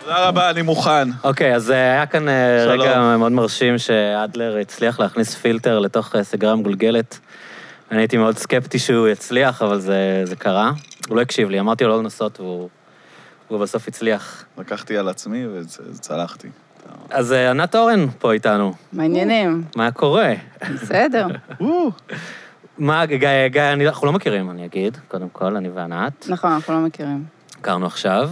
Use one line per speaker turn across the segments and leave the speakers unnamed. תודה רבה, אני מוכן.
אוקיי, אז אה, היה כאן אה,
שלום.
רגע מאוד מרשים שאדלר הצליח להכניס פילטר לתוך אה, סגרה מגולגלת. אני הייתי מאוד סקפטי שהוא יצליח, אבל זה, זה קרה. הוא לא הקשיב לי, אמרתי לו לא לנסות, והוא, והוא בסוף הצליח.
לקחתי על עצמי וצלחתי.
אז אה, ענת אורן פה איתנו,
מעניינים,
מה היה קורה?
בסדר.
וואו,
מה, גיא, גיא, אני- אנחנו לא מכירים, אני אגיד, קודם כל, אני וענת.
נכון, אנחנו לא מכירים.
הכרנו עכשיו.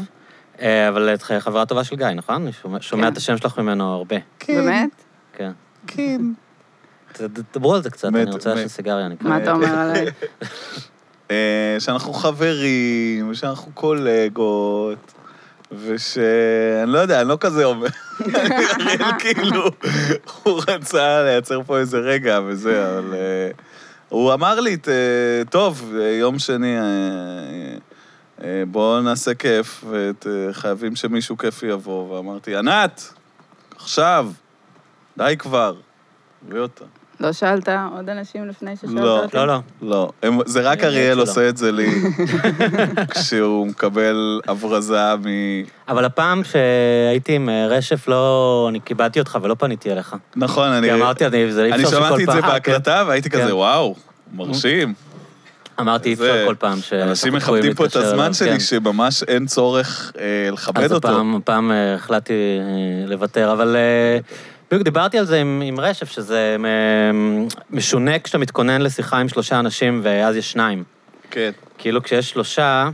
אה, אבל את חברה טובה של גיא, נכון? אני שומע, שומע
כן.
את השם שלך ממנו הרבה.
באמת?
כן.
כן.
ת- ת- דברו על זה קצת,
מת-
אני רוצה
מת.
לעשן סיגריה, אני
מה אתה אומר עליי?
אה, שאנחנו חברים, שאנחנו קולגות, וש... אני לא יודע, אני לא כזה אומר. אריאל כאילו, הוא רצה לייצר פה איזה רגע וזה, אבל... אה, הוא אמר לי, "ת- טוב, אה, יום שני, אה, אה, בואו נעשה כיף, וחייבים שמישהו כיפי יבוא, ואמרתי, ענת, עכשיו, די כבר. הביא אותה.
לא שאלת עוד אנשים לפני ששאלת
לא.
אותי?
לא, לא.
לא, הם, זה רק
אני יודע
אריאל
שלא.
עושה את זה לי, כשהוא מקבל הברזה מ...
אבל הפעם שהייתי עם אה, רשף, לא... אני קיבלתי אותך ולא פניתי אליך.
נכון, אני...
כי אמרתי, אני- זה אי
אני
אפשר שכל פעם...
שמעתי את זה
אה,
בהקלטה, והייתי
כן.
כזה, וואו, מרשים.
כן. אמרתי, אי
זה-
אפשר כל פעם ש...
אנשים
שאנחנו
מכבדים פה את
מתקשר אליו,
הזמן שלי,
כן.
שממש אין צורך אה, לכבד
אז
אותו.
הפעם, הפעם אה, החלטתי אה, לוותר, אבל אה, בדיוק דיברתי על זה עם, עם רשף, שזה אה, משונה כשאתה מתכונן לשיחה עם שלושה אנשים ואז יש שניים.
כן.
כאילו כשיש שלושה,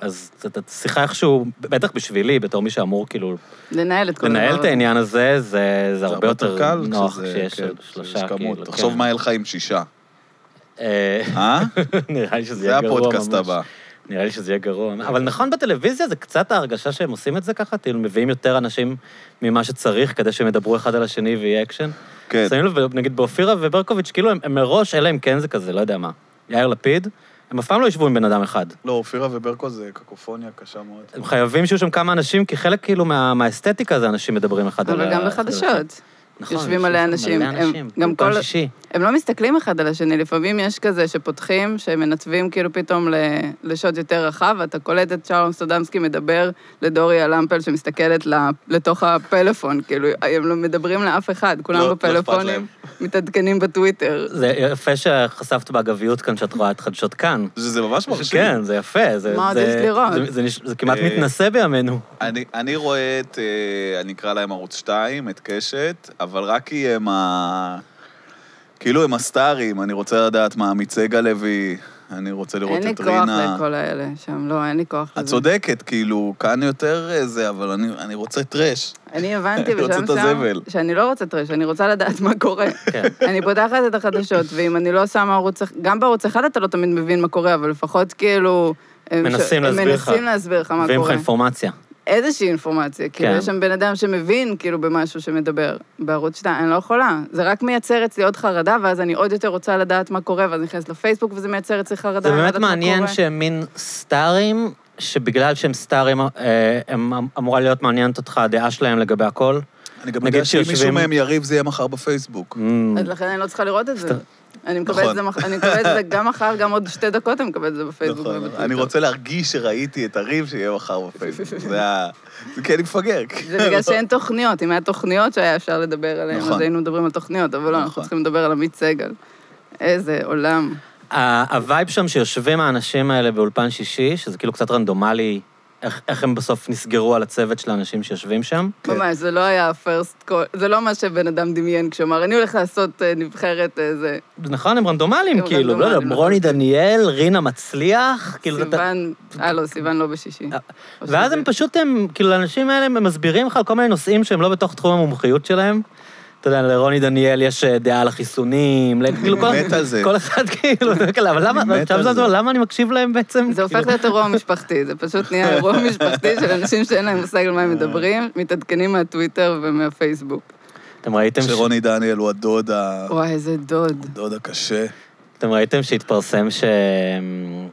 אז זאת- זאת שיחה איכשהו, בטח בשבילי, בתור מי שאמור כאילו
לנהל את כל הדבר
לנהל את
הזה.
העניין הזה, זה, זה הרבה יותר
קל
נוח
כשזה-
כשיש
כן,
שלושה,
כשיש
כאילו.
כמות. תחשוב
כן.
מה יהיה לך עם שישה,
אה,
אה?
נראה לי שזה
זה
יהיה גרוע ממש.
הפודקאסט הבא.
נראה לי שזה יהיה גרוע. אבל נכון, בטלוויזיה זה קצת ההרגשה שהם עושים את זה ככה, כאילו מביאים יותר אנשים ממה שצריך כדי שהם ידברו אחד על השני ויהיה אקשן.
כן.
שמים לב, נגיד באופירה וברקוביץ', כאילו הם הם מראש, אלא אם כן זה כזה, לא יודע מה. יאיר לפיד, הם אף פעם לא ישבו עם בן אדם אחד.
לא, אופירה וברקו זה קקופוניה קשה מאוד.
הם חייבים שיהיו שם כמה אנשים, כי חלק כאילו מה, מהאסתטיקה זה אנשים מדברים אחד על
אבל גם
ה- אחד.
בחדשות.
נכון,
יושבים
יש
מלא
שם
אנשים.
מלא
הם-
אנשים.
גם
פעם
כל-
שישי.
הם לא מסתכלים אחד על השני, לפעמים יש כזה שפותחים, שמנתבים כאילו פתאום ל- לשוד יותר רחב, ואתה קולט את שלום סטודמסקי מדבר לדוריה למפל שמסתכלת ל- לתוך הפלאפון, כאילו, הם לא מדברים לאף אחד,
לא- לא
כולם
אכפת להם.
בפלאפונים, מתעדכנים בטוויטר.
זה יפה שחשפת באגביות כאן, שאת רואה את חדשות כאן.
זה זה ממש מרשים.
כן, זה יפה. זה-
מה עוד
זה-
יש לראות?
זה- זה נש- זה כמעט
אה,
מתנשא בימינו.
אני, אני רואה את, אה, אני אקרא להם ערוץ 2, את קשת, אבל רק כי הם ה... כאילו הם הסטארים, אני רוצה לדעת מה עמית סגלווי, אני רוצה לראות
אין לי
את
כוח
רינה.
לכל האלה שם, לא, אין לי כוח לזה.
את צודקת, כאילו, כאן יותר אה, זה, אבל אני, אני רוצה טרש.
אני הבנתי
אני רוצה
בשלב
את הזבל.
מסוים שאני לא רוצה טרש, אני רוצה לדעת מה קורה.
כן.
אני פותחת את החדשות, ואם אני לא שמה ערוץ... אח- גם בערוץ אחד אתה לא תמיד מבין מה קורה, אבל לפחות כאילו... הם
מנסים
הם
להסביר לך.
מנסים להסביר לך מה
מביאים לך
קורה.
אינפורמציה.
איזושהי אינפורמציה. כאילו,
כן.
יש שם בן אדם שמבין כאילו במשהו שמדבר. בערוץ שתיים, אני לא יכולה. זה רק מייצר אצלי עוד חרדה, ואז אני עוד יותר רוצה לדעת מה קורה, ואז אני נכנסת לפייסבוק, וזה מייצר אצלי חרדה.
זה באמת
לדעת מה
מעניין
קורה.
שהם מין סטארים, שבגלל שהם סטארים, אה, הם אמ- אמורה להיות מעניינת אותך הדעה שלהם לגבי הכל.
אני גם
נגיד
יודע שאם מישהו
שיושבים-
מהם יריב, זה יהיה מחר בפייסבוק.
Mm,
אז לכן אני לא צריכה לראות את זה.
סתם.
אני מקבלת את זה
נכון.
מח- אני מקבלת את זה גם מחר, גם עוד שתי דקות אני מקבלת את זה בפייסבוק.
נכון,
ובטוויטר.
אני רוצה להרגיש שראיתי את הריב שיהיה מחר בפייסבוק. זה ה... זה כן כי אני מפגר.
זה בגלל שאין תוכניות, אם היה תוכניות שהיה אפשר לדבר עליהן,
לא. נכון.
אז היינו מדברים על תוכניות, אבל לא,
נכון.
אנחנו צריכים לדבר על עמית סגל. איזה עולם.
ה- הווייב שם שיושבים האנשים האלה באולפן שישי, שזה כאילו קצת רנדומלי, איך- איך הם בסוף נסגרו על הצוות של האנשים שיושבים שם.
כן.
ממש, זה לא היה הפרסט קול, זה לא מה שבן אדם דמיין כשאמר, אני הולך לעשות אה, נבחרת איזה
נכון, הם רנדומליים,
הם
כאילו, לא יודע,
רנדומליים, נכון.
רוני דניאל, רינה מצליח, כאילו, אתה-
סיוון, אה לא, סיוון לא בשישי. או
ואז
שזה-
הם פשוט, הם, כאילו, האנשים האלה, הם מסבירים לך על כל מיני נושאים שהם לא בתוך תחום המומחיות שלהם. אתה יודע, לרוני דניאל יש אה, דעה על החיסונים, ל- כאילו, כל-
מת על זה.
כל אחד, כאילו, אתה יודע, כאילו, אבל למה,
מת
עכשיו
על
זה
זה.
הזמן, למה אני מקשיב להם בעצם?
זה הופך
כאילו,
להיות אירוע משפחתי, זה פשוט נהיה אירוע משפחתי של אנשים שאין להם מושג על מה הם מדברים, מתעדכנים מהטוויטר ומהפייסבוק.
אתם ראיתם ש-
שרוני דניאל הוא הדוד ה...
וואי, איזה דוד.
דוד הקשה.
אתם ראיתם שהתפרסם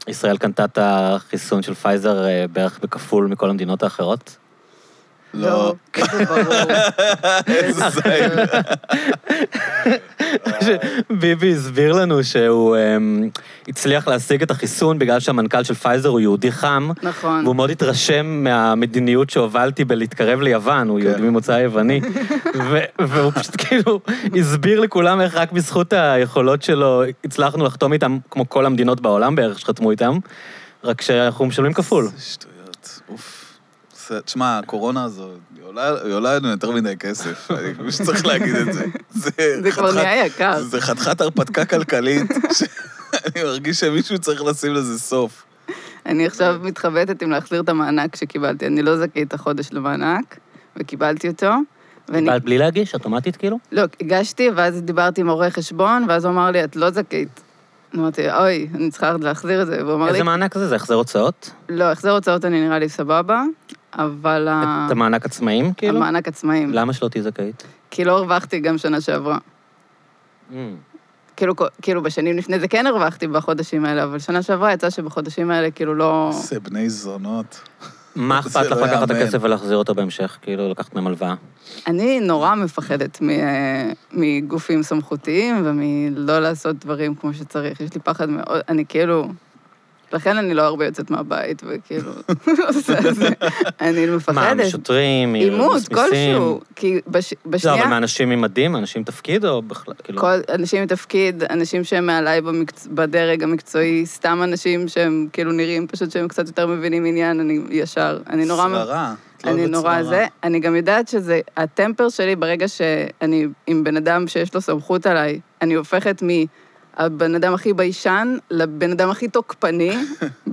שישראל קנתה את החיסון של פייזר אה, בערך בכפול מכל המדינות האחרות?
לא.
זה ברור.
איזה זין.
ביבי הסביר לנו שהוא אמ, הצליח להשיג את החיסון בגלל שהמנכ"ל של פייזר הוא יהודי חם,
נכון.
והוא מאוד התרשם מהמדיניות שהובלתי בלהתקרב ליוון, הוא
כן.
יהודי ממוצא יווני, ו- והוא פשוט כאילו הסביר לכולם איך רק בזכות היכולות שלו הצלחנו לחתום איתם, כמו כל המדינות בעולם בערך שחתמו איתם, רק שאנחנו משלמים כפול.
איזה שטויות, אוף. זה- תשמע, הקורונה הזו, היא עולה- היא עולה לנו יותר מדי כסף, אני כמו שצריך להגיד את זה.
זה כבר
חתיכת-
נהיה יקר.
זה חתיכת הרפתקה כלכלית, שאני מרגיש שמישהו צריך לשים לזה סוף.
אני עכשיו
אוקיי.
מתחבטת אם להחזיר את המענק שקיבלתי. אני לא זכאית החודש למענק, וקיבלתי אותו. ואני...
אבל בלי להגיש, אוטומטית כאילו?
לא, הגשתי, ואז דיברתי עם רואה חשבון, ואז הוא אמר לי, את לא זכאית. אמרתי, אוי, אני צריכה עוד להחזיר את זה. והוא אמר לי,
איזה מענק זה? זה החזר הוצאות?
לא, החזר הוצאות אני נראה לי סבבה, אבל ה-
את המענק עצמאים כאילו?
המענק עצמאים.
למה שלא תהיי זכאית?
כי לא הרווחתי גם שנה שעברה. כאילו, כאילו בשנים לפני זה כן הרווחתי בחודשים האלה, אבל שנה שעברה יצא שבחודשים האלה כאילו לא...
איזה בני זונות.
מה
זה
אכפת לך
לא
לקחת את
יאמן.
הכסף ולהחזיר אותו בהמשך? כאילו, לקחת מהם הלוואה.
אני נורא מפחדת מ- אה, מגופים סמכותיים ומלא לעשות דברים כמו שצריך. יש לי פחד מאוד, אני כאילו... לכן אני לא הרבה יוצאת מהבית, וכאילו... עושה את זה. אני
מה,
מפחדת.
משוטרים,
עימות
ממיסים?
כלשהו. כי בש-
לא, אבל
בשנייה...
מאנשים עם מדים, אנשים עם תפקיד או בכלל? כאילו,
כל אנשים עם תפקיד, אנשים שהם מעליי במקצ... בדרג המקצועי, סתם אנשים שהם כאילו נראים פשוט שהם קצת יותר מבינים עניין, אני ישר, אני נורא...
שררה. את לא
אני
אוהבת
נורא
שררה.
זה. אני גם יודעת שזה, הטמפר שלי, ברגע שאני עם בן אדם שיש לו סמכות עליי, אני הופכת מהבן אדם הכי ביישן לבן אדם הכי תוקפני,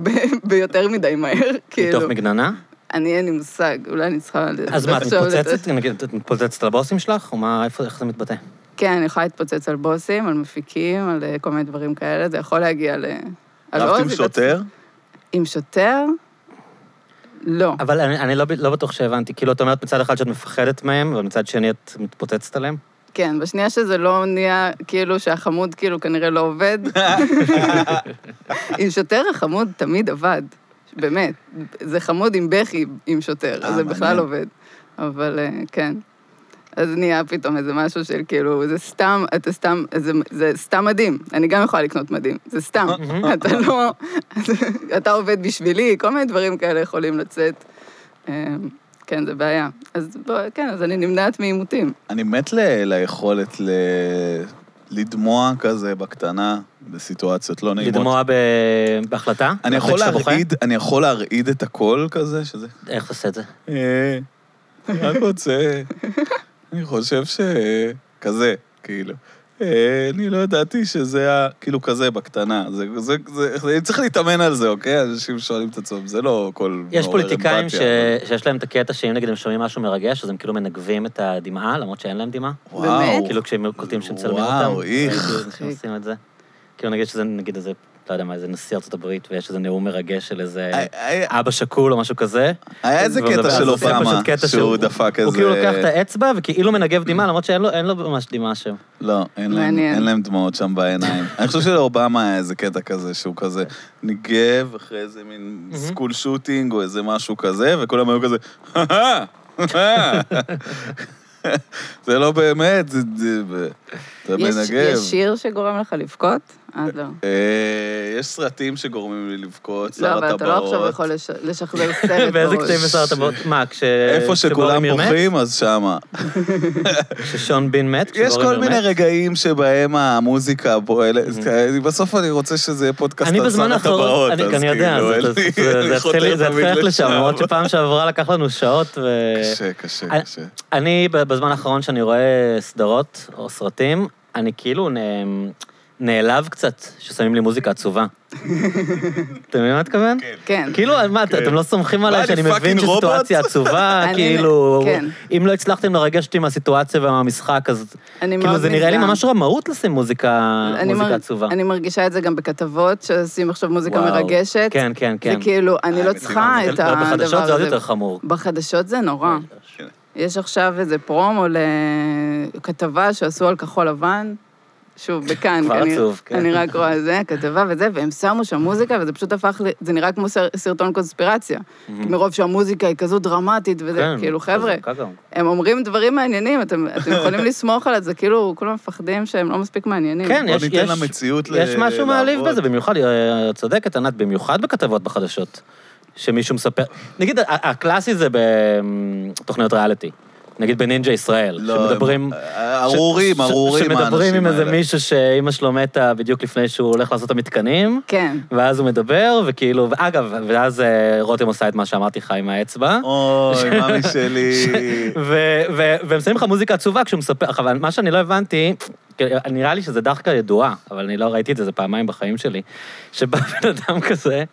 ב- ביותר מדי מהר, כאילו.
מתוך מגננה?
אני אין לי מושג, אולי אני צריכה...
אז מה, את
לחשוב על זה.
מתפוצצת? נגיד, את מתפוצצת על הבוסים שלך? או מה, איפה, איך זה מתבטא?
כן, אני יכולה להתפוצץ על בוסים, על מפיקים, על אה, כל מיני דברים כאלה, זה יכול להגיע ל... על
רבת עם
עוז,
שוטר?
עם שוטר? לא.
אבל אני, אני לא, ב- לא בטוח שהבנתי. כאילו, את אומרת מצד אחד שאת מפחדת מהם, אבל מצד שני את מתפוצצת עליהם?
כן, בשנייה שזה לא נהיה, כאילו שהחמוד כאילו כנראה לא עובד. עם שוטר החמוד תמיד עבד, באמת. זה חמוד עם בכי, עם שוטר,
אה,
אז זה
מעניין.
בכלל עובד. אבל אה, כן. אז נהיה פתאום איזה משהו של כאילו, זה סתם, אתה סתם, זה, זה סתם מדהים. אני גם יכולה לקנות מדים, זה סתם. אתה לא, אתה עובד בשבילי, כל מיני דברים כאלה יכולים לצאת. אה, כן, זה בעיה. אז בוא, כן, אז אני נמנעת מעימותים.
אני מת ל- ליכולת ל- לדמוע כזה בקטנה, בסיטואציות לא נעימות.
לדמוע ב... בהחלטה?
אני יכול
כשאתה בוכה?
להרעיד, אני יכול להרעיד את הקול כזה, שזה...
איך תעשה את זה?
אה, אני רק רוצה, אני חושב ש... כזה, כאילו. אה, אני לא ידעתי שזה ה... כאילו כזה, בקטנה. זה, זה, זה, אני צריך להתאמן על זה, אוקיי? אנשים שואלים את עצמם, זה לא כל...
יש
מעורר
פוליטיקאים ש...
אמפתיה, אבל-
שיש להם את הקטע שאם נגיד הם שומעים משהו מרגש, אז הם כאילו מנגבים את הדמעה, למרות שאין להם דמעה.
וואו.
באמת?
כאילו כשהם קוטעים שמצלמים אותם.
וואו, איך.
ראיתי אנשים עושים את זה. כאילו נגיד שזה, נגיד איזה, לא יודע מה, איזה נשיא ארצות הברית, ויש איזה נאום מרגש של איזה
היה- היה-
אבא שכול או משהו כזה.
היה אה, איזה
והוא מדבר
קטע
על
של
זה, עושה
אובמה,
פשוט קטע
שהוא דפק איזה...
הוא כאילו לוקח את האצבע וכאילו מנגב דמעה, למרות שאין לו- אין לו ממש דמעה שם.
לא, אין להם,
מעניין.
אין להם דמעות שם בעיניים. אני חושב שלאובמה היה איזה קטע כזה, שהוא כזה ניגב אחרי איזה מין
Mhm.
מהמם.
סקול שוטינג או איזה משהו כזה, וכולם היו כזה, "הא, הא." זה לא באמת, זה- זה זה
יש,
מנגב.
יש שיר שגורם לך לבכות? את לא.
אה, יש סרטים שגורמים לי לבכות, שר
לא, אבל אתה לא עכשיו
הטבעות.
יכול לש- לשחזר סרט
באיזה
בראש.
קטעים בסרט הבאות? מה, כש...
איפה
כשבורומיר
שכולם
מת?
בוכים, אז שמה.
כששון בין מת?
יש
כשבורומיר
כל מיני
מת?
רגעים שבהם המוזיקה פועלת, בסוף אני רוצה שזה יהיה פודקאסט
אני
על
בזמן
שר
האחרון,
הטבעות,
אני
אז
אני יודע,
כאילו,
זה-
אין
זה-
לי-
זה-
אני
זה
חוטא
התחיל- זה
תמיד
התחיל לשם, למרות שפעם שעברה לקח לנו שעות, ו...
קשה, קשה,
אני-
קשה.
אני, ב- בזמן האחרון שאני רואה סדרות או סרטים, אני כאילו נ... נעלב קצת ששמים לי מוזיקה עצובה. אתם מבינים מה אני מתכוון?
כן.
כאילו, על מה, את- אתם לא סומכים
מה,
עליי שאני
אני
מבין
fucking
שסיטואציה
רובוט?
עצובה,
אני-
כאילו,
כן.
אם לא הצלחתם לרגש אותי מהסיטואציה ומהמשחק, אז
אני
כאילו
מאוד
זה נראה לי
מזדהה.
ממש רמאות לשים מוזיקה
אני
מוזיקה
מר-
עצובה.
אני מרגישה את זה גם בכתבות, שעושים עכשיו מוזיקה
וואו.
מרגשת.
כן, כן, כן.
וכאילו, אני
אה,
לא
אני
צריכה
זה-
את הדבר הזה.
בחדשות זה עוד יותר חמור.
בחדשות זה נורא. יש עכשיו איזה פרומו לכתבה שעשו על כחול לבן, שוב, בכאן,
כבר
כי אני-
עצוב, כן.
אני רק רואה זה, כתבה וזה, והם שמו שם מוזיקה, וזה פשוט הפך, ל- זה נראה כמו סר- סרטון קונספירציה. מרוב שהמוזיקה היא כזו דרמטית וזה,
כן,
כאילו, חבר'ה,
חזקה גם.
הם אומרים דברים מעניינים, אתם אתם יכולים לסמוך על זה, כאילו, כולם מפחדים שהם לא מספיק מעניינים.
כן,
בוא
יש-
ניתן
יש-
למציאות ל-
יש משהו מעליב
לעבוד.
בזה, במיוחד, אה, צודקת ענת, במיוחד בכתבות בחדשות, שמישהו מספר... נגיד, ה- הקלאסי זה בתוכניות ריאליטי. נגיד בנינג'ה ישראל,
לא,
שמדברים...
הם- ארורים,
ש- ש-
ארורים האנשים האלה.
שמדברים עם איזה מישהו שאימא שלו מתה בדיוק לפני שהוא הולך לעשות את המתקנים,
כן.
ואז הוא מדבר, וכאילו, ואגב, ואז אה, רותם עושה את מה שאמרתי לך עם האצבע.
אוי, מאמי שלי.
ו- ו- והם שמים לך מוזיקה עצובה כשהוא מספר, אבל מה שאני לא הבנתי, כאילו, נראה לי שזה דחקה ידועה, אבל אני לא ראיתי את זה, זה פעמיים בחיים שלי, שבא בן אדם כזה,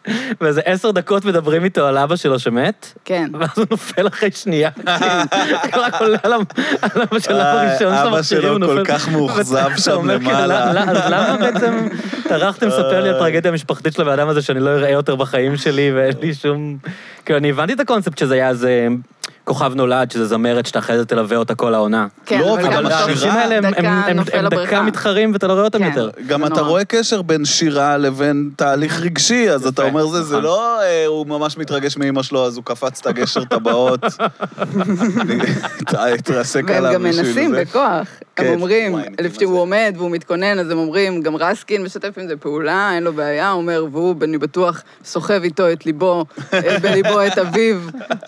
ואיזה עשר דקות מדברים איתו על אבא שלו שמת,
כן.
ואז הוא נופל אחרי שנייה, כאילו, רק עולה על ה- על אבא שלו
איי,
הראשון
אבא
שלו,
שלו כל
הוא נופל.
כך מאוכזב
ואתה- אתה
שם
אומר, כאילו,
למעלה.
"לא, לא, אז למה בעצם טרחתם לספר לי הטרגדיה המשפחתית של הבן אדם הזה שאני לא אראה יותר בחיים שלי ואין לי שום... כאילו, אני הבנתי את הקונספט שזה היה איזה כוכב נולד, שזה זמרת שאתה אחרי זה תלווה אותה כל העונה.
כן,
לא, וגם
אבל
בסוף
האנשים
השירה-
האלה הם- הם-
דקה
הם
נופל
הם דקה
לבריכה.
מתחרים ואתה לא רואה אותם
כן.
יותר.
גם
זה
אתה
נורא.
רואה קשר בין שירה לבין תהליך רגשי, אז אתה אומר, זה, זה
נכון.
לא, אה, הוא ממש מתרגש מאימא שלו, אז הוא קפץ את הגשר טבעות, התרסק
והם
עליו
גם
בשביל
מנסים
זה.
בכוח.
כן,
הם אומרים,
וואי, אני
לפני
מתאים
שהוא עומד והוא מתכונן, אז הם אומרים, גם רסקין משתף עם זה פעולה, אין לו בעיה, הוא אומר, והוא, אני בטוח, סוחב איתו את ליבו, אה, בליבו את אביו,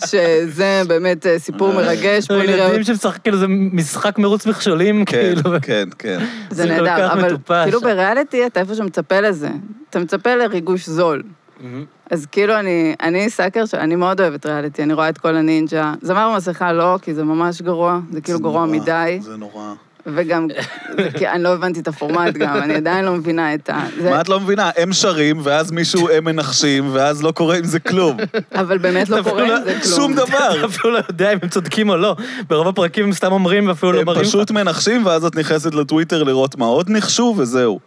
שזה באמת אה, סיפור מרגש, בוא נראה...
ילדים שמשחק, כאילו, זה משחק מרוץ מכשולים,
כן,
כאילו.
כן, כן.
זה
זה כל
נהדר,
כך
אבל
מטופש.
כאילו בריאליטי אתה איפה שמצפה לזה. אתה מצפה לריגוש זול.
Mm-hmm.
אז כאילו אני, אני סאקר, ש- אני מאוד אוהבת ריאליטי, אני רואה את כל הנינג'ה. זמר במסכה לא, כי זה ממש גרוע, זה כאילו
זה
גרוע
נורא,
מדי.
זה נורא.
וגם, זה כי אני לא הבנתי את הפורמט גם, אני עדיין לא מבינה את ה... זה,
מה את לא מבינה? הם שרים, ואז מישהו, הם מנחשים, ואז לא קורה עם זה כלום.
אבל באמת לא קורה עם זה כלום.
שום דבר.
אתה אפילו לא יודע אם הם צודקים או לא. ברוב הפרקים הם סתם אומרים ואפילו לא
הם
מראים.
פשוט מנחשים, ואז את נכנסת לטוויטר לראות מה עוד נחשו, וזהו.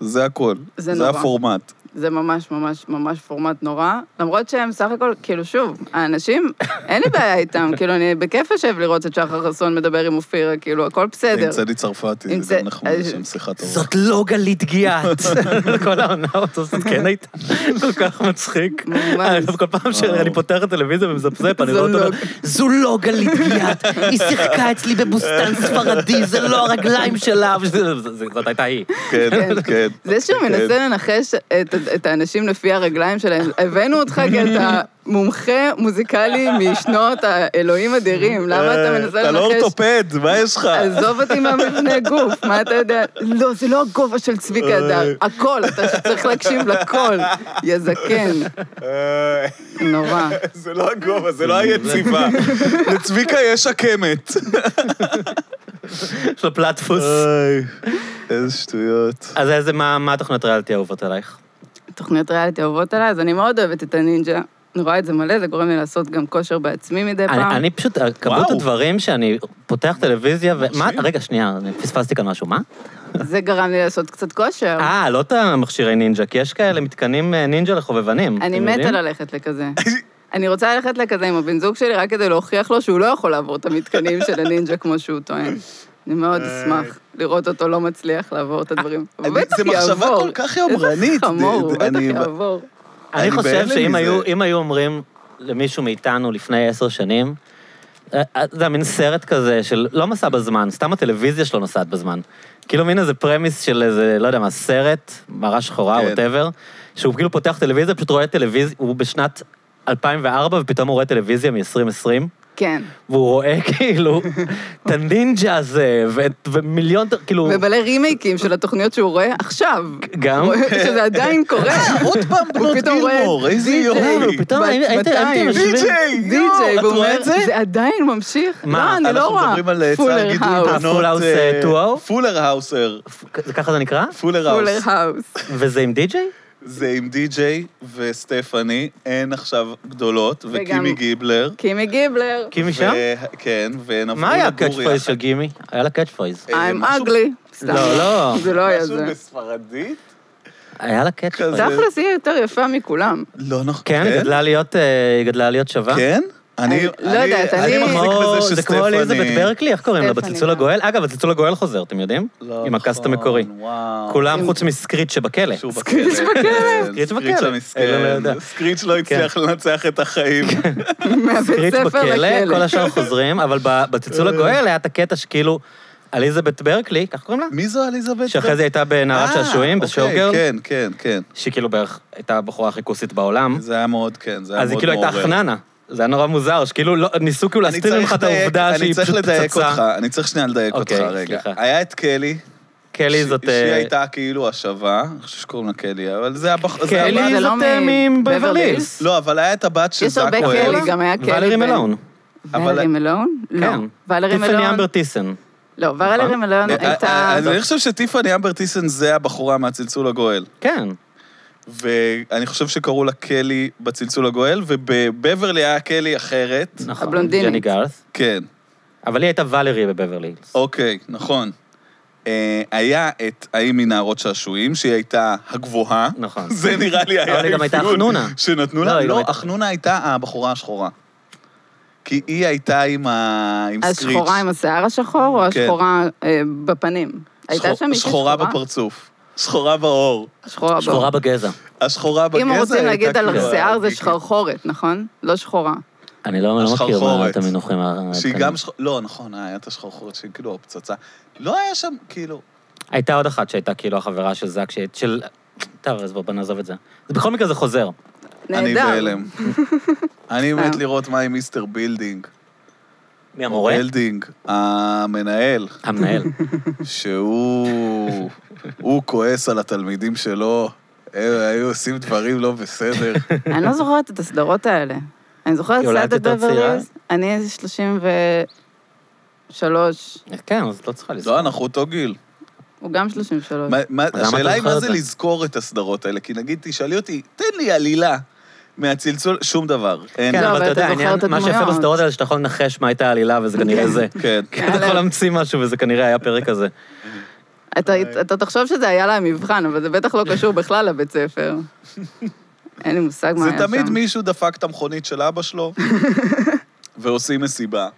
זה הכל.
זה
זה
נורא.
הפורמט.
זה ממש ממש ממש פורמט נורא, למרות שהם סך הכל, כאילו שוב, האנשים, אין לי בעיה איתם, כאילו אני בכיף אשב לראות את שחר חסון מדבר עם אופירה, כאילו הכל בסדר. אה,
נמצא לי צרפתי,
נמצא-
זה גם נחמד,
אז-
יש שם שיחה טובה.
זאת לא גלית גיאת. כל העונה אותו זאת כן הייתה. כל כך מצחיק.
ממש.
אני- כל פעם שאני פותח את הטלוויזיה ומזפזפ, אני
זו
רואה אותו.
לא-
אומר, זו לא גלית גיאת, היא שיחקה אצלי בבוסתן ספרדי, זה לא הרגליים שלה. וזה- זה- זה- זאת הייתה היא.
כן,
כן.
כן.
זה שהוא
כן.
מנסה לנחש את, את האנשים לפי הרגליים שלהם, הבאנו אותך כי אתה מומחה מוזיקלי משנות האלוהים אדירים, למה אתה מנסה
אתה לא
לנחש?
אורתופד, מה יש לך?
עזוב אותי מהמבנה גוף, מה אתה יודע? לא, זה לא הגובה של צביקה הדר, הכל, אתה שצריך להקשיב לכל, יא זקן,
אה,
נורא.
זה לא הגובה, זה לא היציבה. לצביקה יש עקמת.
יש לו פלטפוס.
איזה שטויות.
אז איזה, מה מה התוכניות ריאליטי האהובות עלייך?
תוכניות ריאליטי אוהבות עליי, אז אני מאוד אוהבת את הנינג'ה. אני רואה את זה מלא, זה גורם לי לעשות גם כושר בעצמי מדי פעם.
אני אני פשוט, כמות
וואו.
הדברים שאני פותח טלוויזיה, ומה,
מרשים.
רגע, שנייה, אני פספסתי כאן משהו, מה?
זה גרם לי לעשות קצת כושר.
אה, לא את המכשירי נינג'ה, כי יש כאלה מתקנים אה, נינג'ה לחובבנים.
אני
אתם
מתה
יודעים?
ללכת לכזה. אני רוצה ללכת לכזה עם הבן זוג שלי רק כדי להוכיח לו שהוא לא יכול לעבור את המתקנים של הנינג'ה כמו שהוא טוען. אני מאוד אשמח לראות אותו לא מצליח לעבור את הדברים. הוא
אה. אני-
בטח
זה
יעבור.
מחשבה כל כך
איזה
יומרנית.
חמור, הוא
ד- ד-
בטח
אני-
יעבור.
אני
אני
חושב
בהלם
שאם
מזה.
היו- אם היו אומרים למישהו מאיתנו לפני עשר שנים, אה, אה, זה מין סרט כזה של לא מסע בזמן, סתם הטלוויזיה שלו נוסעת בזמן. כאילו מין איזה פרמיס של איזה, לא יודע מה, סרט, מראה שחורה,
כן.
ווטאבר, שהוא כאילו פותח טלוויזיה, פשוט רואה טלוויזיה, הוא בשנת 2004, ופתאום הוא רואה טלוויזיה מ-2020.
כן.
והוא רואה כאילו את הנינג'ה הזה, ואת- ומיליון, כאילו...
מבלה רימייקים של התוכניות שהוא רואה עכשיו.
גם?
הוא רואה שזה עדיין קורה.
עוד פעם בנות
פתאום רואה
גילמור, איזה
די-ג'יי.
לא,
יופי.
פתאום
בת-
הייתי- הייתי- הייתי
מאתיים.
משווה...
די.ג'יי,
די.ג'יי,
יואו,
והוא
את רואה
אומר,
את זה?
זה עדיין ממשיך.
מה?
לא, אני לא
אנחנו
רואה.
מדברים על אה,
Fuller
צה"ל גידול
House.
בנות...
הפול האוס,
אה,
אה, טו האו?
פולר האוסר.
זה ככה זה נקרא?
פולר
פולר
האוס.
האוס.
וזה עם די-ג'יי?
זה עם די.ג'יי וסטפני, הן עכשיו גדולות,
וגם-
וקימי גיבלר.
קימי גיבלר.
קימי שם?
ו- כן, והן עברו
מה היה
לגור
הקאץ' פרייז
יחד.
של גימי? היה לה קאץ' פרייז.
אה,
I'm
משהו-
ugly. סתם.
לא, לא.
זה לא היה
משהו
זה.
בספרדית?
היה לה קאץ'
כזה.
פרייז.
תכלס היא יותר יפה מכולם.
לא נכון.
כן, היא גדלה להיות, אה, היא גדלה להיות שווה.
כן? אני,
לא יודעת,
אני
אני-
מחזיק
כמו-
בזה שסטפני...
זה כמו אליזבת ברקלי, איך קוראים לה?
סטפני, לא.
בצלצול
מה?
הגואל? אגב, הצלצול הגואל חוזר, אתם יודעים?
לא,
עם הקאסט
נכון,
המקורי.
וואו.
כולם
עם-
חוץ מסקריץ' שבכלא.
שהוא
סקריץ'
בכלא. כן,
סקריץ'
סקריץ'
בכלא. אלה לא
המסכן.
יודע. כן.
סקריץ' לא הצליח לנצח את החיים.
מהבית
סקריץ'
ספר
בכלא, כל
לכלא.
השאר חוזרים, אבל ב- בצלצול הגואל היה את הקטע שכאילו, אליזבת ברקלי, כך קוראים לה?
מי זו אליזבת?
שאחרי זה הייתה בנערת
אה,
שעשועים,
אוקיי,
בשואוגרל,
כן, כן, כן.
שכאילו בערך הייתה הבחורה הכי כוסית בעולם,
זה היה מאוד, כן, זה היה
Mm-hmm. אז היא
מאוד
כאילו הייתה
מעורר.
חננה. זה היה נורא מוזר, שכאילו לא- ניסו כאילו
אני
להסתיר
צריך
ממך את
לדייק-
העובדה שהיא
אני
פשוט
צריך לדייק אותך,
פצצה.
אני צריך שנייה לדייק אותך
אוקיי,
רגע.
סליחה.
היה את קלי.
קלי זאת...
שהיא
אה,
הייתה כאילו השווה, אני חושב שקוראים לה קלי, אבל זה הבחור...
אבל
קלי
זה
זאת
לא
אה,
מ-
מבברלי
בברלי
הילס.
לא, אבל היה את הבת של
יש הרבה
זאקו
קלי,
אלף.
גם היה קלי
ולרי
בין-
מלון.
אבל-
ולרי מלון? לא.
כן.
ולרי
טיפני
מלון?
אמבר טיסן.
לא, ולרי
נכון.
מלון
אה,
הייתה...
אה, אני חושב שטיפני אמבר טיסן זה הבחורה מהצלצול הגואל.
כן.
ואני חושב שקראו לה קלי בצלצול הגואל, ובבברלי היה קלי אחרת.
נכון.
הבלונדינית.
ג'ני גארס.
כן,
אבל היא הייתה ולרי בבברלי הילס.
אוקיי, נכון. אה, היה את ההיא מנערות שעשועים, שהיא הייתה הגבוהה.
נכון.
זה נראה לי היה
אבל היא גם הייתה
אפיון
החנונה.
שנתנו
לא,
לה,
היא גם
לא,
הייתה-
החנונה הייתה הבחורה השחורה. כי היא הייתה עם ה- עם סקריץ'.
השחורה עם השיער השחור, או
כן.
השחורה אה, בפנים? הייתה
שחור-
שם מישהי
שחורה בפרצוף. שחורה בעור.
שחורה
שחורה בגזע.
השחורה בגזע
אם רוצים
הייתה
להגיד על
כאילו
שיער זה
הגיקית.
שחרחורת, נכון? לא שחורה.
אני לא לא מכיר מה-
השחרחורת.
את המינוחים. ה-
שהיא
הקטנים.
גם שחור... לא, נכון, היה את השחרחורת שהיא כאילו הפצצה. לא היה שם, כאילו...
הייתה עוד אחת שהייתה כאילו החברה של זאק, שהיא- של... טוב, אז בוא נעזוב את זה. זה בכל מקרה זה חוזר.
אני
נהדר. אה.
בהלם. אני מת לראות מה עם מיסטר בילדינג.
מי המורה?
בילדינג, המנהל,
המנהל.
שהוא... הוא כועס על התלמידים שלו. הם היו עושים דברים לא בסדר.
אני לא זוכרת את הסדרות האלה. אני זוכרת
היא אולי את
סעדת
יותר צעירה?
בבריז, אני איזה 33,
כן, אז לא צריכה לזכור.
לא, אנחנו אותו גיל.
הוא גם 33.
מה- מה-
אתה
השאלה היא
זוכר
מה
את
זה
זה?
לזכור את הסדרות האלה, כי נגיד, תשאלי אותי, תן לי עלילה מהצלצול, שום דבר. אין.
כן,
לא,
אבל
אבל
אתה יודע,
אתה זוכר
העניין,
את
מה שיפה
הדמויות.
בסדרות האלה, שאתה יכול לנחש מה הייתה העלילה, וזה כנראה זה.
כן.
כן, אתה יכול להמציא משהו, וזה כנראה היה הפרק הזה.
אתה אתה תחשוב שזה היה להם מבחן, אבל זה בטח לא קשור בכלל לבית ספר. אין לי מושג מה
זה
היה שם.
תמיד מישהו דפק את המכונית של אבא שלו, ועושים מסיבה.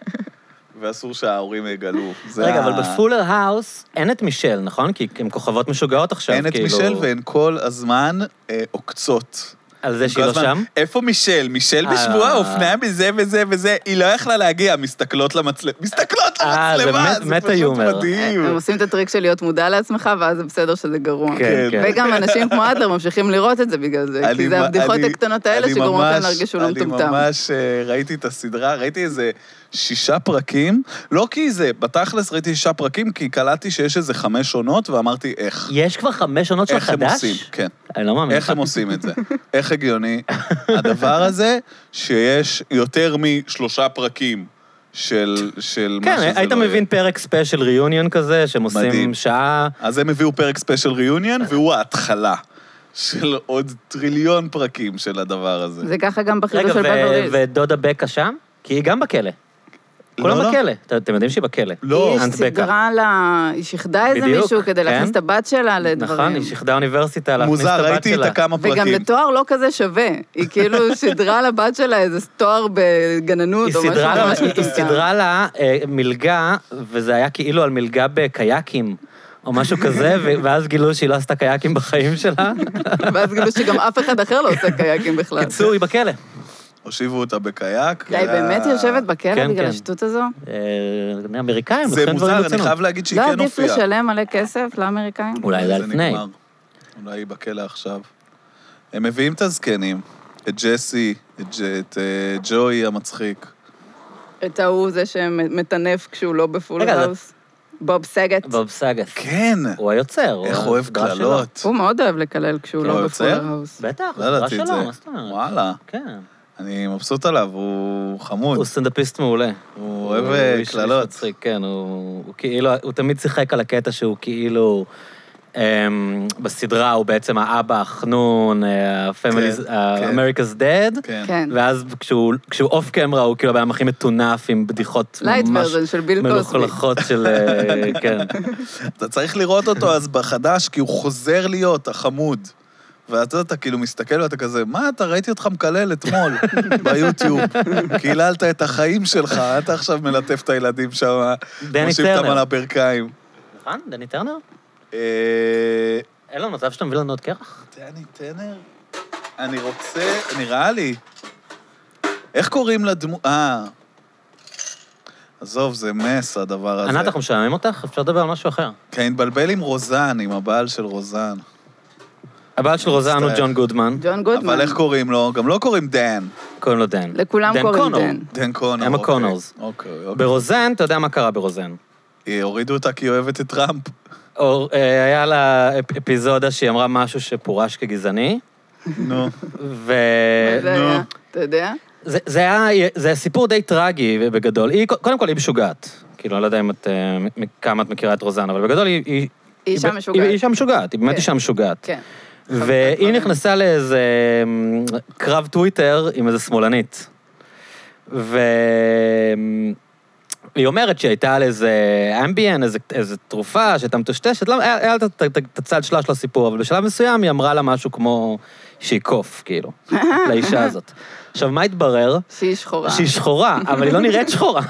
ואסור שההורים יגלו. זה
רגע,
ה-
אבל בפולר האוס אין את מישל, נכון? כי הן כוכבות משוגעות עכשיו,
אין את
כאילו.
מישל והן כל הזמן אה, עוקצות.
על זה שהיא
כל
לא
הזמן,
שם?
איפה מישל? מישל
אה.
בשבועה, אופניים בזה וזה וזה. היא לא יכלה להגיע, מסתכלות למצלמה. מסתכלות
אה, זה
למצלמה!
מת- מטה
פשוט
יומר.
מדהים.
אה, הם עושים את הטריק של להיות מודע לעצמך, ואז זה בסדר שזה גרוע.
כן.
וגם אנשים כמו אדלר ממשיכים לראות את זה בגלל זה,
אני
כי זה
מ-
הבדיחות
אני-
הקטנות האלה
אני
שגורמות להם
ממש-
להרגיש שהוא לא
אני
מטומטם.
ממש אה, ראיתי את הסדרה, ראיתי איזה שישה פרקים, לא כי זה, בתכלס ראיתי שישה פרקים, כי קלטתי שיש איזה חמש עונות, ואמרתי, איך?
יש כבר חמש עונות של
איך הם
חדש?
עושים? כן.
אני לא מאמין
איך
לך.
הם עושים את זה? איך הגיוני הדבר הזה שיש יותר משלושה פרקים של, של מה שזה
כן, היית
לא יהיה.
מבין פרק ספיישל ריאיוניון כזה, שהם
מדהים.
עושים שעה...
אז הם הביאו פרק ספיישל ריאיוניון, והוא ההתחלה של עוד טריליון פרקים של הדבר הזה.
זה ככה גם
רגע,
בחידוש של
ו-
בבריז.
ודודה בקה שם? כי היא גם בכלא. כולם
לא, לא.
בכלא. אתה- אתם יודעים שהיא בכלא.
לא,
אנט
היא סידרה לה, היא שיחדה איזה
בדיוק,
מישהו כדי
כן.
להכניס את הבת שלה לדברים.
נכון, היא שיחדה אוניברסיטה להכניס את
מוזר,
הבת
ראיתי
שלה.
את הכמה פרקים.
וגם לתואר לא כזה שווה. היא כאילו שידרה לבת שלה איזה תואר בגננות
היא
או משהו
סידרה לה-
ממש
היא
מטומטם.
סידרה לה אה, מלגה, וזה היה כאילו על מלגה בקייקים. או משהו כזה, ו- ואז גילו שהיא לא עשתה קייקים בחיים שלה.
ואז גילו שגם אף אחד אחר לא עושה קייקים בכלל.
קיצור, היא בכלא.
הושיבו אותה בקייק.
די, באמת היא יושבת בכלא
כן,
בגלל
כן.
השטות הזו?
אה, אני אמריקאים,
זה
לוקחים דברים
מוזר, אני
ברצינות.
חייב להגיד שהיא
לא
כן
עדיף
הופיעה.
לשלם מלא כסף לאמריקאים?
אולי זה היה לפני.
נגמר. אולי היא בכלא עכשיו. הם מביאים את הזקנים, את ג'סי, את ג'- את אה, ג'וי המצחיק.
את ההוא זה שמטנף כשהוא לא בפול
רגע, זה-
האוס? בוב סגט.
בוב סאגס.
כן!
הוא היוצר. הוא
איך אוהב
הסדרה שלו.
קללות.
הוא מאוד אוהב לקלל כשהוא
הוא
לא בפול
יוצר?
האוס.
בטח,
לא
הוא סדרה
ידעתי את
שלו, מה זאת
זה.
אומרת?
וואלה,
כן.
אני מבסוט עליו, הוא חמוד.
הוא סטנדאפיסט מעולה.
הוא אוהב
איש-
אה,
איש
קללות.
מצחיק, כן, הוא הוא כאילו, הוא תמיד שיחק על הקטע שהוא כאילו... אמ, בסדרה הוא בעצם האבא החנון, ה-Family's,
כן,
ה-
כן.
America's Dead,
כן.
כן.
ואז כשהוא כשהוא אוף קמרה הוא כאילו הבן אדם הכי מטונף עם בדיחות
לייט
ממש
ורזן של ביל קוסבי.
מלוכלכות של... אה, כן.
אתה צריך לראות אותו אז בחדש, כי הוא חוזר להיות החמוד. ואתה אתה כאילו מסתכל ואתה כזה, מה אתה, ראיתי אותך מקלל אתמול ביוטיוב. קיללת את החיים שלך, אתה עכשיו מלטף את הילדים שם,
דני
מושיב אותם על
טרנר.
הברכיים.
נכון? דני טרנר?
אה,
אין לנו מצב שאתה מביא לנו עוד קרח?
דני טנר? אני רוצה, נראה לי. איך קוראים לדמות? אה. עזוב, זה מס הדבר הזה.
ענת, אנחנו משעממים אותך? אפשר לדבר על משהו אחר.
כן, התבלבל עם רוזן, עם הבעל של רוזן.
הבעל של רוזן הוא
מצטער.
ג'ון גודמן,
ג'ון גודמן.
אבל איך קוראים לו? גם לא קוראים דן.
קוראים לו דן.
לכולם קוראים
קונור.
דן.
דן קונור.
אמה
אוקיי.
קונורס.
אוקיי, אוקיי.
ברוזן, אתה יודע מה קרה ברוזן.
אה, הורידו אותה כי היא אוהבת את טראמפ.
אור, אה, היה לה אפ- אפיזודה שהיא אמרה משהו שפורש כגזעני,
נו.
ו...
מה זה
נו.
היה? אתה יודע?
זה, זה, היה, זה היה סיפור די טרגי בגדול. היא, קודם כל, היא משוגעת. כאילו, אני לא יודע אם את, אה, מ- כמה את מכירה את רוזן, אבל בגדול היא... היא
היא אישה
ב-
משוגעת.
היא אישה משוגעת, היא באמת
כן.
אישה משוגעת.
כן.
והיא נכנסה לאיזה אמ, קרב טוויטר עם איזה שמאלנית. והיא אומרת שהייתה על איזה אמביאן, איזה, איזה תרופה שהייתה מטושטשת, לא, היה היה לה את- את- את את הצד שלה של הסיפור, אבל בשלב מסוים היא אמרה לה משהו כמו שהיא קוף, כאילו, לאישה הזאת. עכשיו, מה התברר?
שהיא שחורה.
שהיא שחורה, אבל היא לא נראית שחורה.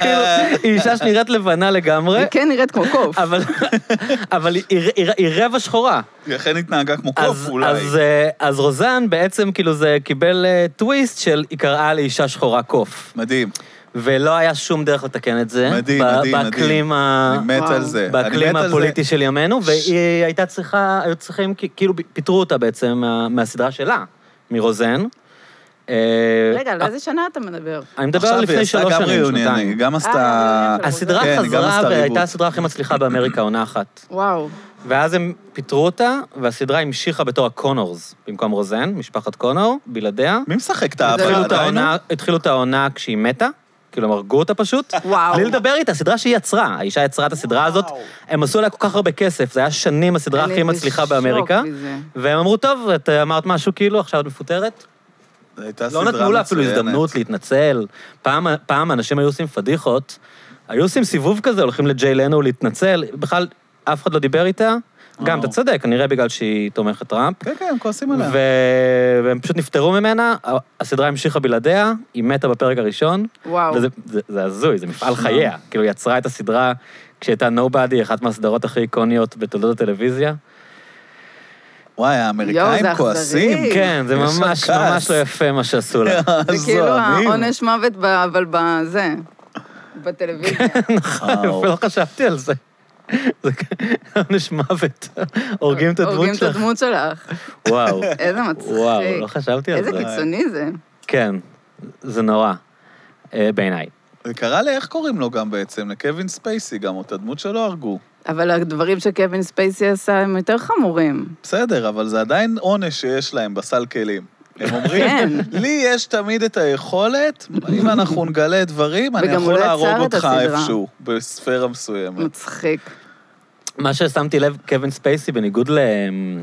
כאילו, היא אישה שנראית לבנה לגמרי,
היא כן נראית כמו קוף.
אבל, אבל היא, היא, היא, היא רבע שחורה.
היא אכן התנהגה כמו קוף,
אז,
אולי.
אז, אה, אז רוזן בעצם כאילו זה קיבל אה, טוויסט של היא קראה לאישה שחורה קוף.
מדהים.
אה? ולא היה שום דרך לתקן את זה.
מדהים,
ב-
מדהים, מדהים.
באקלים, ה...
אני מת
וואו.
על זה. אני
באקלים
מת על זה.
הפוליטי של ימינו, והיא הייתה צריכה, היו צריכים, כי- כאילו פיטרו אותה בעצם מה, מהסדרה שלה, מרוזן. אה,
רגע, על איזה שנה אתה מדבר?
אני מדבר על לפני שלוש
עכשיו היא עשתה גם
שנים,
ריאיון,
שנתיים.
היא גם עשתה...
אה, של
הסדרה
כן, היא גם
חזרה
עשתה ריבוט.
והייתה הסדרה הכי מצליחה באמריקה, עונה אחת.
וואו.
ואז הם פיטרו אותה, והסדרה המשיכה בתור הקונורס, במקום רוזן, משפחת קונור, בלעדיה.
מי משחק את לא, האבא?
התחילו את
עדיין הוא?
העונה- התחילו את העונה כשהיא מתה, כאילו הם הרגו אותה פשוט.
וואו.
בלי לדבר איתה, סדרה שהיא יצרה, האישה יצרה את הסדרה הזאת, הם עשו עליה כל כך הרבה כסף, זה היה שנים הסדרה
אני
הכי מצליחה
בשוק
באמריקה,
מזה.
והם אמרו, טוב, את אמרת משהו כאילו, עכשיו את מפוטרת?
זו הייתה
לא
סדרה
נתנו לה אפילו
מצוינת.
הזדמנות להתנצל. פעם, פעם אנשים היו עושים פדיחות, היו עושים סיבוב כזה, הולכים לג'יי לנו להתנצל, בכלל אף אחד לא דיבר איתה. גם, אתה צודק, כנראה בגלל שהיא תומכת טראמפ.
כן, כן, הם כועסים עליה.
ו- והם פשוט נפטרו ממנה, ה- הסדרה המשיכה בלעדיה, היא מתה בפרק הראשון.
וואו.
וזה זה- זה הזוי, זה מפעל חייה. כאילו, היא יצרה את הסדרה כשהייתה נובדי, אחת מהסדרות הכי איקוניות בתולדות הטלוויזיה.
וואי,
יואו,
האמריקאים
זה
כועסים.
אכזרי.
כן, זה
יש שם
ממש,
כעס.
ממש לא יפה מה שעשו לה.
זה כאילו העונש מוות, ב- אבל בזה. בטלוויזיה.
יפה, לא חשבתי על זה. זה עונש מוות. הורגים את הדמות
הורגים את
שלך.
הדמות שלך.
וואו.
איזה מצחיק.
וואו, לא חשבתי על
איזה
זה.
קיצוני זה.
כן, זה נורא. אה, בעיניי.
זה קרה ל... איך קוראים לו גם בעצם? לקווין ספייסי גם, אותה דמות שלא הרגו.
אבל הדברים שקווין ספייסי עשה הם יותר חמורים.
בסדר, אבל זה עדיין עונש שיש להם בסל כלים. הם אומרים,
כן.
לי יש תמיד את היכולת, אם אנחנו נגלה דברים, אני
וגם הוא
יכול
לא יצר
להרוג
את
אותך
הסדרה.
איפשהו, בספירה מסוימת.
מצחיק.
מה ששמתי לב, קווין ספייסי, בניגוד ל... אמ,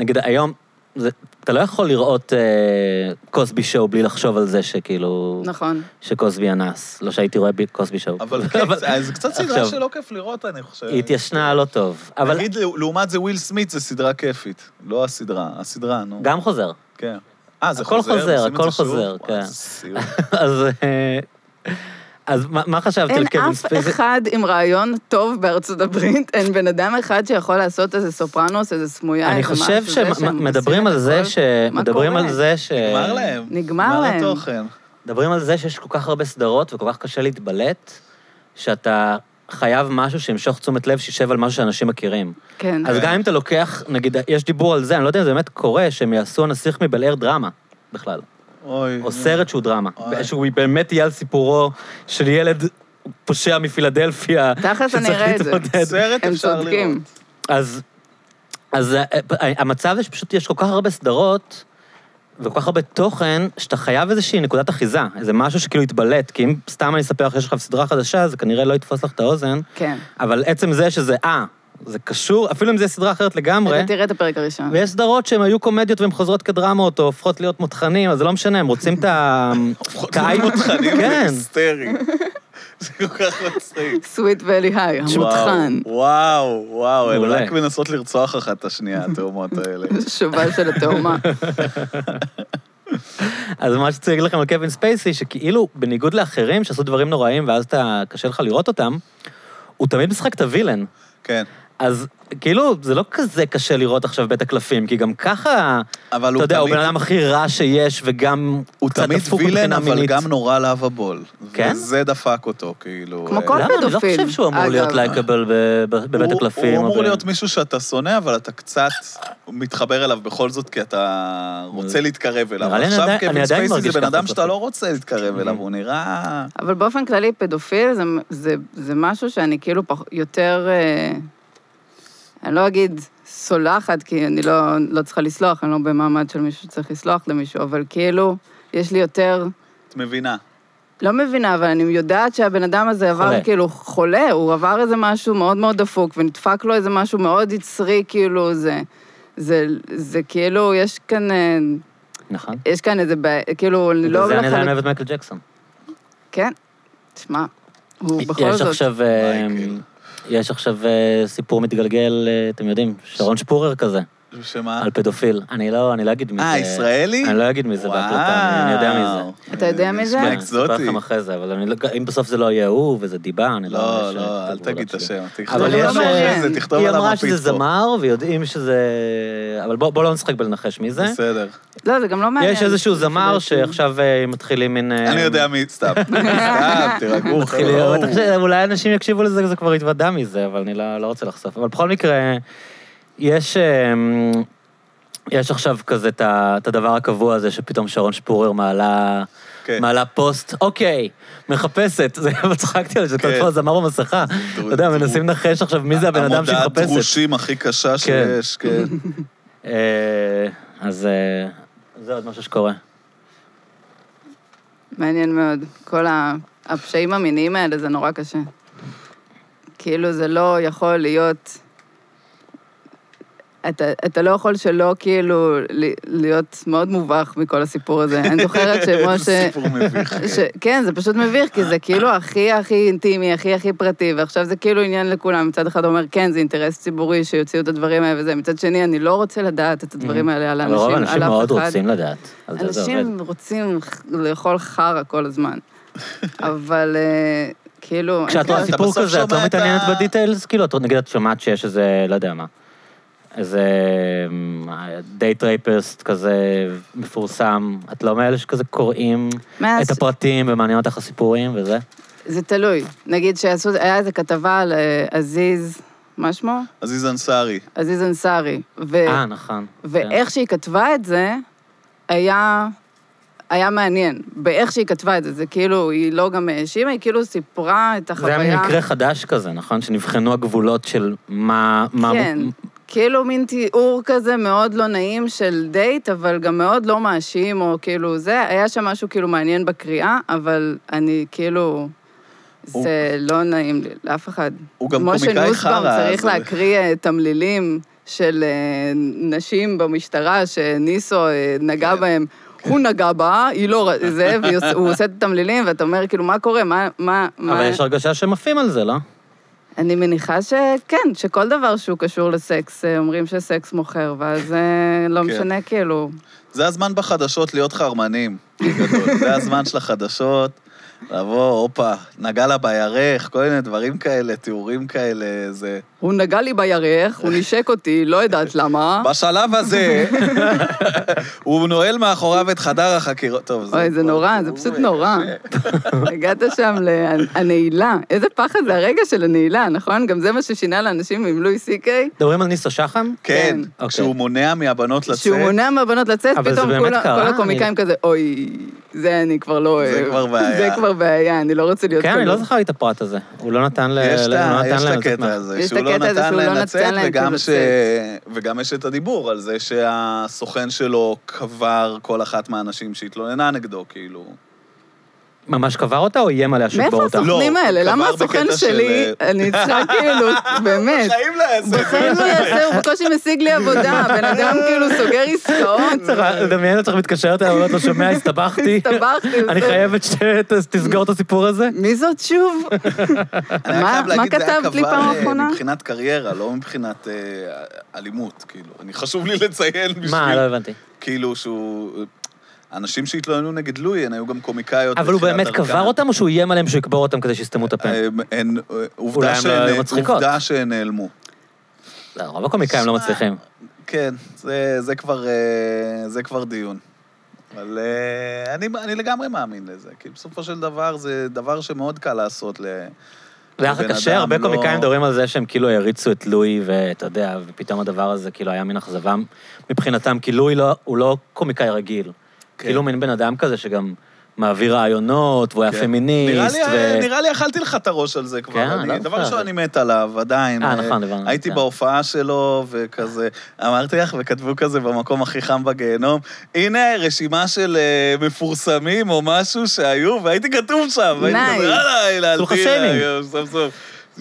נגיד היום, זה, אתה לא יכול לראות אה, קוסבי שואו בלי לחשוב על זה שכאילו...
נכון.
שקוסבי אנס. לא שהייתי רואה בי- קוסבי שואו.
אבל כן, זה- זה קצת סדרה
עכשיו,
שלא כיף לראות, אני חושב.
היא התיישנה לא טוב. אבל
נגיד, לעומת זה, וויל סמית זה סדרה כיפית. לא הסדרה, הסדרה, נו.
גם חוזר.
כן. אה, זה
הכל
חוזר?
חוזר,
עושים את
הכל
זה שוב?
חוזר,
וואי,
כן.
איזה סיוט.
אז... אה, אז מה, מה חשבתי על
אין
קווין
אף
ספייסי?
אחד עם רעיון טוב בארצות הברית, אין בן אדם אחד שיכול לעשות איזה סופרנוס, איזה סמויה,
אני
איזה משהו,
חושב
זה שהם
שמדברים
עושים את
על זה
הכל.
ש...
מה
מדברים
קורה?
על זה ש...
נגמר להם.
נגמר להם.
התוכן.
מדברים על זה שיש כל כך הרבה סדרות וכל כך קשה להתבלט, שאתה חייב משהו שימשוך תשומת לב, שישב על משהו שאנשים מכירים.
כן.
אז גם אם אתה לוקח, נגיד, יש דיבור על זה, אני לא יודע אם זה באמת קורה, שהם יעשו הנסיך מבל אר דרמה בכלל,
אוי.
או סרט שהוא דרמה,
אה. אוי.
שהוא באמת יהיה על סיפורו של ילד פושע מפילדלפיה,
תכלס אני אראה את זה.
סרט
הם
אפשר לראות.
צודקים.
אז, אז אה, אה, המצב זה שפשוט יש כל כך הרבה סדרות וכל כך הרבה תוכן, שאתה חייב איזושהי נקודת אחיזה, איזה משהו שכאילו יתבלט, כי אם סתם אני אספר לך שיש לך סדרה חדשה, זה כנראה לא יתפוס לך את האוזן,
כן.
אבל עצם זה שזה, אה, זה קשור, אפילו אם זה סדרה אחרת לגמרי,
אתה תראה את הפרק הראשון.
ויש סדרות שהן היו קומדיות והן חוזרות כדרמות, או הופכות להיות מותחנים, אז זה לא משנה, הם רוצים את ה...
הופכות
קהל-
להיות מותחנים, זה
כן.
היסטרי. זה כל כך מצחיק.
סוויט ואלי היי, המותחן.
וואו, וואו, וואו, הן
מעולה.
רק מנסות לרצוח אחת את השנייה, התאומות האלה.
שובל של התאומה.
אז מה שצריך להגיד לכם על קווין ספייסי, שכאילו, בניגוד לאחרים שעשו דברים נוראים ואז אתה, קשה לך לראות אותם, הוא תמיד משחק את הווילן.
כן.
אז כאילו, זה לא כזה קשה לראות עכשיו בית הקלפים, כי גם ככה,
אבל
אתה
הוא
יודע, הוא
תמיד,
בן אדם הכי רע שיש, וגם
הוא
קצת
תמיד
דפוק
וילן,
מבחינה
אבל
מינית.
גם נורא לאהב הבול.
כן?
וזה דפק אותו, כאילו.
כמו
אה,
כל
למה? אני לא
פדופיל,
חושב שהוא אמור
אגב.
להיות לייקבל ב- ב- בבית
הוא-
הקלפים.
הוא אמור
אבל-
להיות מישהו שאתה שונא, אבל אתה קצת מתחבר אליו בכל זאת, כי אתה רוצה להתקרב אליו.
נראה לי אני
עכשיו
עדיין- אני
קווין
עדיין
ספייסי
מרגיש
זה בן
ככה
אדם
בסוף. כן.
שאתה לא רוצה להתקרב אליו, הוא נראה...
אבל באופן כללי, פדופיל זה, זה, זה משהו שאני כאילו פח, יותר, אה, אני לא אגיד סולחת, כי אני לא, לא צריכה לסלוח, אני לא במעמד של מישהו שצריך לסלוח למישהו, אבל כאילו, יש לי יותר,
את מבינה.
לא מבינה, אבל אני יודעת שהבן אדם הזה עבר
חולה.
כאילו חולה, הוא עבר איזה משהו מאוד מאוד דפוק, ונדפק לו איזה משהו מאוד יצרי, כאילו, זה, זה, זה כאילו, יש כאן, אה,
נכון.
יש כאן איזה, בעיה, כאילו, אני לא...
בגלל זה אני
הולכת
עדיין
ל-
אוהב את מייקל ג'קסון.
כן, תשמע, הוא בכל
יש
זאת...
עכשיו... אה,
מייקל.
יש עכשיו אה, סיפור מתגלגל, אה, אתם יודעים, שרון שפורר כזה,
שמה?
על פדופיל. אני לא אני לא אגיד מי זה.
אה, ישראלי?
אני לא אגיד מי זה בהקלטה, אני- אני יודע מי זה.
אתה יודע מי זה?
נשמע
כן, אני
אקזוטי.
אספר לכם אחרי זה, אבל אני לא- אם בסוף זה לא יהיה הוא וזה דיבה, אני לא...
לא,
יש-
לא, אל
הגבולות
תגיד את
שלי.
השם. תכתוב
אבל
עליו
יש...
אחרי
אה,
זה, תכתוב
היא
עליו
אמרה
הפיצו.
שזה זמר, ויודעים שזה... אבל בואו בוא לא נשחק בלנחש מי זה.
בסדר.
כן.
לא, זה גם לא מעניין.
יש איזשהו זמר
בעצם-
שעכשיו אה, מתחילים מין... אה,
אני יודע מי, סתם. סתם, תירגעו.
מתחיל
חבר'ה.
להיות- עכשיו, אולי אנשים יקשיבו לזה, זה כבר התוודע מזה, אבל אני לא לא רוצה לחשוף. אבל בכל מקרה, יש... אה, יש עכשיו כזה את ה- את הדבר הקבוע הזה שפתאום שרון שפורר מעלה...
כן.
מעלה פוסט, אוקיי, מחפשת, זה אבל צחקתי על זה,
כן.
כל פעם זמר במסכה. אתה יודע,
דרו-
מנסים לנחש עכשיו מי זה הבן אדם שהיא
המודעת
מחפשת.
דרושים הכי קשה שיש, כן.
אה, אז אה, זה עוד משהו שקורה.
מעניין מאוד. כל ה- הפשעים המיניים האלה, זה נורא קשה. כאילו, זה לא יכול להיות... אתה, אתה לא יכול שלא כאילו ל- להיות מאוד מובך מכל הסיפור הזה. אני זוכרת
זה
שמשה...
סיפור מביך.
ש... כן, זה פשוט מביך, כי זה כאילו הכי הכי אינטימי, הכי הכי פרטי, ועכשיו זה כאילו עניין לכולם. מצד אחד אומר, כן, זה אינטרס ציבורי שיוציאו את הדברים האלה וזה, מצד שני, אני לא רוצה לדעת את הדברים האלה על
Mm. אבל רוב
האנשים, על אף אחד.
האנשים מאוד רוצים לדעת. על זה זה עובד.
אנשים רוצים ח- לאכול חרא כל הזמן. אבל אה, כאילו...
כשאת
אני-
רואה
אתה
סיפור
בסוף
כזה, את
שומע את ה-
לא מתעניינת בדיטיילס? כאילו, את נגיד את שומעת שיש איזה, לא יודע מה, איזה דייט רייפסט כזה מפורסם, את לא מאלה שכזה קוראים
מאז-
את הפרטים ומעניין אותך הסיפורים וזה?
זה תלוי. נגיד שעשו, היה איזו כתבה על אה, עזיז, מה שמו?
עזיז אנסארי.
עזיז אנסארי. ו-
אה, נכון.
ואיך שהיא כתבה את זה, היה, היה מעניין. באיך שהיא כתבה את זה, זה כאילו, היא לא גם האשימה, היא כאילו סיפרה את
כן. זה
החוויה.
היה מין מקרה חדש כזה, נכון? שנבחנו הגבולות של מה... מה-
כן, כאילו מין תיאור כזה מאוד לא נעים של דייט, אבל גם מאוד לא מאשים, או כאילו זה, היה שם משהו כאילו מעניין בקריאה, אבל אני כאילו...
הוא-
זה לא נעים לי, לאף אחד.
הוא גם
משה
קומיקאי
נוסבאום
חרא,
צריך
אז-
להקריא אה, תמלילים של אה, נשים במשטרה שניסו אה, נגע
כן.
בהם. הוא נגע בה, היא לא... ר- זה, והיא עוש- הוא עושה את התמלילים, ואתה אומר, כאילו, מה קורה? מה... מה...
אבל
מה-
יש הרגשה שהם עפים על זה, לא?
אני מניחה שכן, שכל דבר שהוא קשור לסקס, אה, אומרים שסקס מוכר, ואז אה, לא
כן.
משנה, כאילו.
זה הזמן בחדשות להיות חרמנים, בגדול. זה הזמן של החדשות, לבוא, הופה, נגע לה בירך, כל מיני דברים כאלה, תיאורים כאלה, זה...
הוא נגע לי בירך, הוא נשק אותי, לא יודעת למה.
בשלב הזה, הוא נועל מאחוריו את חדר החקירות. טוב,
אוי, זה
כבר
נורא, זה
תיאור
פשוט
קשה.
נורא. הגעת שם לנעילה. איזה פחד זה הרגע של הנעילה, נכון? גם זה מה ששינה לאנשים עם לואי סי קיי.
מדברים על ניסו שחם?
כן,
אוקיי.
כשהוא מונע מהבנות לצאת,
שהוא מונע מהבנות לצאת,
אבל זה
פתאום
באמת
כל ה-
קרה,
כל הקומיקאים כזה, אוי, זה אני כבר לא
זה
אוהב.
כבר בעיה."
זה כבר בעיה, אני לא רוצה להיות
כן, אני
כלוא.
לא זכר לי את הפרט הזה. הוא לא נתן ל-
יש
הוא לא
לה-
נתן
יש
להם
את
לצאת
הקטע
מה-
הזה,
יש את
שהוא לא
הקטע הזה
נתן
שהוא
להם
לא
לצאת,
נתן להם
וגם ש-
לצאת.
וגם יש את הדיבור על זה שהסוכן שלו קבר כל אחת מהנשים שהתלוננה נגדו, כאילו.
ממש קבר אותה או איים עליה שהוא יקבור
מאיפה
אותה?
הסוכנות?
הסוכנים
לא,
האלה?
קבר
למה
בקטע
הסוכן
של,
שלי, אני צריכה כאילו, באמת.
בחיים לא יעשה את
בחיים
זה.
לא יעשה, הוא בקושי משיג לי עבודה, בן אדם כאילו סוגר עסקאות,
צריך לדמיין אותך מתקשרת אליי, אומרת לו, שומע, הסתבכתי.
הסתבכתי.
אני
זה-
חייבת שתסגור את הסיפור הזה.
מי זאת שוב?
אני רק
מה-
חייב
מה
להגיד, זה היה
כתבת לי
קבל,
פעם
אה,
אחרונה?
מבחינת קריירה, לא מבחינת אה, אלימות, כאילו. אני חשוב לי לציין בשביל...
מה, לא הבנתי.
כאילו שהוא... הנשים שהתלוננו נגד לואי, הן היו גם קומיקאיות.
אבל הוא
בתחילת
באמת
דרכן.
קבר אותם, או שהוא איים עליהם שהוא יקבור אותם כדי שיסתמו את הפה?
הם- הן- אה,
אולי
עובדה
הן לא
שהן-
היו מצחיקות.
עובדה שהן נעלמו.
לא, רוב הקומיקאים לא
שמע,
מצליחים.
כן, זה, זה, כבר, אה, זה כבר דיון. אבל אה, אני, אני לגמרי מאמין לזה, כי בסופו של דבר זה דבר שמאוד קל לעשות ל...
זה היה
לבן
קשה, הרבה
אדם, לא-
קומיקאים מדברים על זה שהם כאילו העריצו את לואי, ואתה יודע, ופתאום הדבר הזה כאילו היה מין אכזבה מבחינתם, כי לואי לא- הוא לא קומיקאי רגיל.
כן.
כאילו מין בן אדם כזה שגם מעביר רעיונות, והוא היה
כן. נראה
פמיניסט,
לי,
ו...
נראה לי אכלתי לך את הראש על זה כבר.
כן,
אני,
לא
דבר
בסדר.
ראשון, אני מת עליו, עדיין.
אה, נכון, הבנתי,
הייתי
כן.
בהופעה שלו, וכזה, אמרתי לך, וכתבו כזה במקום הכי חם בגיהנום, הנה רשימה של אה, מפורסמים או משהו שהיו, והייתי כתוב שם, והייתי
Nice.
כזה, יאללה,
עשו לך
להלטין,
שיימינג.
סוף סוף.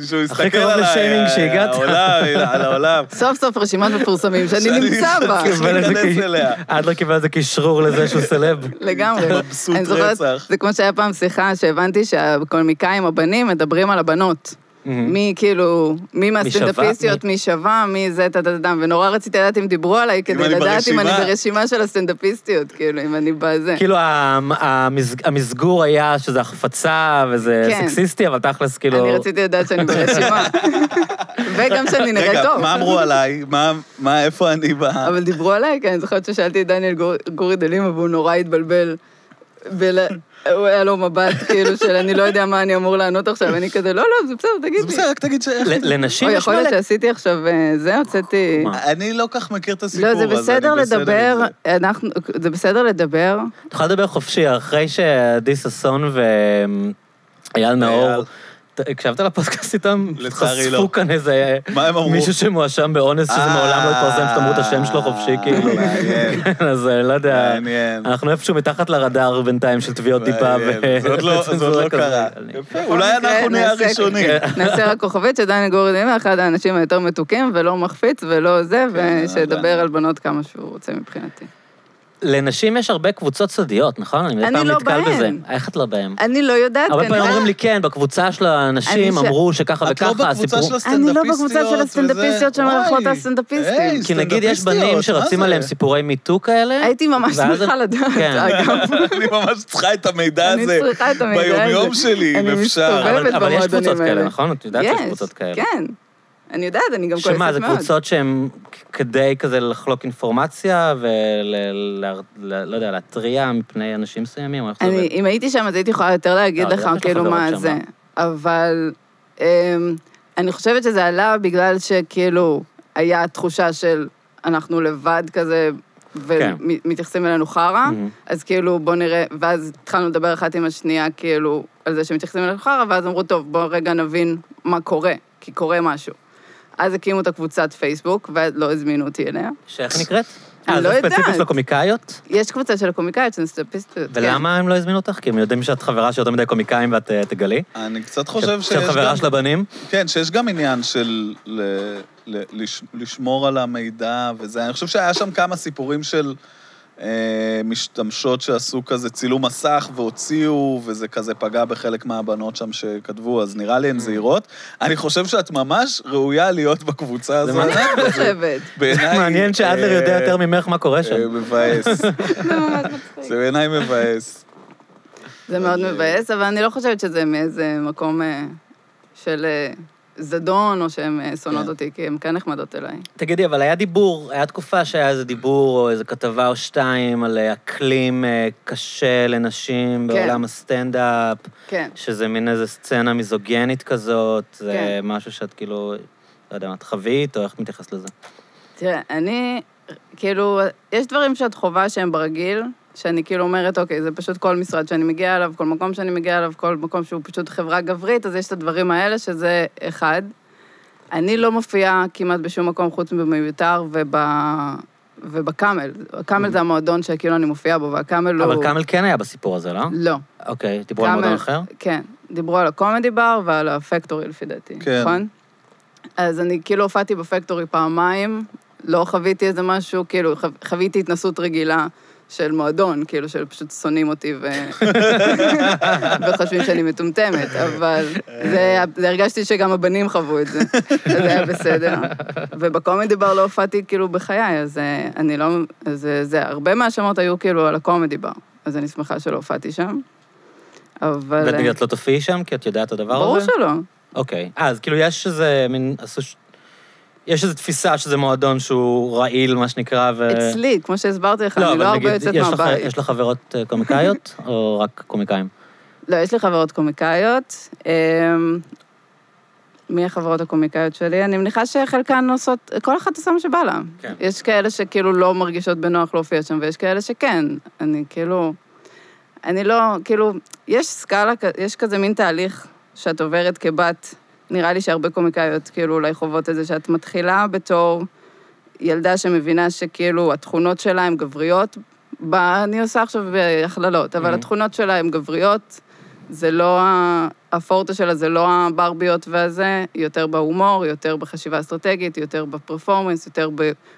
שהוא
הכי
הסתכל
קרוב
עליי,
לשיימינג שהגעת.
העולם, אה, על העולם.
סוף סוף רשימת מפורסמים שאני
שאני
נמצא בה.
מסכים.
קיבל איזה
להיכנס
כי-
אליה.
אדלר קיבל איזה קישרור לזה שהוא סלב.
לגמרי.
מבסוט
אני זוכרת,
רצח.
זה כמו שהיה פעם שיחה שהבנתי שהקומיקאים, הבנים, מדברים על הבנות. מי כאילו, מי מהסטנדאפיסטיות, מי שווה, מי זה, טה טה טה טה, ונורא רציתי לדעת אם דיברו עליי, כדי
אני
לדעת אם אני
ברשימה.
ברשימה של הסטנדאפיסטיות, כאילו, אם אני בזה.
כאילו המ- המז- המסגור היה שזה החפצה וזה
כן.
סקסיסטי, אבל תכלס כאילו...
אני רציתי לדעת שאני ברשימה. וגם שאני נראה
רגע,
טוב.
מה אמרו עליי? מה, מה, איפה אני ב...
אבל דיברו עליי, כי אני זוכרת ששאלתי את דניאל גור- גורי דלימה, והוא נורא התבלבל. בל- הוא היה לו מבט, כאילו, של אני לא יודע מה אני אמור לענות עכשיו, אני כזה, לא, לא, זה בסדר, תגיד
זה
לי.
בסדר, רק תגיד ש...
ל- לנשים
או
יש
יכול
מלא...
להיות שעשיתי עכשיו אה, זה, הוצאתי...
מה?
אני לא כך מכיר את הסיפור,
לא, זה
אז אני
בסדר
בסדר עם
לדבר,
זה.
אנחנו, זה בסדר לדבר,
אתה יכול לדבר חופשי, אחרי שעדי ששון ואייל
אייל.
נאור... ת- הקשבת לפודקאסט איתם?
לצערי לא.
חשפו כאן איזה...
מה הם אמרו?
מישהו שמואשם באונס, שזה
אה,
מעולם לא התפרסם, שאמרו את השם שלו חופשי, כאילו.
מעניין.
כן, אז אה, לא יודע.
מעניין.
אנחנו איפשהו מתחת לרדאר בינתיים של תביעות דיבה.
מעניין.
ו-
זה עוד לא- זה עוד לא
כזה.
קרה.
אני- כן.
יפה, אולי
אוקיי,
אנחנו נהיה
נעשה-
הראשונים.
נעשה רק כוכבית שדני גורי דנימה אחד האנשים היותר מתוקים ולא מחפיץ ולא זה,
כן,
ושידבר
אבל-
על בנות כמה שהוא רוצה מבחינתי.
לנשים יש הרבה קבוצות סודיות, נכון? אני מדי
אני
פעם
לא
נתקל
בהן.
בזה. איך את לא בהן?
אני לא יודעת,
הרבה פעמים
כנראה.
אומרים לי, כן, בקבוצה של
אני ש-
הנשים אמרו שככה
את לא
וככה,
בקבוצה
סיפרו...
של הסטנדאפיסטיות.
אני לא בקבוצה של
וזה-
הסטנדאפיסטיות שמארחות
וואי,
הסטנדאפיסטים.
היי,
כי נגיד יש
סטנדאפיסטיות,
בנים
מה
שרצים
זה?
עליהם סיפורי מיטו כאלה.
הייתי ממש
ואז
שמחה
הם-
לדעת, אה,
כן.
אגב.
אני ממש צריכה את המידע
אני
הזה
צריכה את המידע הזה.
ביומיום שלי, אם
אני
אפשר.
מסתובבת.
אבל- אבל יש
במועדונים
קבוצות כאלה,
האלה.
נכון? את יודעת שיש קבוצות כאלה.
כן. אני יודעת, אני גם כועסת מאוד.
שמה, זה קבוצות שהן כדי כזה לחלוק אינפורמציה ולא יודע, להתריע מפני אנשים מסוימים? או איך זה
אני,
עובד?
אם הייתי שם, אז הייתי יכולה יותר להגיד
לא,
לך
בטח
כאילו
החברות
מה
שם.
זה. אבל אמ, אני חושבת שזה עלה בגלל שכאילו היה תחושה של אנחנו לבד כזה,
כן. Mm-hmm.
ומתייחסים אלינו חרא,
מהמם.
אז כאילו בוא נראה, ואז התחלנו לדבר אחת עם השנייה כאילו על זה שמתייחסים אלינו חרא, ואז אמרו, טוב, בוא רגע נבין מה קורה, כי קורה משהו. אז הקימו את הקבוצת פייסבוק, ולא הזמינו אותי אליה.
שאיך היא נקראת?
אני
אה,
לא
זה ספציפית
יודעת.
של הקומיקאיות?
יש קבוצה של כן. קומיקאיות, של סטאפיסטיות.
ולמה הם לא הזמינו אותך? כי הם יודעים שאת חברה של יותר מדי קומיקאים ואת אה, תגלי?
אני קצת חושב שיש
שאת חברה
גם...
של הבנים?
כן, שיש גם עניין של ל, ל, לש, לשמור על המידע וזה. אני חושב שהיה שם כמה סיפורים של אה, משתמשות שעשו כזה צילום מסך והוציאו, וזה כזה פגע בחלק מהבנות שם שכתבו, אז נראה
Mm.
לי הן זהירות. אני חושב שאת ממש ראויה להיות בקבוצה הזאת.
מה-
כן. אני חושבת.
בעיניי...
מעניין שאדלר
אה,
יודע יותר ממך מה קורה שם.
אה, מבאס.
זה ממש מצחיק.
זה בעיניי מבאס.
זה מאוד
אבל,
מבאס, אבל אני לא חושבת שזה מאיזה מקום אה, של אה, זדון, או שהן אה, שונאות
כן.
אותי, כי הן כן נחמדות אליי.
תגידי, אבל היה דיבור, היה תקופה שהיה איזה דיבור או איזה כתבה או שתיים על אה, אקלים אה, קשה לנשים
כן.
בעולם הסטנדאפ,
כן.
שזה מין איזה סצנה מיזוגנית כזאת, זה
כן.
משהו שאת כאילו, לא יודע, מה, את חווית או איך את מתייחסת לזה?
תראה, אני, כאילו, יש דברים שאת חווה שהם ברגיל, שאני כאילו אומרת, אוקיי, זה פשוט כל משרד שאני מגיעה אליו, כל מקום שאני מגיעה אליו, כל מקום שהוא פשוט חברה גברית, אז יש את הדברים האלה, שזה אחד. אני לא מופיעה כמעט בשום מקום חוץ ממיותר וב... ובקאמל. הקאמל זה המועדון שכאילו אני מופיעה בו, והקאמל הוא...
Mm-hmm. אבל קאמל כן היה בסיפור הזה, לא?
לא.
אוקיי, דיברו על מועדון
קאמל-
אחר?
כן. דיברו על הקומדי בר ועל הפקטורי, לפי דעתי.
כן.
נכון? אז אני כאילו הופעתי בפקטורי פעמיים, לא חוויתי איזה משהו, כאילו, חו- חוויתי התנסות רגילה. של מועדון, כאילו, של פשוט שונאים אותי ו... וחושבים שאני מטומטמת, אבל זה, היה- זה הרגשתי שגם הבנים חוו את זה, אז זה היה בסדר. ובקומדי בר לא הופעתי כאילו בחיי, אז אה, אני לא... אז אה, זה, הרבה מהשמות היו כאילו על הקומדי בר, אז אני שמחה שלא הופעתי שם, אבל...
ואת
אה,
נגיד, את לא תופיעי שם, כי את יודעת את הדבר הזה?
ברור שלא.
אוקיי. אה, אז כאילו יש איזה מין... עשו ש- יש איזו תפיסה שזה מועדון שהוא רעיל, מה שנקרא, ו...
אצלי, כמו שהסברתי לך,
אה, לא,
אני לא
אבל
הרבה
נגיד,
יוצאת
יש לך-
מהבית.
יש לך חברות אה, קומיקאיות, או רק קומיקאים?
לא, יש לי חברות קומיקאיות. אמ, מי החברות הקומיקאיות שלי? אני מניחה שחלקן עושות, כל אחת עושה מה שבא לה.
כן.
יש כאלה שכאילו לא מרגישות בנוח להופיע שם, ויש כאלה שכן. אני כאילו... אני לא, כאילו, יש סקאלה, כ- יש כזה מין תהליך שאת עוברת כבת. נראה לי שהרבה קומיקאיות כאילו אולי חוות את זה, שאת מתחילה בתור ילדה שמבינה שכאילו התכונות שלה הן גבריות. ב- אני עושה עכשיו הכללות, אבל
Mhm.
התכונות שלה הן גבריות, זה לא, ה- הפורטה שלה זה לא הברביות והזה, היא יותר בהומור, היא יותר בחשיבה אסטרטגית, היא יותר בפרפורמנס, יותר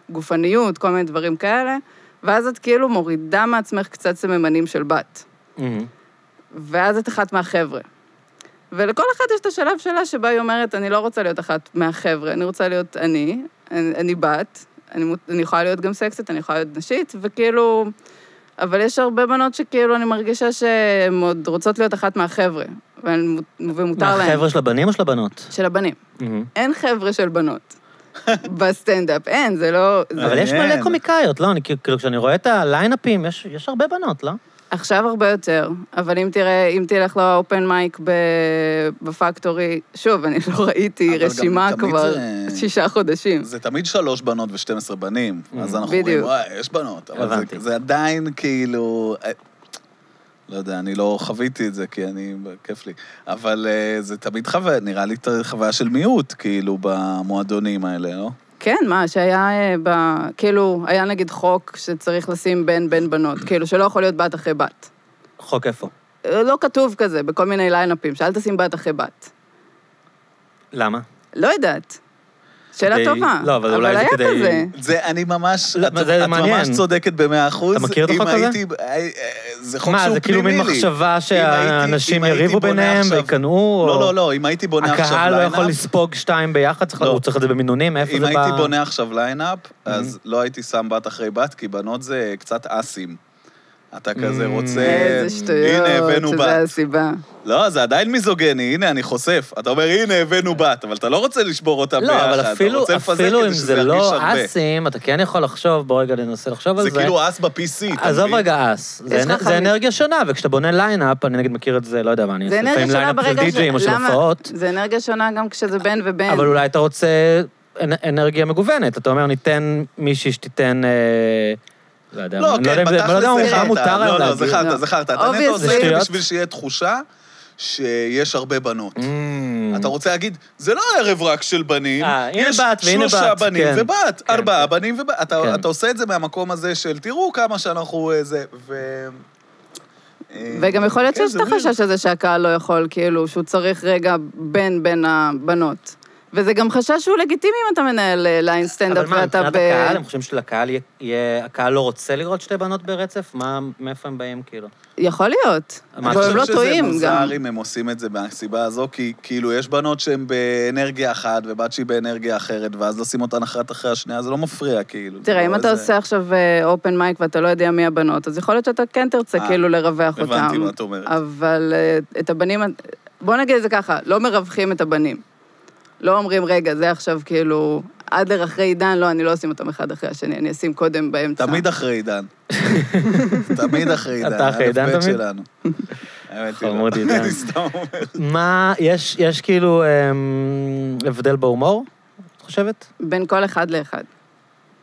בגופניות, כל מיני דברים כאלה. ואז את כאילו מורידה מעצמך קצת סממנים של בת.
מהמם.
ואז את אחת מהחבר'ה. ולכל אחת יש את השלב שלה שבה היא אומרת, אני לא רוצה להיות אחת מהחבר'ה, אני רוצה להיות אני, אני, אני בת, אני, מות- אני יכולה להיות גם סקסית, אני יכולה להיות נשית, וכאילו... אבל יש הרבה בנות שכאילו אני מרגישה שהן עוד רוצות להיות אחת מהחבר'ה, והן- ומותר להן.
מהחבר'ה של הבנים או של הבנות?
של הבנים.
מהמם.
אין חבר'ה של בנות בסטנדאפ, אין, זה לא... זה-
אבל יש מלא
מעניין.
קומיקאיות, לא? אני כאילו, כאילו, כשאני רואה את הליינאפים, יש- יש הרבה בנות, לא?
עכשיו הרבה יותר, אבל אם תראה, אם תלך לאופן מייק ב- בפקטורי, שוב, אני לא ראיתי
אבל גם
רשימה
תמיד
כבר
זה-
שישה חודשים.
זה תמיד שלוש בנות ו-12 בנים, אז אנחנו
בדיוק.
אומרים, וואי, יש בנות, אבל
Mm. הבנתי.
זה- זה עדיין כאילו... אה, לא יודע, אני לא חוויתי את זה, כי אני... כיף לי. אבל אה, זה תמיד חוויה, נראה לי את החוויה של מיעוט, כאילו, במועדונים האלה, לא?
כן, מה, שהיה אה, ב... כאילו, היה נגיד חוק שצריך לשים בן בן בנות, כאילו, שלא יכול להיות בת אחרי בת.
חוק איפה?
אה, לא כתוב כזה בכל מיני ליינאפים, שאל תשים בת אחרי בת.
למה?
לא יודעת. שאלה
כדי-
טובה.
לא, אבל אולי זה
היה
כדי-
כזה.
זה, אני ממש...
לא,
את,
זה
את
מעניין.
ממש צודקת במאה אחוז.
אתה מכיר את
אם
החוק הזה?
הייתי, אה, אה, זה חוק
מה,
שהוא
זה כאילו
פנימי
מין
לי.
מחשבה
אם
שהאנשים
הייתי
יריבו
בונה
ביניהם
עכשיו-
ויקנאו?
לא,
או-
לא, לא, אם הייתי בונה עכשיו
הקהל
ליינאפ...
לא יכול לספוג שתיים ביחד, צריך-
לא.
הוא צריך את זה במינונים, איפה
אם
זה
הייתי
ב... Mhm.
בונה עכשיו ליינאפ, אז לא הייתי שם בת אחרי בת, כי בנות זה קצת אסים. אתה כזה
Mm.
רוצה...
איזה שטויות,
אה, הנה, הבאנו
שזו
בת.
הסיבה.
לא, זה עדיין מיזוגני, הנה, אני חושף. אתה אומר, הנה, הבאנו בת, אבל אתה לא רוצה לשבור אותה ביחד.
לא, אבל
אתה
אפילו,
רוצה לפזר
אפילו
כדי
אם
שזה
זה
ירגיש
לא
הרבה.
אסים, אתה כן יכול לחשוב, בוא רגע ננסה לחשוב על
זה
זה.
כאילו אס ב-PC. אתה
עזוב
מבין?
רגע אס, זה
יש לך
אנ- זה
חמי-
אנרגיה שונה, וכשאתה בונה ליינאפ, אני נגיד מכיר את זה, לא יודע מה, אני
זה
עושה
אנרגיה
לפעמים
שונה
ליינאפ של
ברגע ש...
די-ג'אים או של
למה? כן.
הופעות,
זה אנרגיה שונה גם כשזה בן ובן.
אבל אולי אתה רוצה אנ- אנרגיה מגוונת, אתה אומר, ניתן מישהי שתיתן... אה, לא יודע,
לא,
אני
כן,
יודע אם זה- אני לא
בתכל'ס
יודע אם
זכרת.
מה מותר
לא,
להם
לא,
להגיד.
זכרת,
לא.
זכרת. אתה
Obviously.
נטו עושה
זה
את זה
שטויות.
בשביל שיהיה תחושה שיש הרבה בנות.
Mm.
אתה רוצה להגיד, זה לא ערב רק של בנים,
אה, הנה
יש
בת והנה
שלושה
בת,
בנים
כן.
ובת,
כן,
ארבעה
כן.
בנים ובת. אתה-
כן.
אתה עושה את זה מהמקום הזה של תראו כמה שאנחנו אה, זה, ו... אה,
וגם יכול להיות
כן,
שיש
זה
את
weird.
החשש הזה שהקהל לא יכול, כאילו, שהוא צריך רגע בן בין הבנות. וזה גם חשש שהוא לגיטימי אם אתה מנהל אה, ליין סטנדאפ
אבל מה,
ואתה
מבחינת
ב...
הקהל, הם חושבים שלקהל יהיה- יהיה... הקהל לא רוצה לראות שתי בנות ברצף? מה, מאיפה הם באים, כאילו?
יכול להיות.
מה,
אבל הם לא
אני
טועים
חושב שזה
גם.
מוזר אם הם עושים את זה מהסיבה הזו, כי כאילו יש בנות שהן באנרגיה אחת, ובת שהיא באנרגיה אחרת, ואז לשים אותן אחת אחרי השנייה, זה לא מפריע, כאילו. זה
תראה,
לא
אם אתה
איזה-
עושה עכשיו אופן מייק ואתה לא יודע מי הבנות, אז יכול להיות שאתה כן תרצה
אה,
כאילו לרווח אותם.
הבנתי מה את אומרת.
אבל אה, את הבנים... בוא נגיד את זה ככה, לא מרווחים את הבנים. לא אומרים, רגע, זה עכשיו כאילו... אדלר אחרי עידן, לא, אני לא אשים אותם אחד אחרי השני, אני אשים קודם באמצע.
תמיד אחרי עידן. תמיד אחרי עידן.
אתה אחרי עידן
אלף בית
תמיד?
שלנו. האמת היא לא.
חמוד עידן.
אני סתם אומר.
מה, יש, יש כאילו אמ, הבדל בהומור, את חושבת?
בין כל אחד לאחד.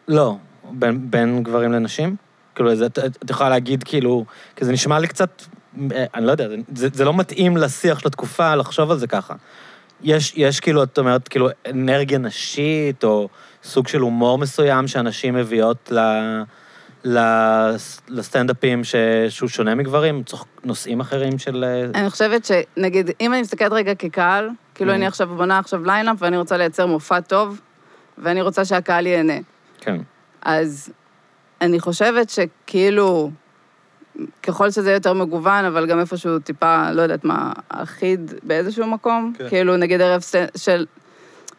לא. בין, בין גברים לנשים? כאילו, זה, את, את יכולה להגיד, כאילו, כי זה נשמע לי קצת, אה, אני לא יודע, זה, זה לא מתאים לשיח של התקופה לחשוב על זה ככה. יש, יש כאילו, את אומרת, כאילו, אנרגיה נשית, או סוג של הומור מסוים שאנשים מביאות ל, ל, לסטנדאפים ש, שהוא שונה מגברים, צוח, נושאים אחרים של... אה,
אני חושבת שנגיד, אם אני מסתכלת רגע כקהל, כאילו
Mm.
אני עכשיו בונה עכשיו ליינאפ ואני רוצה לייצר מופע טוב, ואני רוצה שהקהל ייהנה.
כן.
אז אני חושבת שכאילו, ככל שזה יהיה יותר מגוון, אבל גם איפשהו טיפה, לא יודעת מה, אחיד באיזשהו מקום,
כן.
כן. כאילו נגיד ערב סט- של...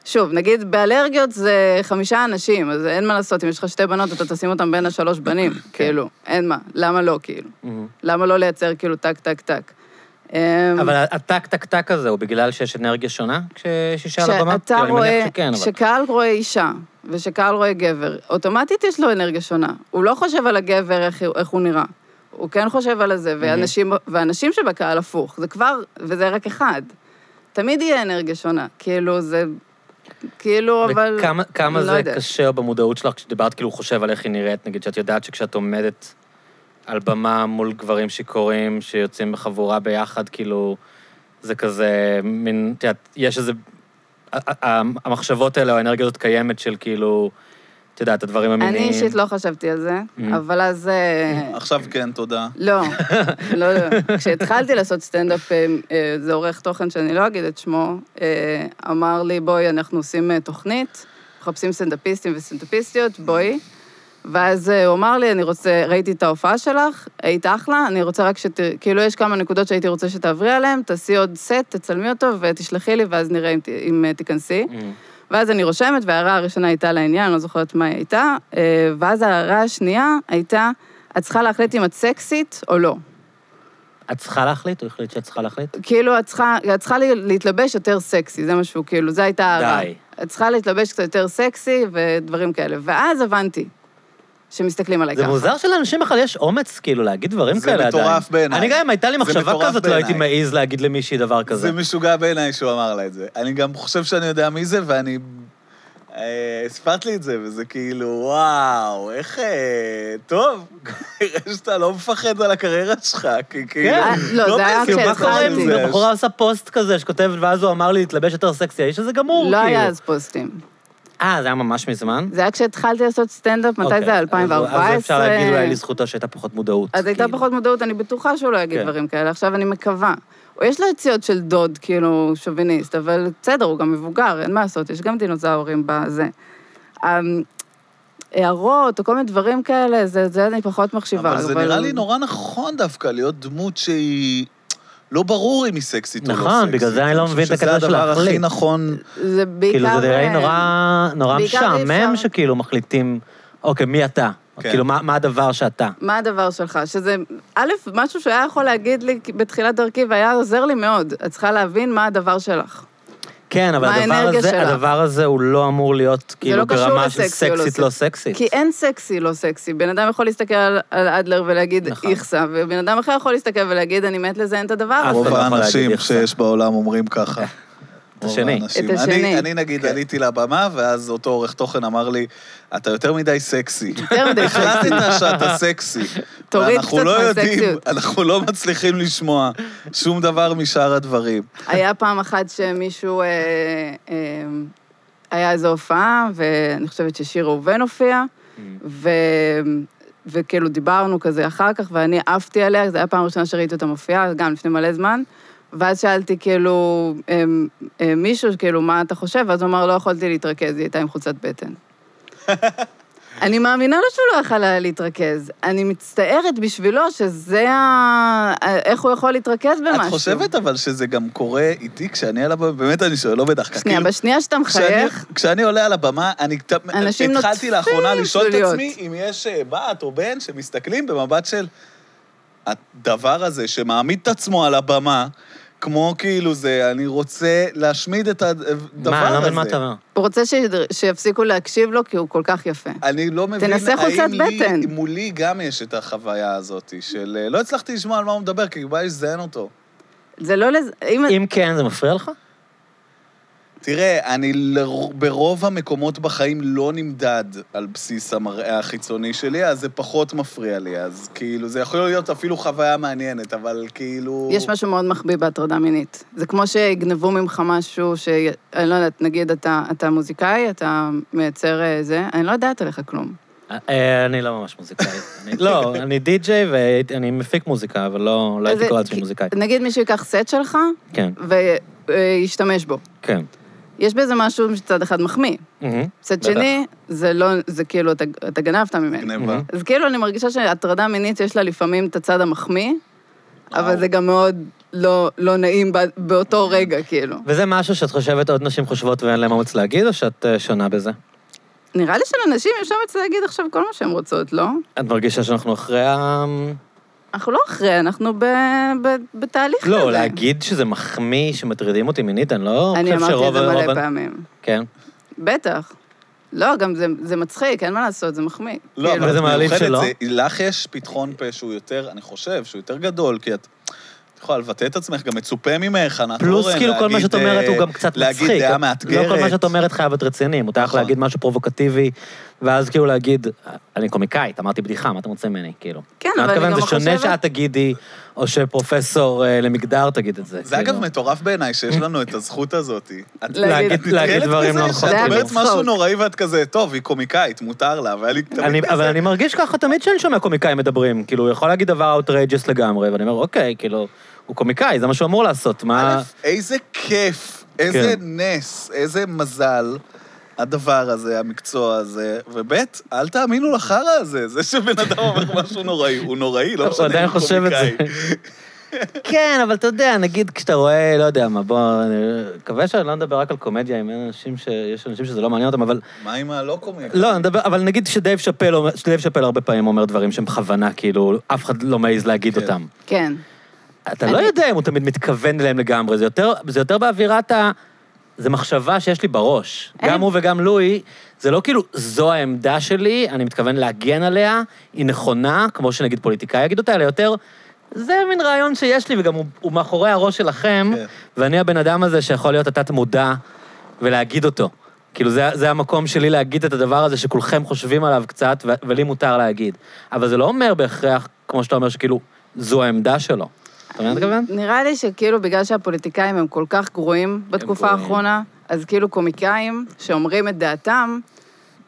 שוב, נגיד באלרגיות זה חמישה אנשים, אז אין מה לעשות, אם יש לך שתי בנות, אתה תשים אותם בין השלוש בנים, כאילו, אין מה, למה לא, כאילו? למה לא לייצר כאילו טק, טק, טק? אמ,
אבל הטק-טק-טק הזה הוא בגלל שיש אנרגיה שונה כשאישה על הבמה?
כשאתה
כאילו, אני מניח
רואה,
שכן, אבל...
כשקהל רואה אישה ושקהל רואה גבר, אוטומטית יש לו אנרגיה שונה. הוא לא חושב על הגבר, איך, איך הוא נראה. הוא כן חושב על
אוקיי.
זה, והנשים, והנשים שבקהל הפוך, זה כבר, וזה רק אחד. תמיד יהיה אנרגיה שונה. כאילו, זה... כאילו, אבל...
וכמה כמה
לא
זה
יודעת.
קשה במודעות שלך כשדיברת כאילו חושב על איך היא נראית, נגיד שאת יודעת שכשאת עומדת על במה מול גברים שיכורים שיוצאים בחבורה ביחד, כאילו, זה כזה מין, את יודעת, יש איזה... ה- ה- ה- המחשבות האלה, או האנרגיה הזאת קיימת של כאילו, את יודעת, הדברים המיניים.
אני אישית לא חשבתי על זה,
Mm.
אבל אז... אה,
עכשיו כן, תודה.
לא, לא, לא. כשהתחלתי לעשות סטנדאפ, אה, אה, זה עורך תוכן שאני לא אגיד את שמו, אה, אמר לי, בואי, אנחנו עושים אה, תוכנית, מחפשים סטנדאפיסטים וסטנדאפיסטיות, בואי. ואז אה, הוא אמר לי, אני רוצה, ראיתי את ההופעה שלך, היית אחלה, אני רוצה רק שת... כאילו, יש כמה נקודות שהייתי רוצה שתעברי עליהן, תעשי עוד סט, תצלמי אותו ותשלחי לי, ואז נראה אם, ת- אם אה, תיכנסי.
אמ,
ואז אני רושמת, וההערה הראשונה הייתה לעניין, לא זוכרת מה היא הייתה, אה, ואז ההערה השנייה הייתה, את צריכה להחליט אם את סקסית או לא.
את צריכה להחליט? הוא החליט שאת צריכה להחליט?
כאילו, את צריכה, את צריכה לה- להתלבש יותר סקסי, זה משהו, כאילו, זו הייתה ההערה.
די.
את צריכה להתלבש קצת יותר סקסי ודברים כאלה. ואז הבנתי שמסתכלים עליי
זה
ככה.
מוזר שלאנשים בכלל יש אומץ, כאילו, להגיד דברים
זה
כאלה עדיין.
מטורף בעיניי.
אני גם אם הייתה לי
זה
מחשבה
מטורף
כזאת, לא הייתי
בעיניי.
מעז להגיד למישהי דבר כזה.
זה משוגע בעיניי שהוא אמר לה את זה. אני גם חושב שאני יודע מי זה, ואני... אה, הספרת לי את זה, וזה כאילו, וואו, איך... אה, טוב, כנראה שאתה לא מפחד על הקריירה שלך, כי כאילו...
אה,
לא, זה היה
מפחד
כאילו, מה קורה
מזה.
כשהתחלתי.
אם הבחורה עושה פוסט כזה שכותב, ואז הוא אמר לי להתלבש יותר סקסי, האיש הזה גמור, כאילו.
לא היה אז פוסטים.
אה, זה היה ממש מזמן?
זה היה כשהתחלתי לעשות סטנדאפ, מתי
אוקיי,
זה היה?
אז-
2014?
אז אפשר להגיד אולי לזכותו שהייתה פחות מודעות.
אז הייתה
כאילו.
פחות מודעות, אני בטוחה שהוא לא יגיד
כן.
דברים כאלה, עכשיו אני מקווה. או יש לו יציאות של דוד, כאילו, שוביניסט, אבל בסדר, הוא גם מבוגר, אין מה לעשות, יש גם דינוזאורים בזה. אמ, הערות או כל מיני דברים כאלה, זה, זה אני פחות מחשיבה.
אבל זה נראה לי נורא נכון דווקא להיות דמות שהיא... לא ברור אם היא סקסית או לא סקסית.
נכון, בגלל זה אני לא מבין את הקטע של
שזה הדבר הכי
להחליט.
נכון.
זה בעיקר...
כאילו, זה נראה לי
אה,
נורא- נורא
בעיקר אי
משעמם
אפשר.
שכאילו מחליטים, אוקיי, מי אתה?
כן.
כאילו, מה מה הדבר שאתה?
מה הדבר שלך? שזה, א', משהו שהוא היה יכול להגיד לי בתחילת דרכי והיה עוזר לי מאוד. את צריכה להבין מה הדבר שלך.
כן, אבל
מה
הדבר
האנרגיה
הזה,
שלך?
הדבר הזה הוא לא אמור להיות כאילו
לא קשור
ברמה של
לסקסי או לא
סקסית לא
סקסי.
סקסית.
כי אין סקסי לא סקסי. בן אדם יכול להסתכל על, על אדלר ולהגיד
נכון.
איכסה, ובן אדם אחר יכול להסתכל ולהגיד, אני מת לזיין את הדבר
אף
הזה.
רוב
אחד לא יכול להגיד
האנשים
איך זה.
שיש בעולם אומרים ככה.
את השני.
רוב האנשים.
את השני.
אני- אני נגיד
כן.
עליתי לבמה, ואז אותו עורך תוכן אמר לי, אתה יותר מדי סקסי.
יותר מדי סקסי.
החלטת שאתה סקסי.
תוריד
ואנחנו
קצת
לא יודעים-
מהסקסיות.
אנחנו לא מצליחים לשמוע שום דבר משאר הדברים.
היה פעם אחת שמישהו... אה, אה, היה איזו הופעה, ואני חושבת ששיר ראובן הופיע,
Mm.
ו... וכאילו דיברנו כזה אחר כך, ואני עפתי עליה, זו הייתה פעם ראשונה שראיתי אותה מופיעה, גם לפני מלא זמן. ואז שאלתי כאילו אמ, אמ, מישהו, כאילו, מה אתה חושב? ואז הוא אמר, לא יכולתי להתרכז, היא הייתה עם חולצת בטן. אני מאמינה לו שהוא לא יכל היה להתרכז. אני מצטערת בשבילו שזה ה... אה, איך הוא יכול להתרכז במשהו.
את חושבת אבל שזה גם קורה איתי כשאני על הבמה? באמת אני שואל, לא בדחקה.
שנייה,
כאילו,
בשנייה שאתה
כשאני-
מחייך,
כשאני עולה על הבמה, אני ת-
אנשים
התחלתי
נוטפים
לאחרונה לשאול את
שלוליות.
עצמי אם יש אה, בת או בן שמסתכלים במבט של הדבר הזה שמעמיד את עצמו על הבמה, כמו כאילו זה, אני רוצה להשמיד את הדבר הזה.
מה, אני לא מבין מה אתה אומר.
הוא רוצה שידר- שיפסיקו להקשיב לו כי הוא כל כך יפה.
אני לא מבין,
תנסה חולצת
האם לי-
בטן.
מולי גם יש את החוויה הזאת של... אה, לא הצלחתי לשמוע על מה הוא מדבר, כי בא לי לזיין אותו.
זה לא לזה... אם...
אם כן, זה מפריע לך?
תראה, אני לר- ברוב המקומות בחיים לא נמדד על בסיס המראה החיצוני שלי, אז זה פחות מפריע לי. אז כאילו, זה יכול להיות אפילו חוויה מעניינת, אבל כאילו...
יש משהו מאוד מחביא בהטרדה מינית. זה כמו שיגנבו ממך משהו ש... אני לא יודעת, נגיד אתה, אתה מוזיקאי, אתה מייצר אה, זה, אני לא יודעת עליך כלום.
אה, אני לא ממש מוזיקאי. אני- לא, אני די-ג'יי ואני מפיק מוזיקה, אבל לא לא הייתי
אז
קורא
זה-
לעצמי מוזיקאי.
נגיד מישהו ייקח סט שלך
כן,
וישתמש בו.
כן.
יש בזה משהו שצד אחד מחמיא.
מהמם.
מצד
בטח.
שני, זה לא, זה כאילו, אתה, אתה גנבת ממני.
גנבה.
אז כאילו, אני מרגישה שהטרדה מינית יש לה לפעמים את הצד המחמיא, אבל
וואו.
זה גם מאוד לא, לא נעים בא- באותו רגע, כאילו.
וזה משהו שאת חושבת עוד נשים חושבות ואין להן אומץ להגיד, או שאת אה, שונה בזה?
נראה לי שלנשים יש אומץ להגיד עכשיו כל מה שהן רוצות, לא?
את מרגישה שאנחנו אחרי ה...
אנחנו לא אחרי, אנחנו ב, ב, בתהליך כזה.
לא, להגיד שזה מחמיא שמטרידים אותי מינית, אני לא
אני
חושב
אמרתי את
שרוב...
זה מלא
רוב-
פעמים.
כן.
בטח. לא, גם זה, זה מצחיק, אין מה לעשות, זה מחמיא.
לא,
כאילו,
אבל
וזה
את
מעליב
מיוחדת,
שלא.
זה- לך יש פתחון פה שהוא יותר, אני חושב, שהוא יותר גדול, כי את... את יכולה לבטא את עצמך, גם מצופה ממך, ענת
פלוס
אורן,
כאילו כל מה
להגיד,
שאת אומרת הוא
אה,
גם קצת מצחיק.
להגיד דעה מאתגרת.
לא כל מה שאת אומרת חייב להיות רציני, מותר לך
נכון.
להגיד משהו פרובוקטיבי, ואז כאילו להגיד, אני קומיקאית, אמרתי בדיחה, מה אתה רוצה ממני? כאילו.
כן,
מה
אבל אני
את
גם
מתכוונת? זה
חושבת-
שונה שאת תגידי, או שפרופסור אה, למגדר תגיד את זה.
זה אגב
כאילו.
מטורף בעיניי שיש לנו את הזכות הזאת. את
להגיד-
את נתקלת
להגיד דברים
בזה
לא
שאת
נכונים.
אומרת
זה היה
משהו
בצחוק.
נוראי ואת כזה, טוב, היא קומיקאית, מותר לה, והיה לי
אני,
תמיד
אבל
כזה.
אני מרגיש ככה תמיד כשאני שומע קומיקאים מדברים, כאילו, הוא יכול להגיד דבר outrageous לגמרי, ואני אומר, אוקיי, כאילו, הוא קומיקאי, זה מה שהוא אמור לעשות, מה...
א', איזה כיף, איזה
אה, כן.
נס, איזה מזל. הדבר הזה, המקצוע הזה, וב' אל תאמינו לחרא הזה, זה שבן אדם אומר משהו נוראי, הוא נוראי, לא
הוא
משנה אם
עדיין
הוא
חושב את
קומיקאי.
כן, אבל אתה יודע, נגיד כשאתה רואה, לא יודע מה, בוא, אני מקווה שאני לא מדבר רק על קומדיה, אם אין אנשים ש... יש אנשים שזה לא מעניין אותם, אבל...
מה עם הלא קומיקאי?
לא, אני מדבר, אבל נגיד שדייב שאפל, אומר- שדייב שאפל הרבה פעמים אומר דברים שהם בכוונה, כאילו, אף אחד לא מעז להגיד
כן.
אותם.
כן.
אתה לא
אני-
יודע אם הוא תמיד מתכוון אליהם לגמרי, זה יותר, זה יותר באווירת ה... זה מחשבה שיש לי בראש.
אין
גם
לי-
הוא וגם לואי, זה לא כאילו, זו העמדה שלי, אני מתכוון להגן עליה, היא נכונה, כמו שנגיד פוליטיקאי יגיד אותה, אלא יותר, זה מין רעיון שיש לי, וגם הוא, הוא מאחורי הראש שלכם,
כן.
ואני הבן אדם הזה שיכול להיות התת-מודע ולהגיד אותו. כאילו, זה, זה המקום שלי להגיד את הדבר הזה שכולכם חושבים עליו קצת, ו- ולי מותר להגיד. אבל זה לא אומר בהכרח, כמו שאתה אומר, שכאילו, זו העמדה שלו. אתה מבין מה אני מתכוון?
נראה לי שכאילו בגלל שהפוליטיקאים הם כל כך גרועים בתקופה
גרועים.
האחרונה, אז כאילו קומיקאים שאומרים את דעתם,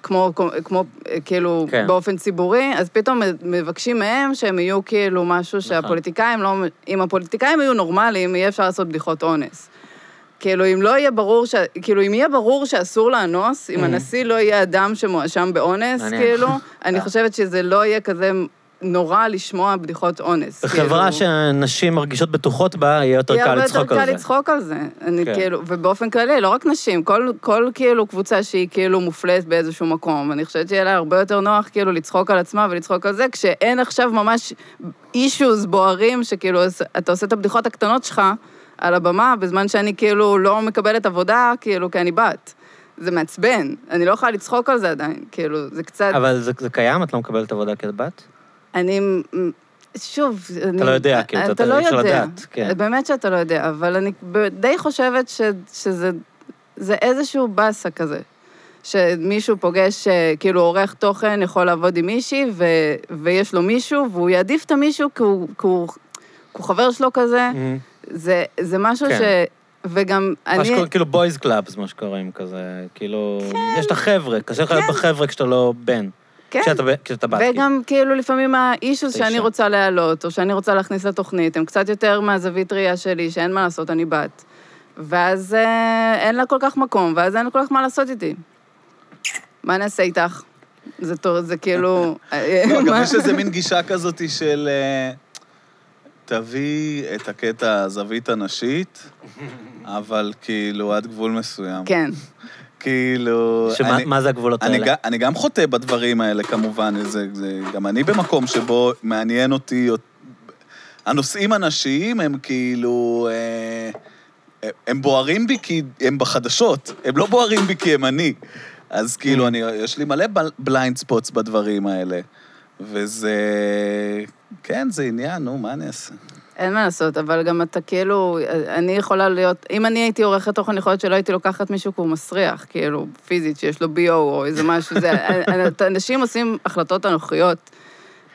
כמו, כמו אה, כאילו
כן.
כן. באופן ציבורי, אז פתאום מבקשים מהם שהם יהיו כאילו משהו שהפוליטיקאים לא... אם הפוליטיקאים היו נורמליים, יהיה אפשר לעשות בדיחות אונס. כאילו, אם לא יהיה ברור ש... כאילו, אם יהיה ברור שאסור לאנוס, אם הנשיא לא יהיה אדם שמואשם באונס,
מעניין.
כאילו, אני חושבת שזה לא יהיה כזה נורא לשמוע בדיחות אונס.
בחברה
כאילו.
שנשים מרגישות בטוחות בה, יהיה יותר קל לצחוק
יהיה הרבה
על
יותר קל
זה.
לצחוק על זה. אני
כן.
כאילו, ובאופן כללי, לא רק נשים, כל, כל כאילו קבוצה שהיא כאילו מופלית באיזשהו מקום. אני חושבת שיהיה לה הרבה יותר נוח כאילו לצחוק על עצמה ולצחוק על זה, כשאין עכשיו ממש אישוז בוערים, שכאילו אז אתה עושה את הבדיחות הקטנות שלך על הבמה, בזמן שאני כאילו לא מקבלת עבודה, כאילו, כי אני בת. זה מעצבן, אני לא יכולה לצחוק על זה עדיין, כאילו, זה קצת...
אבל זה זה קיים? את לא מקבלת עבודה כבת?
Mm-hmm. אני... שוב, אני...
לא יודע, כאילו, אתה-
אתה
אי
לא
אפשר
יודע.
לדעת, כן.
באמת שאתה לא יודע, אבל אני ב- די חושבת ש, שזה זה איזשהו באסה כזה. שמישהו פוגש, אה, כאילו, עורך תוכן יכול לעבוד עם מישהי, ו, ויש לו מישהו, והוא יעדיף את המישהו כי הוא, כי הוא, כי הוא חבר שלו כזה. זה, זה משהו
Mm. כן.
ש... וגם
מה
אני...
שקוראים, כאילו בויז קלאבס, מה שקוראים כזה, כאילו, יש את החבר'ה, קשה לך להיות בחבר'ה כשאתה לא בן.
כן.
כשאתה ב- כשאתה בת. כאילו.
וגם כאילו לפעמים האישוס
האישה.
שאני רוצה להעלות, או שאני רוצה להכניס לתוכנית, הם קצת יותר מהזווית ראייה שלי, שאין מה לעשות, אני בת. ואז אה, אין לה כל כך מקום, ואז אין לה כל כך מה לעשות איתי. מה נעשה איתך? זה, טוב, זה כאילו... אה,
לא, גם
מה-
יש איזה מין גישה כזאת של... אה, תביא את הקטע הזווית הנשית, אבל כאילו עד גבול מסוים.
כן,
כאילו...
שמה
אני-
מה זה הגבולות
אני,
האלה?
גם- אני גם חוטא בדברים האלה, כמובן. זה, זה, גם אני במקום שבו מעניין אותי... הנושאים הנשיים הם כאילו... אה, הם בוערים בי כי הם בחדשות, הם לא בוערים בי כי הם אני. אז
Mm.
כאילו, אני, יש לי מלא בליינד ספוטס בדברים האלה. וזה... כן, זה עניין, נו, מה אני אעשה?
אין מה לעשות, אבל גם אתה כאילו, אני יכולה להיות, אם אני הייתי עורכת תוכן, יכול להיות שלא הייתי לוקחת מישהו כי הוא מסריח, כאילו, פיזית, שיש לו BO או איזה משהו, זה, אה, אנשים עושים החלטות אנוכיות,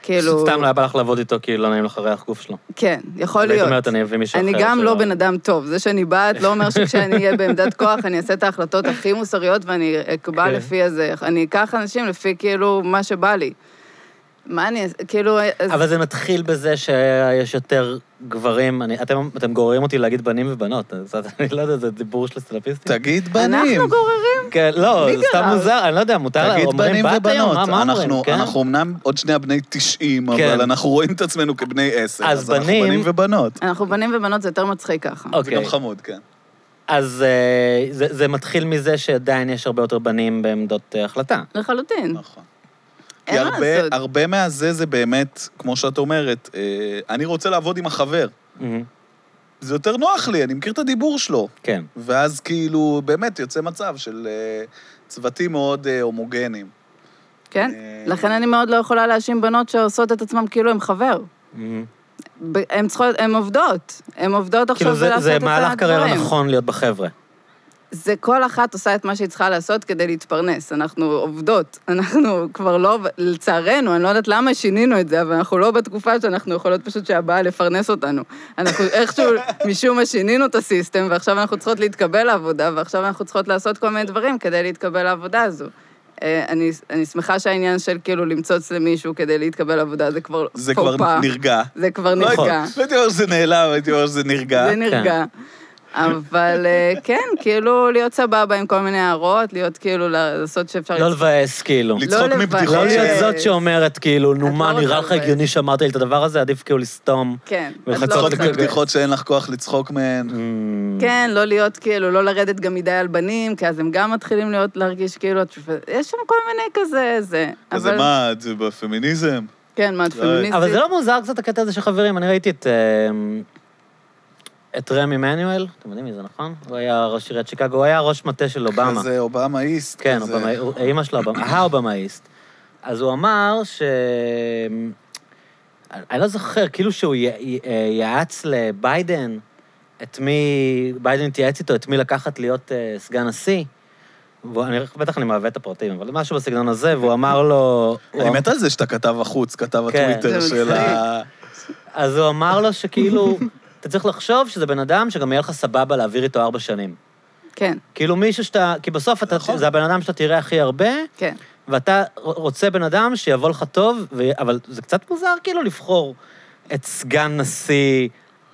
כאילו,
סתם לא היה בא לך לעבוד איתו כי לא נעים לך ריח גוף שלו.
כן, יכול
אז היית
להיות.
אומרת, אני אביא מישהו אחר.
אני גם לא
שלא-
בן אדם טוב. זה שאני באת לא אומר שכשאני אהיה בעמדת כוח, אני אעשה את ההחלטות הכי מוסריות ואני אקבע
כן.
לפי הזה. אני אקח אנשים לפי כאילו מה שבא לי. מה אני, אעשה? כאילו, אז-
אבל זה מתחיל בזה שיש יותר גברים, אני, אתם, אתם גוררים אותי להגיד בנים ובנות, אז אני לא יודע, זה דיבור של סטלפיסטים.
תגיד בנים.
אנחנו גוררים.
כן, לא,
מי
זה סתם
גרר?
מוזר, אני לא יודע, מותר לה,
תגיד
אומרים
בנים
בת היום,
ובנות.
מה- מה אומרים,
אנחנו-
כן?
אנחנו אמנם עוד שנייה בני 90,
כן.
אבל אנחנו רואים את עצמנו כבני 10.
אז
אז אנחנו
בנים-
בנים ובנות.
אנחנו בנים ובנות, זה יותר מצחיק ככה.
זה
אוקיי,
גם חמוד, כן.
אז אה, זה זה מתחיל מזה שעדיין יש הרבה יותר בנים בעמדות אה, החלטה.
לחלוטין.
נכון. כי
אין מה
הרבה-
לעשות.
הרבה מהזה זה באמת, כמו שאת אומרת, אה, אני רוצה לעבוד עם החבר.
מהמם,
זה יותר נוח לי, אני מכיר את הדיבור שלו.
כן.
ואז כאילו, באמת יוצא מצב של אה, צוותים מאוד אה, הומוגנים.
כן?
אה,
לכן אני מאוד לא יכולה להאשים בנות שעושות את עצמן כאילו הן חבר.
מהמם.
ב- הן צריכות, הן עובדות. הן עובדות עכשיו
כאילו זה-
בלעשות את
זה
הדברים.
מהלך קריירה נכון להיות בחבר'ה.
זה כל אחת עושה את מה שהיא צריכה לעשות כדי להתפרנס. אנחנו עובדות, אנחנו כבר לא, לצערנו, אני לא יודעת למה שינינו את זה, אבל אנחנו לא בתקופה שאנחנו יכולות פשוט שהבעל יפרנס אותנו. אנחנו איכשהו, משום מה שינינו את הסיסטם, ועכשיו אנחנו צריכות להתקבל לעבודה, ועכשיו אנחנו צריכות לעשות כל מיני דברים כדי להתקבל לעבודה הזו. אה, אני, אני שמחה שהעניין של כאילו למצוץ למישהו כדי להתקבל לעבודה, זה כבר
זה
פaux
כבר
pas.
נרגע.
זה כבר
לא הייתי-
נרגע.
לא הייתי אומר שזה נעלם, הייתי אומר שזה נרגע.
זה נרגע. אבל אה, כן, כאילו להיות סבבה עם כל מיני הערות, להיות כאילו לעשות שאפשר...
לא לבאס, כאילו.
לצחוק
לא לבד.
מבדיחות
לא
ש-
להיות זאת שאומרת, כאילו, נו
את
מה,
לא
נראה
רוצה
לך
לבאס.
הגיוני שאמרת לי את הדבר הזה, עדיף כאילו לסתום.
כן, את
ולחצות
לא
לצחוק
רוצה.
מבדיחות שאין לך כוח לצחוק מהן.
Mm.
כן, לא להיות כאילו, לא לרדת גם מדי על בנים, כי אז הם גם מתחילים להיות, להרגיש כאילו, את- יש שם כל מיני כזה, זה.
אז
אבל-
מה, את זה בפמיניזם?
כן, מה, את פמיניסטית?
אבל זה לא מוזר קצת הקטע הזה של חברים, אני ראיתי את... אה, את רם עמנואל, אתם יודעים מי זה, נכון? הוא היה ראש עיריית שיקגו, הוא היה ראש מטה של אובמה.
כזה אובמה איסט.
כן,
כזה.
אובמה- הוא- אימא שלו, אובמה- האובמאיסט. אז הוא אמר ש... אני לא זוכר, כאילו שהוא י- י- אה, יעץ לביידן את מי... ביידן התייעץ איתו את מי לקחת להיות אה, סגן נשיא. והוא- אני בטח אני מעוות את הפרטים, אבל משהו בסגנון הזה, והוא אמר לו... הוא
אני
אמר-
מת על זה שאתה כתב החוץ, כתב
כן.
הטוויטר
זה
של ה...
אז הוא אמר לו שכאילו, אתה צריך לחשוב שזה בן אדם שגם יהיה לך סבבה להעביר איתו ארבע שנים.
כן,
כאילו מישהו שאתה, כי בסוף אתה,
נכון.
זה הבן אדם שאתה תראה הכי הרבה,
כן.
ואתה רוצה בן אדם שיבוא לך טוב, ו... אבל זה קצת מוזר כאילו לבחור את סגן נשיא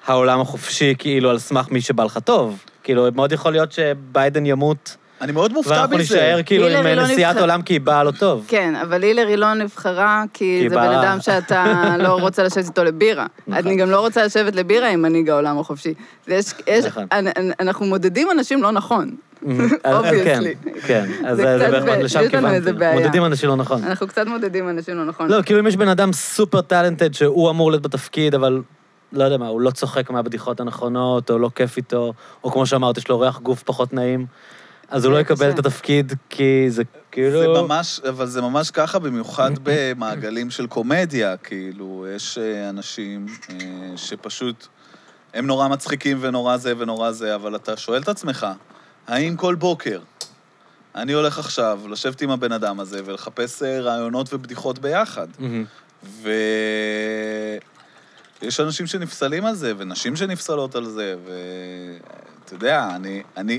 העולם החופשי, כאילו, על סמך מי שבא לך טוב. כאילו, מאוד יכול להיות שביידן ימות,
אני מאוד מופתע
ואנחנו
מזה.
נישאר כאילו עם
הילרי לא
נשיאת
נבחר-
עולם כי היא באה לו טוב.
כן, אבל הילרי לא נבחרה כי
כי
זה בן
בא-
אדם שאתה לא רוצה לשבת איתו לבירה.
נכון.
אני גם לא רוצה לשבת לבירה עם מנהיג העולם החופשי. יש- יש-
נכון.
אנ- אנ- אנחנו מודדים אנשים לא נכון.
אז- אז כן,
Obviously.
כן. אז
זה
זה
קצת
בהחלט
ב-
לשם
יש לנו איזה
כיוונתי.
בעיה.
מודדים אנשים לא נכון.
אנחנו קצת מודדים אנשים לא נכון.
לא, כאילו אם יש בן אדם סופר טאלנטד שהוא אמור להיות בתפקיד, אבל לא יודע מה, הוא לא צוחק מהבדיחות הנכונות, או לא כיף איתו, או כמו שאמרת, יש לו ריח גוף פחות נעים, אז הוא לא
זה
יקבל
קשה.
את התפקיד, כי זה כאילו...
זה ממש, אבל זה ממש ככה, במיוחד במעגלים של קומדיה, כאילו, יש אה, אנשים אה, שפשוט, הם נורא מצחיקים ונורא זה ונורא זה, אבל אתה שואל את עצמך, האם כל בוקר אני הולך עכשיו לשבת עם הבן אדם הזה ולחפש אה, רעיונות ובדיחות ביחד?
מהמם.
ו... יש אנשים שנפסלים על זה, ונשים שנפסלות על זה, ואתה יודע, אני... אני...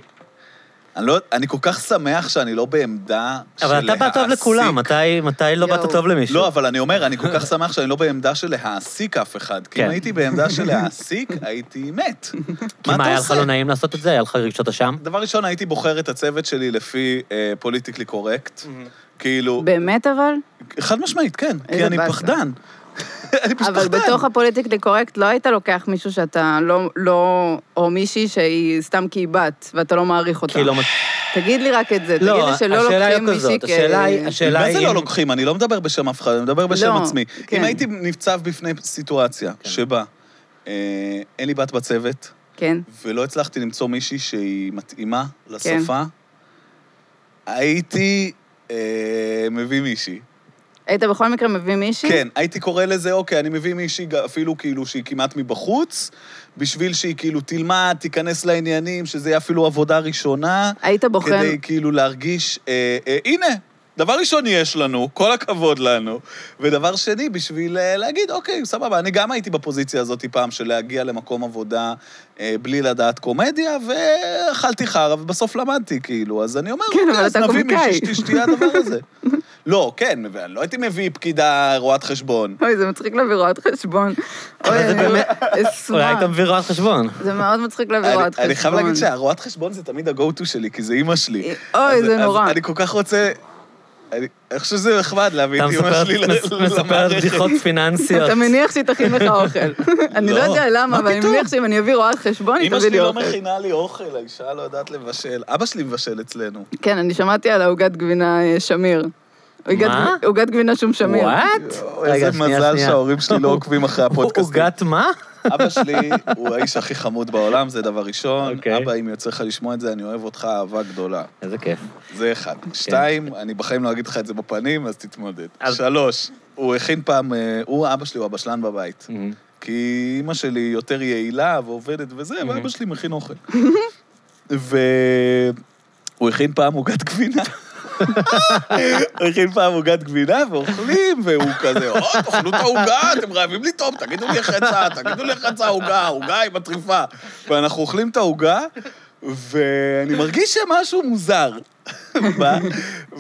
אני, לא, אני כל כך שמח שאני לא בעמדה של
אבל אתה בא טוב
להעסיק-
לכולם, מתי- מתי לא באת
יואו.
טוב למישהו?
לא, אבל אני אומר, אני כל כך שמח שאני לא בעמדה של להעסיק אף אחד. כי אם
כן.
הייתי בעמדה של להעסיק, הייתי מת.
כי מה,
אתה
היה לך
עושה?
לא נעים לעשות את זה? היה לך רגשות אשם?
דבר ראשון, הייתי בוחר את הצוות שלי לפי אה, פוליטיקלי קורקט. כאילו,
באמת אבל?
חד משמעית, כן. כי
איזה
אני
באסה.
פחדן. אני פשוט
אבל
פחדן.
בתוך הפוליטיקלי קורקט לא היית לוקח מישהו שאתה לא- לא... או מישהי שהיא סתם כי היא בת, ואתה לא מעריך אותה.
כי לא... מצ-
תגיד לי רק את זה, תגיד
לא,
לי שלא
השאלה היא
לוקחים מישהי
כזאת, השאלה היא-
כ...
השאלה
מה זה
היא
לא
אם-
לוקחים? אני לא מדבר בשם אף אחד, אני מדבר בשם
לא,
עצמי.
כן.
אם הייתי ניצב בפני סיטואציה שבה אה, אין לי בת בצוות,
כן.
ולא הצלחתי למצוא מישהי שהיא מתאימה לשפה, הייתי אה, מביא מישהי
היית בכל מקרה מביא מישהי?
כן, הייתי קורא לזה, אוקיי, אני מביא מישהי ג- אפילו כאילו שהיא כמעט מבחוץ, בשביל שהיא כאילו תלמד, תיכנס לעניינים, שזה יהיה אפילו עבודה ראשונה,
היית בוחן...
כדי כאילו להרגיש, אה, אה, הנה, דבר ראשון יש לנו, כל הכבוד לנו, ודבר שני, בשביל אה, להגיד, אוקיי, סבבה, אני גם הייתי בפוזיציה הזאת פעם, של להגיע למקום עבודה אה, בלי לדעת קומדיה, ואכלתי חרא, ובסוף למדתי, כאילו, אז אני אומר,
כן,
אוקיי,
אבל
אז
אתה
נביא
קומיקאי."
מישהי שתשתהיה הדבר הזה. לא, כן, ואני לא הייתי מביא פקידה רואת חשבון.
אוי, זה מצחיק להביא רואת חשבון. אוי,
זה
אני
באמת- אולי
אשמח.
היית מביא רואת חשבון.
זה מאוד מצחיק להביא
אני,
רואת חשבון. אה,
אני חייב להגיד שהרואת חשבון זה תמיד ה-go-to שלי, כי זה אימא שלי.
אוי,
אז-
זה
אז
נורא.
אני כל כך רוצה... אני אני חושב שזה נחמד להביא
אתה
את אימא
מספר
שלי ל-
מס- מספר
למערכת.
בדיחות פיננסיות.
אתה מניח שהיא תכין לך אוכל. אני לא
לא,
יודע למה,
מה
אבל אני
פתאום?
מניח שאם אני אביא רואת חשבון, היא
אימא שלי
תביא לי
לא
אוכל.
מכינה לי אוכל, האישה לא יודעת לבשל. אבא שלי מבשל אצלנו.
כן, אני שמעתי על העוגת גבינה אה, שמיר. עוגת-
מה?
עוגת גבינה שום שמיר.
וואט?
איזה מזל שההורים שלי לא עוקבים אחרי הפודקאסטים.
עוגת מה?
אבא שלי הוא האיש הכי חמוד בעולם, זה דבר ראשון.
אוקיי.
אבא, אם יוצא לך לשמוע את זה, אני אוהב אותך אהבה גדולה.
איזה כיף.
זה אחד.
כן.
שתיים, אני בחיים לא אגיד לך את זה בפנים, אז תתמודד.
אז-
שלוש, הוא הכין פעם, אה, הוא, אבא שלי הוא הבשלן בבית. כי אימא שלי יותר יעילה ועובדת וזה,
Mhm.
ואבא שלי מכין אוכל. והוא הכין פעם עוגת גבינה. הוא הכין פעם עוגת גבינה, ואוכלים, והוא כזה, או, תאכלו את העוגה, אתם רעבים לי טוב, תגידו לי חצה, תגידו לי חצה עוגה, עוגה עם הטריפה. ואנחנו אוכלים את העוגה, ואני מרגיש שמשהו מוזר. בא,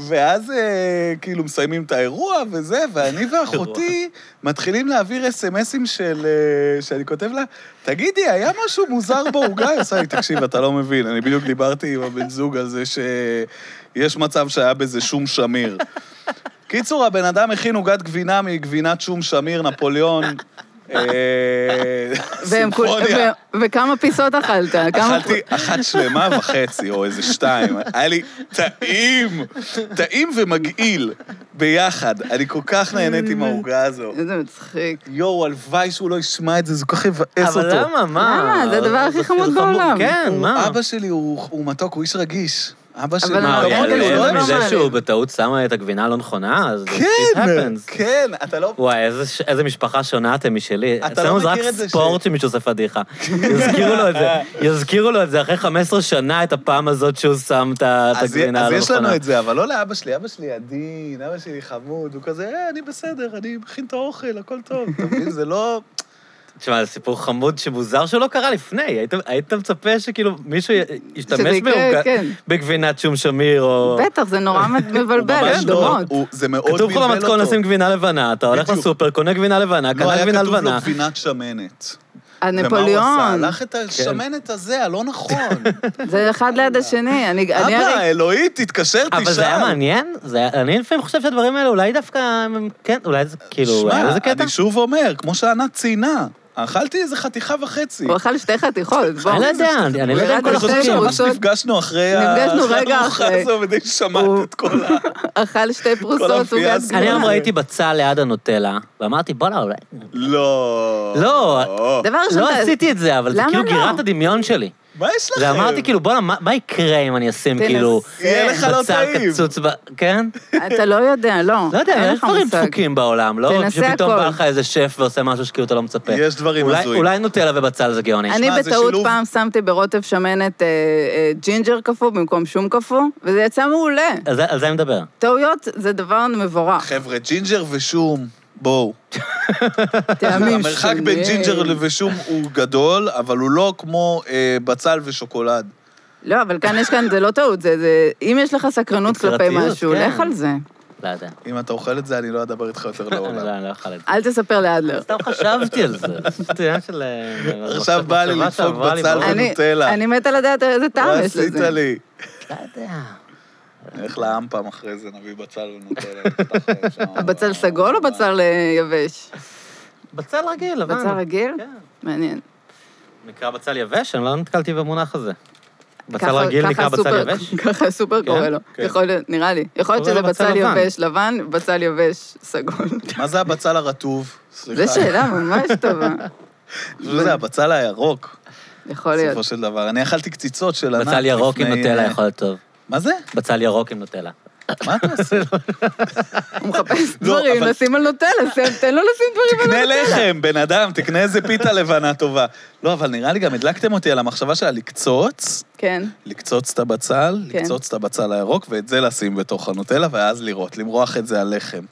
ואז אה, כאילו מסיימים את האירוע וזה, ואני ואחותי מתחילים להעביר אס.אם.אסים של... אה, שאני כותב לה, תגידי, היה משהו מוזר בעוגה? היא עושה לי, תקשיב, אתה לא מבין, אני בדיוק דיברתי עם הבן זוג על זה שיש מצב שהיה בזה שום שמיר. קיצור, הבן אדם הכין עוגת גבינה מגבינת שום שמיר, נפוליאון, אה,
והם כול-
סימפוניה.
ו- וכמה פיסות אכלת? כמה-
אכלתי אחת שלמה וחצי, או איזה שתיים. היה לי טעים, טעים ומגעיל ביחד. אני כל כך נהניתי מהעוגה הזו.
איזה מצחיק.
יואו, הלוואי שהוא לא ישמע את זה, זה כל כך יבאס
אבל
אותו.
למה? מה?
למה? אה, זה הדבר הכי
זה
חמוד
חמוד-
בעולם.
כן,
הוא-
מה?
אבא שלי הוא הוא מתוק, הוא איש רגיש. אבא שלי
אבל
מה,
הוא
הוא
אבל
כמוני, הוא לא
זה
יעלב
לא
אוהב-
נורמלי.
מזה שהוא בטעות שמה את הגבינה הלא נכונה? אז shit
כן,
happens.
כן, אתה לא...
וואי, איזה ש- איזה משפחה שונה אתם משלי.
אתה לא
אצלנו זה רק
מכיר את זה ש-
ספורט שמישהו עושה פדיחה. יזכירו לו את זה. יזכירו לו את זה אחרי 15 שנה, את הפעם הזאת שהוא שם את ה- את
אז
הגבינה הלא
אז
נכונה.
יש לנו את זה, אבל לא לאבא שלי, אבא שלי עדין, אבא שלי חמוד, הוא כזה, "אה, אני בסדר, אני מכין את האוכל, הכל טוב, אתה מבין? זה לא...
תשמע, זה סיפור חמוד שמוזר שלא קרה לפני. היית, היית מצפה שכאילו מישהו י-
שזה
ישתמש
יקרה,
בעוגה-
כן.
בגבינת שום שמיר, או...
בטח, זה נורא מבלבל,
ממש לא,
דומות.
הוא- זה מאוד בלבל
כתוב
אותו.
לך במתכון לשים גבינה לבנה, אתה הולך
בדיוק.
לסופר, קונה גבינה לבנה,
לא,
קנה
היה
גבינה
כתוב לו
לבנה.
גבינת שמנת. ומה הוא עשה?
הנפוליאון.
הלך את
כן.
השמנת הזה, הלא נכון.
זה אחד ליד השני. אני אני
אבא,
הרי...
אלוהים, תתקשר, תשאל.
אבל זה היה מעניין, זה היה- אני לפעמים חושב שהדברים האלה אולי דווקא, הם- כן, אולי זה כאילו, היה לזה
שמע,
קטע?
אני שוב אומר, כמו שענת ציינה, אכלתי איזה חטיחה וחצי.
הוא אכל שתי חתיכות, בוא.
אני לא יודע, אני אני לא יודע אם
אולי
כל
אני חושב
החוקים.
החוקים.
שממש נפגשנו אחרי ה...
נפגשנו
אחרי
רגע
הארוחה
אחרי.
הזו, ודי
הוא-
שמעת את כל ה...
אכל שתי פרוסות
הפיאסקו.
עוגת
אני היום
גבינה.
ראיתי בצל ליד הנוטלה, ואמרתי, בואנה, אולי...
לא.
לא.
דבר ראשון,
לא
אתה-
עשיתי את זה, אבל זה
למה
כאילו
לא?
גירה את הדמיון שלי.
מה יש לכם?
ואמרתי כאילו, בואנה, מה- מה יקרה אם אני אשים
תנסה.
כאילו...
יהיה לך לא
בצל
טעים.
קצוץ ב... כן?
אתה לא יודע, לא.
לא יודע,
אין
אבל יש
לך
דברים
מושג.
דפוקים בעולם, לא
תנסה
שפתאום
הכל.
בא לך איזה שף ועושה משהו שכאילו אתה לא מצפה.
יש דברים
אולי-
הזויים.
אולי נוטלה ובצל זה גאוני.
אני
שמע, זה
בטעות
שילוב-
פעם שמתי ברוטב שמנת אה, אה, ג'ינג'ר קפוא במקום שום קפוא, וזה יצא מעולה.
על זה- על זה אני מדבר.
טעויות זה דבר מבורך.
חבר'ה, ג'ינג'ר ושום, בואו.
טעמים אה,
המרחק
שונים.
בין ג'ינג'ר ושום הוא גדול, אבל הוא לא כמו אה, בצל ושוקולד.
לא, אבל כאן יש כאן, זה לא טעות, זה- זה... אם יש לך סקרנות כלפי
יצירתיות,
משהו,
כן.
לך על זה.
לא יודע.
אם אתה אוכל את זה, אני לא אדבר איתך יותר
אני לא-
לעולם.
אני לא יכול את זה.
אל תספר לאדלר.
סתם חשבתי על זה. זה פשוט עניין של... אה,
עכשיו בא לי
מחשבה
לדפוק
שעברה לי
בצל
בראש.
אני-
ונוטלה.
אני מתה לדעת איזה
מה
טעם יש
עשית
לזה.
לי?
לא יודע.
נלך לעם פעם אחרי זה, נביא בצל ונוטלה. נפתח שם.
בצל סגול או בצל אה, יבש?
בצל רגיל, לבן.
בצל רגיל?
כן.
מעניין.
נקרא בצל יבש? אני לא נתקלתי במונח הזה. בצל
ככה-
רגיל
ככה
נקרא בצל
הסופר-
יבש?
ככה הסופר
כן,
קורא לו.
כן.
יכול להיות, נראה לי. יכול להיות
קורא
שזה
לו בצל
בצל
לבן.
יבש לבן, בצל יבש סגול.
מה זה הבצל הרטוב? סליחה.
זו שאלה ממש טובה.
אני חושב שזה הבצל הירוק,
יכול להיות.
בסופו של דבר. אני אכלתי קציצות של ענק.
בצל ירוק עם
לפני,
נוטלה
אה,
יכול להיות טוב.
מה זה?
בצל ירוק עם נוטלה.
מה אתה
לא
עושה?
הוא מחפש
לא,
דברים,
אבל-
לשים על נוטלה, שים- תן לו לשים דברים על
תקנה
נוטלה.
לחם, בן אדם, תקנה איזה פיתה לבנה טובה. לא, אבל נראה לי גם הדלקתם אותי על המחשבה שלה לקצוץ,
כן,
לקצוץ את הבצל,
כן.
לקצוץ את הבצל הירוק, ואת זה לשים בתוך הנוטלה, ואז לראות, למרוח את זה על לחם.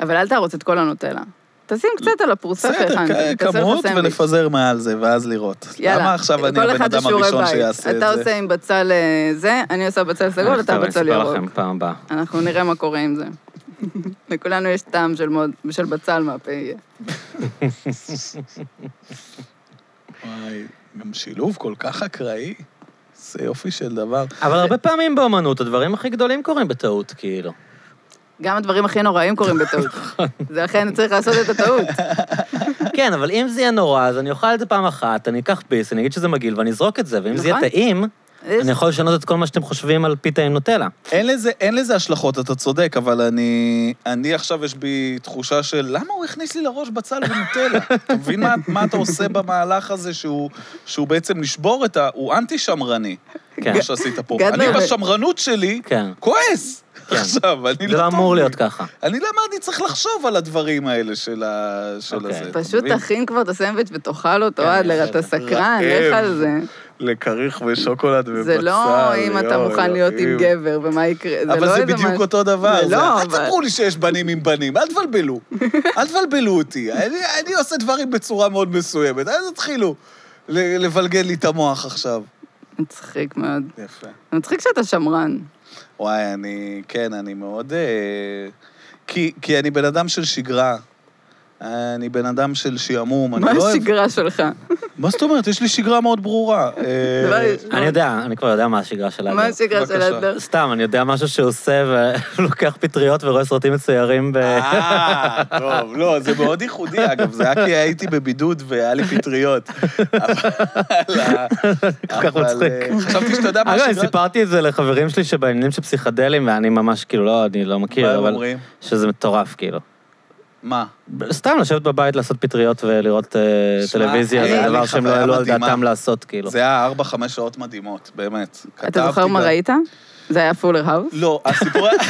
אבל אל תערוץ את כל הנוטלה. תשים קצת על הפרוסה
בסדר,
שהכנת.
כ-
תעשה לך
כמות
סנדוויץ'.
ולפזר מעל זה, ואז לראות. למה עכשיו אני
כל
הבן
אחד
אדם
ושיעורי
הראשון
בית.
שיעשה את
אתה
זה?
עושה עם בצל אה, זה, אני עושה בצל סגול, אתה
טוב, אני
בצל
אספר
ירוק.
לכם פעם הבאה.
אנחנו נראה מה קורה עם זה. לכולנו יש טעם של מאוד- של בצל מהפה יהיה.
וואי, גם שילוב כל כך אקראי. זה יופי של דבר.
אבל הרבה פעמים באמנות הדברים הכי גדולים קורים בטעות, כאילו.
גם הדברים הכי נוראים קורים בטעות.
נכון.
זה לכן צריך לעשות את הטעות.
כן, אבל אם זה יהיה נורא, אז אני אוכל את זה פעם אחת, אני אקח ביס, אני אגיד שזה מגעיל ואני אזרוק את זה, ואם זה יהיה
נכון.
טעים,
יש-
אני יכול לשנות את כל מה שאתם חושבים על פיתה עם נוטלה.
אין לזה, אין לזה השלכות, אתה צודק, אבל אני... אני עכשיו, יש בי תחושה של למה הוא הכניס לי לראש בצל ונוטלה? אתה מבין מה, מה אתה עושה במהלך הזה שהוא, שהוא בעצם לשבור את ה... הוא אנטי-שמרני,
כן.
מה שעשית פה.
גדלר-
אני בשמרנות שלי
כן.
כועס.
כן.
עכשיו, אני לא...
זה לא
טוב
אמור
לי.
להיות ככה.
אני למה אני צריך לחשוב על הדברים האלה של ה... של
אוקיי.
הזה, אתה
פשוט
מבין?
תכין כבר את הסנדוויץ' ותאכל אותו,
כן,
אדלר,
בסדר.
אתה סקרן,
רעב.
לך על זה.
לכריך ושוקולד ובצל.
זה לא אם אתה
יואו,
מוכן להיות עם
אלוהים.
גבר ומה יקרה, זה לא איזה
אבל
משהו.
זה בדיוק אותו דבר.
זה
זה-
לא,
אל
אבל-
תספרו לי שיש בנים עם בנים, אל תבלבלו. אל תבלבלו אותי. אני אני עושה דברים בצורה מאוד מסוימת, אז תתחילו ל- לבלגן לי את המוח עכשיו.
מצחיק מאוד.
יפה.
זה מצחיק שאתה שמרן.
וואי, אני... כן, אני מאוד... אה, כי כי אני בן אדם של שגרה. אני בן אדם של שעמום, אני
מה
לא אוהב...
השגרה שלך?
מה זאת אומרת? יש לי שגרה מאוד ברורה. אה,
דבר ראשון.
אני יודע, אני כבר יודע מה השגרה של
מה
אדם.
השגרה של
לא, בבקשה.
אדלר?
סתם, אני יודע משהו שהוא עושה ולוקח פטריות ורואה סרטים מצוירים ב...
אה, טוב, לא, זה מאוד ייחודי, אגב, זה היה כי הייתי בבידוד והיה לי פטריות. אבל...
כל כך
אבל,
מצחיק.
אה, חשבתי שאתה יודע מה
אגב, אני
שגרה...
סיפרתי את זה לחברים שלי שבעניינים של פסיכדלים, ואני ממש, כאילו, לא, אני לא
מה
מכיר,
הם
אבל...
אומרים?
שזה מטורף, כאילו.
מה?
סתם לשבת בבית, לעשות פטריות ולראות אה,
שמע,
טלוויזיה,
היה
זה
לי
דבר שהם לא
חוויה
העלו על
מדהימה.
דעתם לעשות, כאילו.
זה היה ארבע, חמש שעות מדהימות, באמת. כתבתי
אתה זוכר מה
ב-
ראית? זה היה פולר האוס?
לא, הסיפור היה...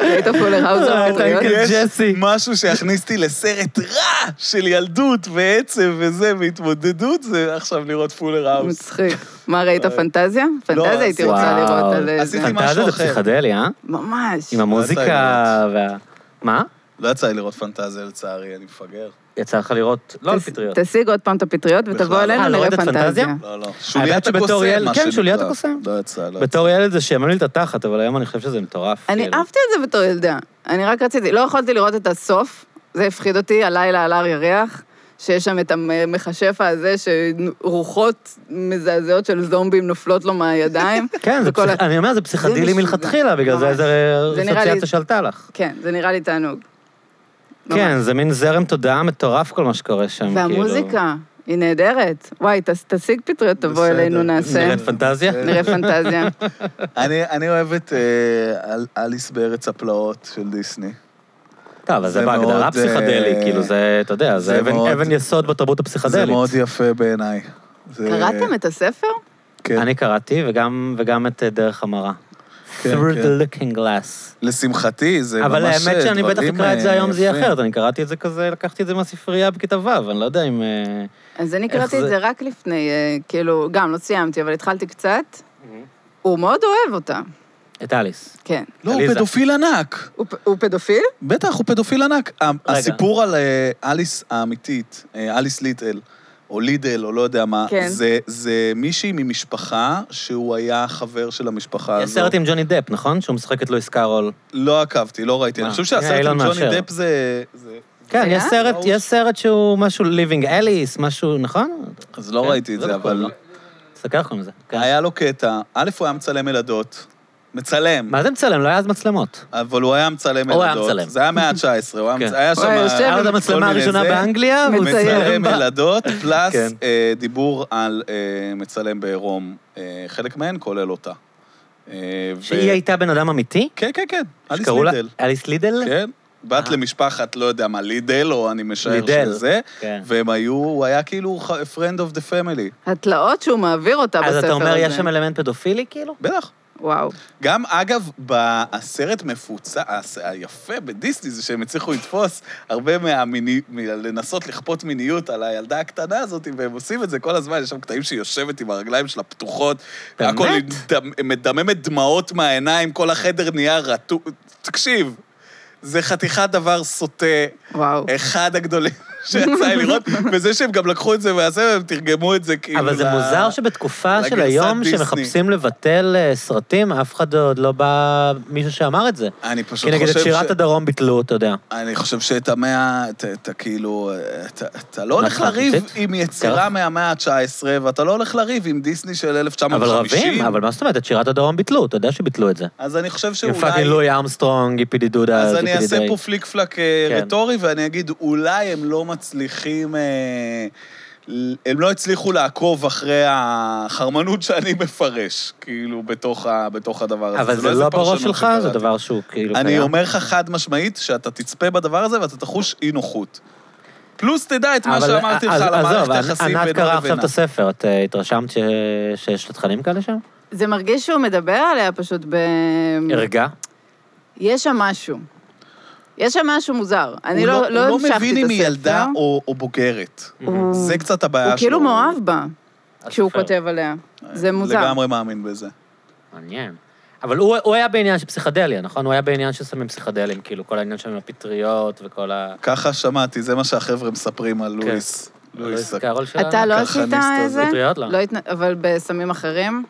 ראית פולר האוס
אה,
על פטריות?
כן.
יש
ג'סי.
משהו שהכניס אותי לסרט רע של ילדות ועצב וזה, והתמודדות, זה עכשיו לראות פולר האוס.
מצחיק. מה ראית
אה.
פנטזיה? פנטזיה הייתי
וואו.
רוצה לראות על
עשיתי
איזה...
משהו
פנטזיה זה
אחר.
פסיכדלי, אה?
ממש.
עם המוזיקה וה... מה?
לא יצא לי לראות פנטזיה, לצערי, אני מפגר.
יצא לך לראות, לא על
תש-
פטריות.
תשיג עוד פעם את הפטריות ותבוא
בכלל.
אלינו,
אה, לא
נראה
ראית פנטזיה?
פנטזיה.
לא, לא.
האמת
שוליית
שבתור
הקוסם,
ילד-
מה שנקרא.
כן, שוליית הקוסם.
לא יצא, לא יצא.
בתור ילד זה שיאמן לי את התחת, אבל היום אני חושב שזה מטורף.
אני
כאילו.
אהבתי את זה בתור ילדה. אני רק רציתי, לא יכולתי לראות את הסוף, זה הפחיד אותי, הלילה על הר ירח, שיש שם את המכשף הזה, שרוחות מזעזעות של זומבים נופלות לו מהידיים.
כן, זה
וכל
פסיכ-
ה-
אני אומר, זה פסיכדלי
משוגע.
מלכתחילה, בגלל זה
ממש.
איזה
זה נראה לי-
אסוציאציה שעלתה לך.
כן, זה נראה לי תענוג.
כן, זה מין זרם תודעה מטורף כל מה שקורה שם, כאילו.
והמוזיקה, היא נהדרת. וואי, תס- תשיג פטריות, תבוא
בסדר.
אלינו, נעשה.
נראית פנטזיה?
נראה פנטזיה.
אני, אני אוהב את אה, אל- אליס בארץ הפלאות של דיסני.
טוב, אבל זה
זה
בהגדרה
מאוד,
פסיכדלי,
אה,
כאילו, זה, אתה יודע,
זה
זה אבן-
מאוד-
אבן יסוד בתרבות
זה
הפסיכדלית.
מאוד יפה בעיניי. זה-
קראתם את הספר?
כן,
אני קראתי, וגם וגם את אה, דרך המראה.
כן,
Through
כן.
the looking glass.
לשמחתי, זה ממש אה,
אבל האמת שאני בטח
דברים,
אקרא את זה
אה,
היום, זה יהיה
יפים.
אחרת. אני קראתי את זה כזה, לקחתי את זה מהספרייה בכיתה ו', אני לא יודע אם... אה,
אז אני
איך
קראתי את
זה?
זה רק לפני, אה, כאילו, גם לא סיימתי, אבל התחלתי קצת.
Mm-hmm.
הוא מאוד אוהב אותה,
את אליס.
כן.
לא, הוא
עליזה.
פדופיל ענק.
הוא פ- הוא פדופיל?
בטח, הוא פדופיל ענק. ה- הסיפור על אה, אליס האמיתית, אה, אליס ליטל, או לידל, או לא יודע מה,
כן.
זה- זה מישהי ממשפחה שהוא היה חבר של המשפחה
יש
הזאת.
סרט עם ג'וני דפ, נכון? שהוא משחק את לואיס קארול.
לא עקבתי, לא ראיתי. אני
מה?
חושב
אה,
שהסרט עם
אילון
ג'וני
מאשר.
דפ זה... זה-
כן,
היה?
יש סרט,
ראו.
יש סרט שהוא משהו living Alice, משהו, נכון?
אז לא
כן,
ראיתי את
לא
זה,
יודע, קוראים
אבל...
לו. תסתכל איך קוראים לזה. כן.
היה לו קטע, א', הוא היה מצלם ילדות, מצלם,
מה זה מצלם? לא היה אז מצלמות.
אבל הוא היה מצלם
הוא היה
ילדות.
מצלם.
זה היה מאה ה-19, הוא היה
כן.
מצ- היה
הוא היה יושב
שם...
היה לו את
כל
המצלמה
מיני
הראשונה
זה.
באנגליה, והוא
מצלם
צילם
מצלם
בה.
ילדות, פלאס
כן.
אה, דיבור על אה, מצלם בעירום. אה, חלק מהן כולל אותה. אה, ו-
שהיא הייתה בן אדם אמיתי?
כן, כן, כן, אליס
שקראו לה-
לידל.
אליס לידל?
כן. בת
אה.
למשפחת, לא יודע מה, לידל, או אני משער
לידל.
שזה.
כן.
והם היו, הוא היה כאילו ח- friend of the family.
התלאות שהוא מעביר אותה בספר
אז
הזה.
אתה אומר, יש שם אלמנט פדופילי, כאילו?
בטח.
וואו.
גם, אגב, בסרט מפוצע, הס- היפה בדיסני זה שהם הצליחו לתפוס הרבה מהמיני... לנסות לכפות מיניות על הילדה הקטנה הזאת, והם עושים את זה כל הזמן, יש שם קטעים שהיא יושבת עם הרגליים שלה פתוחות,
באמת?
והכל היא דם- מדממת דמעות מהעיניים, כל החדר נהיה רטוב. תקשיב, זה חתיכת דבר סוטה,
וואו.
אחד הגדולים שיצא לי לראות, וזה שהם גם לקחו את זה והזה, והם תרגמו את זה כאילו...
אבל זה
ל-
מוזר שבתקופה של
לגרסת
היום,
דיסני.
שמחפשים לבטל אה, סרטים, אף אחד עוד לא בא מישהו שאמר את זה.
אני פשוט חושב ש...
כי נגיד את שירת הדרום ביטלו, אתה יודע.
אני חושב שאת המאה, את- את כאילו, את- אתה לא הולך
נכון,
לריב
חושבת?
עם יצירה
ככה.
מהמאה ה-19, ואתה לא הולך לריב עם דיסני של
אבל
1950.
רבים, אבל מה זאת אומרת? את שירת הדרום ביטלו, אתה יודע שביטלו את זה.
אז אני חושב
עם
שאולי...
פאקינג לואי אמסטרונג, איפי די דודה,
אז
איפי
אני
די
אעשה
די.
פה פליק פלק אה,
כן.
רטורי, ואני אגיד, אולי הם לא מצליחים... אה, ל- הם לא הצליחו לעקוב אחרי החרמנות שאני מפרש, כאילו, בתוך ה- בתוך הדבר הזה.
אבל זה
איזה
לא בראש
פרשנות
שלך, זה
שקראתי.
דבר שהוא כאילו
אני
קיים.
אומר לך חד משמעית שאתה תצפה בדבר הזה ואתה תחוש אי נוחות. פלוס תדע את מה
אבל אה,
שאמרתי לך
אז-
על
עזוב,
המערכת
ענת-
היחסים בינו
ענת קראה עכשיו
לבינה.
את הספר, את אה, התרשמת ש- שיש לה תכנים כאלה שם?
זה מרגיש שהוא מדבר עליה פשוט ב...
ערגה?
Mm. יש שם משהו. יש שם משהו מוזר. אני
הוא
לא, לא
הוא לא
המשכתי את הספר.
מבין אם היא ילדה או או בוגרת.
Mm-hmm.
הוא-
זה קצת הבעיה
הוא
שלו.
כאילו מאוהב בה, Mm. כשהוא
הסופר.
כותב עליה. זה מוזר.
לגמרי מאמין בזה.
מעניין. אבל הוא, הוא היה בעניין של פסיכדליה, נכון? הוא היה בעניין ששמים פסיכדלים, כאילו, כל העניין שם עם הפטריות וכל ה...
ככה שמעתי, זה מה שהחבר'ה מספרים
כן.
על לואיס. לואיס.
לא קרול שלה?
אתה לא
הכלכניסט
עשית
הזה.
איזה?
פטריות לא.
לא התנ- אבל בסמים אחרים?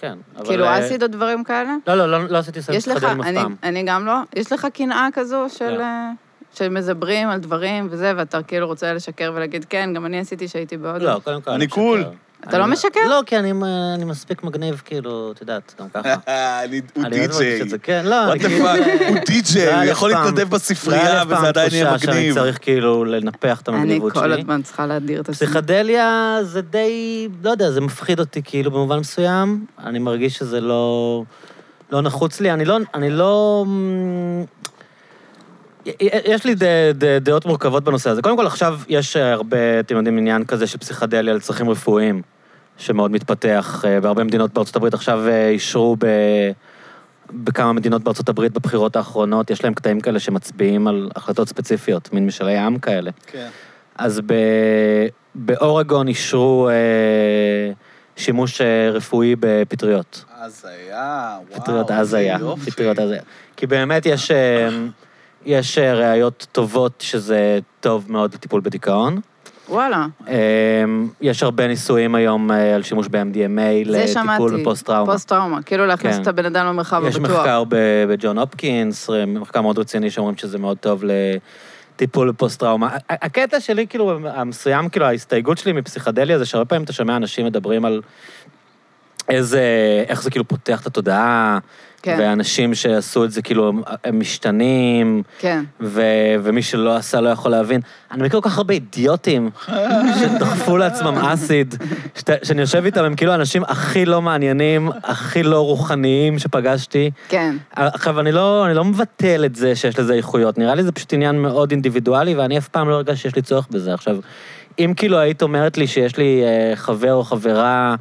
כן. אבל,
כאילו
אה,
אסיד או דברים כאלה?
לא, לא, לא, לא עשיתי סרט
יש לך,
פסיכדלים אף
אני-
פעם.
אני גם לא, יש לך קנאה כזו של...
לא.
אה, שמזברים על דברים וזה, ואתה כאילו רוצה לשקר ולהגיד, כן, גם אני עשיתי שהייתי בהודו.
לא, קודם כל...
אני
משקר.
קול.
אתה לא
אני-
משקר?
לא, כי אני אני מספיק מגניב, כאילו, את יודעת, גם ככה.
אני- הוא
אני מאוד
די-ג'יי.
מרגיש את זה, כן, לא,
What the
כאילו,
fuck? הוא די-ג'יי,
לא
הוא
היה
יכול
לי אף פעם-
להתנדב
לא היה
בספרייה
לי אף פעם
וזה עדיין יהיה
תחושה שאני
מגניב.
צריך כאילו לנפח את
אני
המגניבות שלי.
כל הזמן צריכה להדיר את עצמי.
פסיכדליה זה די, לא יודע, זה מפחיד אותי כאילו במובן מסוים. אני מרגיש שזה לא, לא נחוץ לי. אני לא... אני לא מ, י- יש לי ד, ד, דעות מורכבות בנושא הזה. קודם כל, עכשיו יש אה, הרבה, אתם יודעים, עניין כזה של פסיכדליה לצרכים רפואיים, שמאוד מתפתח. אה, בהרבה מדינות בארצות הברית עכשיו אה, אישרו ב... בכמה מדינות בארצות הברית בבחירות האחרונות, יש להם קטעים כאלה שמצביעים על החלטות ספציפיות, מין משאלי עם כאלה.
כן.
אז ב... באורגון אישרו אה, שימוש אה, רפואי בפטריות.
אז היה, וואו.
פטריות אז
איזה
היה.
יופי.
פטריות אז היה. כי באמת יש, אה, יש אה, ראיות טובות שזה טוב מאוד לטיפול בדיכאון.
וואלה.
אה, יש הרבה ניסויים היום אה, על שימוש ב-MDMA
זה
לטיפול
שמעתי,
בפוסט-טראומה.
פוסט-טראומה, כאילו להכניס
כן.
את הבן אדם למרחב
יש
הבטוח.
מחקר ב- בג'ון הופקינס, מחקר מאוד רציני שאומרים שזה מאוד טוב לטיפול בפוסט-טראומה. ה- הקטע שלי, כאילו, המסוים, כאילו, ההסתייגות שלי מפסיכדליה זה שהרבה פעמים אתה שומע אנשים מדברים על איזה, איך זה כאילו פותח את התודעה,
כן.
ואנשים שעשו את זה כאילו הם- הם משתנים.
כן.
ו- ומי שלא עשה לא יכול להבין. אני מכיר כל כך הרבה אידיוטים שדחפו לעצמם אסיד, שת- שאני יושב איתם, הם כאילו האנשים הכי לא מעניינים, הכי לא רוחניים שפגשתי.
כן.
עכשיו, אני לא, אני לא מבטל את זה שיש לזה איכויות, נראה לי זה פשוט עניין מאוד אינדיבידואלי, ואני אף פעם לא הרגשתי שיש לי צורך בזה. עכשיו, אם כאילו היית אומרת לי שיש לי אה, חבר או חברה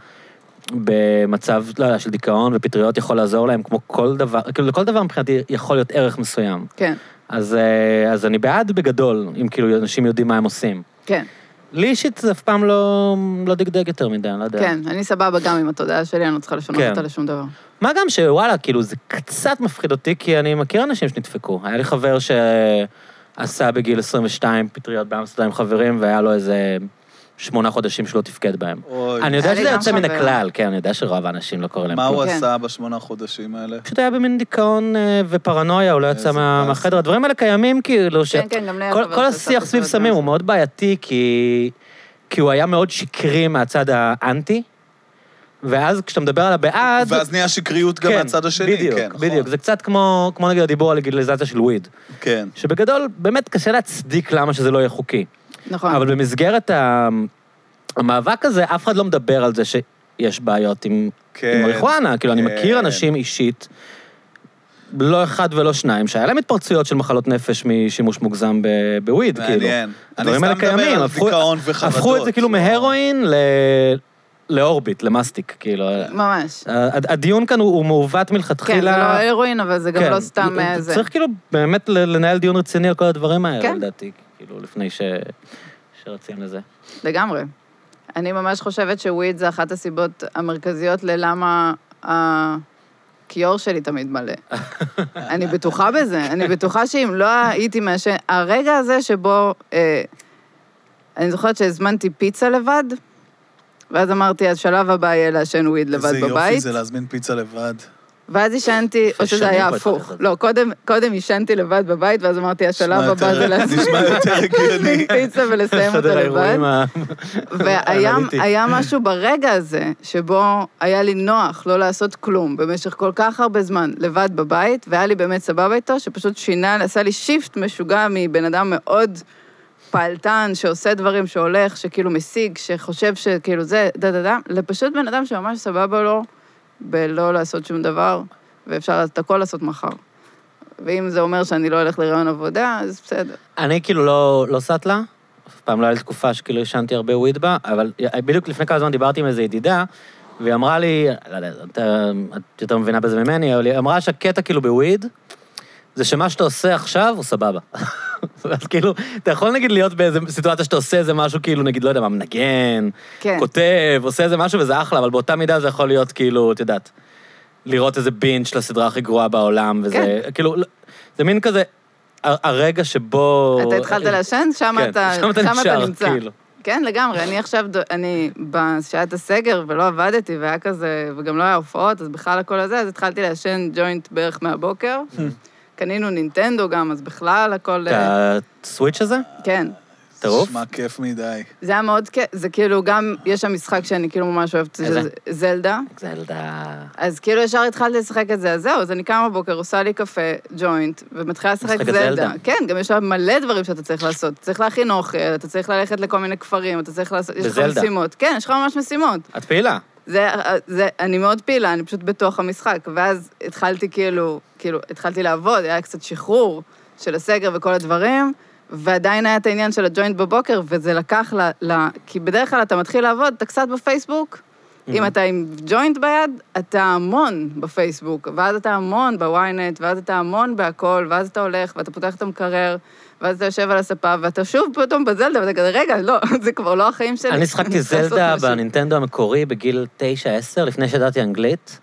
במצב, לא יודע, של דיכאון ופטריות יכול לעזור להם, כמו כל דבר, כאילו לכל דבר מבחינתי יכול להיות ערך מסוים.
כן.
אז, אה, אז אני בעד בגדול, אם כאילו אנשים יודעים מה הם עושים.
כן.
לי אישית זה אף פעם לא, לא דגדג יותר מדי, אני לא יודע.
כן. אני סבבה גם עם התודעה שלי, אני לא צריכה לשנות
כן.
אותה לשום דבר.
מה גם שוואלה, כאילו, זה קצת מפחיד אותי, כי אני מכיר אנשים שנדפקו. היה לי חבר שעשה בגיל 22 פטריות באמסטרדם עם חברים, והיה לו איזה שמונה חודשים שלא תפקד בהם.
אוי,
אני
היה
יודע
לי
שזה
גם
יוצא מן
חבר.
הכלל, כן, אני יודע שרוב האנשים לא קורה להם
מה
כלום.
הוא
כן.
עשה בשמונה חודשים האלה?
פשוט היה במין דיכאון אה, ופרנויה, הוא לא
איזה
יצא מה-
פס.
מהחדר. הדברים האלה קיימים, כאילו, ש...
כן, כן, גם לי היה
כל,
חבר
כל
שעשה
השיח סביב
פטריות
סמים הוא
באמסטרדם.
מאוד בעייתי, כי, כי הוא היה מאוד שקרי מהצד האנטי, ואז כשאתה מדבר על הבעד...
ואז נהיה שקריות גם
כן,
מהצד השני.
בדיוק,
כן, נכון.
בדיוק. זה קצת כמו, כמו נגיד הדיבור על לגליזציה של וויד,
כן.
שבגדול באמת קשה להצדיק למה שזה לא יהיה חוקי.
נכון.
אבל במסגרת ה- המאבק הזה, אף אחד לא מדבר על זה שיש בעיות עם
כן,
עם מריחואנה. כאילו, אני מכיר
כן.
אנשים אישית, לא אחד ולא שניים, שהיה להם התפרצויות של מחלות נפש משימוש מוגזם ב- בוויד, כאילו.
מעניין. לא. אני
הדברים
סתם
האלה
מדבר
קיימים,
על
הפכו-
דיכאון וחרדות.
הפכו את זה כאילו מהרואין ל- לאורביט, למאסטיק, כאילו.
ממש.
ה- הדיון כאן הוא הוא מעוות מלכתחילה.
כן, זה לא הרואין, אבל זה גם
כן,
לא סתם אה, זה.
צריך כאילו באמת ל- לנהל דיון רציני על כל הדברים האלה,
כן.
לדעתי, כאילו, לפני ש... שרצים לזה.
לגמרי. אני ממש חושבת שוויד זה אחת הסיבות המרכזיות ללמה הכיור שלי תמיד מלא. אני בטוחה בזה, אני בטוחה שאם לא הייתי מעשן... הרגע הזה שבו... אה, אני זוכרת שהזמנתי פיצה לבד, ואז אמרתי, השלב הבא יהיה לעשן וויד לבד
איזה יופי
בבית.
זה להזמין פיצה לבד.
ואז עישנתי, או שזה
שנים
היה
פה
הפוך.
התחלת.
לא, קודם, קודם עישנתי לבד בבית, ואז אמרתי, השלב
נשמע
הבא
יותר-
זה להזמין
נשמע יותר הגיוני.
פיצה ולסיים
סדר
אותה לבד.
האירועים ה...
והיה
האנליטי.
היה משהו ברגע הזה, שבו היה לי נוח לא לעשות כלום במשך כל כך הרבה זמן לבד בבית, והיה לי באמת סבבה איתו, שפשוט שינה, עשה לי שיפט משוגע מבן אדם מאוד פעלתן, שעושה דברים, שהולך, שכאילו משיג, שחושב שכאילו זה, דה דה דה, לפשוט בן אדם שממש סבבה לו בלא לעשות שום דבר, ואפשר את הכל לעשות מחר. ואם זה אומר שאני לא הולך לרעיון עבודה, אז בסדר.
אני כאילו לא, לא סטלה, אף פעם לא הייתה לי תקופה שכאילו עישנתי הרבה וויד בה, אבל בדיוק לפני כמה זמן דיברתי עם איזו ידידה, והיא אמרה לי, לא יודע, אתה- את יותר מבינה בזה ממני, אבל היא אמרה שהקטע כאילו בוויד, זה שמה שאתה עושה עכשיו הוא סבבה. אז כאילו, אתה יכול נגיד להיות באיזה סיטואציה שאתה עושה איזה משהו, כאילו, נגיד, לא יודע מה, מנגן,
כן.
כותב, עושה איזה משהו וזה אחלה, אבל באותה מידה זה יכול להיות כאילו, את יודעת, לראות איזה בינץ' של הסדרה הכי גרועה בעולם, וזה, כאילו, לא- זה מין כזה, ה- הרגע שבו...
אתה התחלת לעשן, שם
כן,
אתה
שם אתה
שם אתה
נשאר,
נמצא.
כאילו.
כן, לגמרי. אני עכשיו, דו- אני, בשעת הסגר ולא עבדתי, והיה כזה, וגם לא היה הופעות, אז בכלל הכל הזה, אז התחלתי לעשן ג'וינט בערך מהבוקר. קנינו נינטנדו גם, אז בכלל הכל...
את
אה,
הסוויץ' הזה?
כן.
טירוף?
נשמע כיף מדי.
זה היה מאוד כיף, זה כאילו גם, יש שם משחק שאני כאילו ממש אוהבת,
איזה?
שזה זלדה.
זה ילדה...
אז כאילו ישר התחלתי לשחק את זה, אז זהו, אז אני קמה בבוקר, עושה לי קפה, ג'וינט, ומתחילה לשחק
משחקת
זלדה.
זלדה.
כן, גם יש לה מלא דברים שאתה צריך לעשות. צריך להכין אוכל, אתה צריך ללכת לכל מיני כפרים, אתה צריך לעשות... יש לך
בזלדה.
משימות. כן, יש לך ממש משימות.
את פעילה.
זה, זה, אני מאוד פעילה, אני פשוט בתוך המשחק. ואז התחלתי כאילו, כאילו, התחלתי לעבוד, היה קצת שחרור של הסגר וכל הדברים, ועדיין היה את העניין של הג'וינט בבוקר, וזה לקח ל... ל כי בדרך כלל אתה מתחיל לעבוד, אתה קצת בפייסבוק,
Mhm.
אם אתה עם ג'וינט ביד, אתה המון בפייסבוק, ואז אתה המון בוויינט, ואז אתה המון בהכל, ואז אתה הולך, ואתה פותח את המקרר, ואז אתה יושב על הספה, ואתה שוב פתאום בזלדה, ואתה כזה, רגע, לא, זה כבר לא החיים שלי.
אני שחקתי
צריך לעשות
זלדה
משהו."
בנינטנדו המקורי בגיל 9-10, לפני שידעתי אנגלית,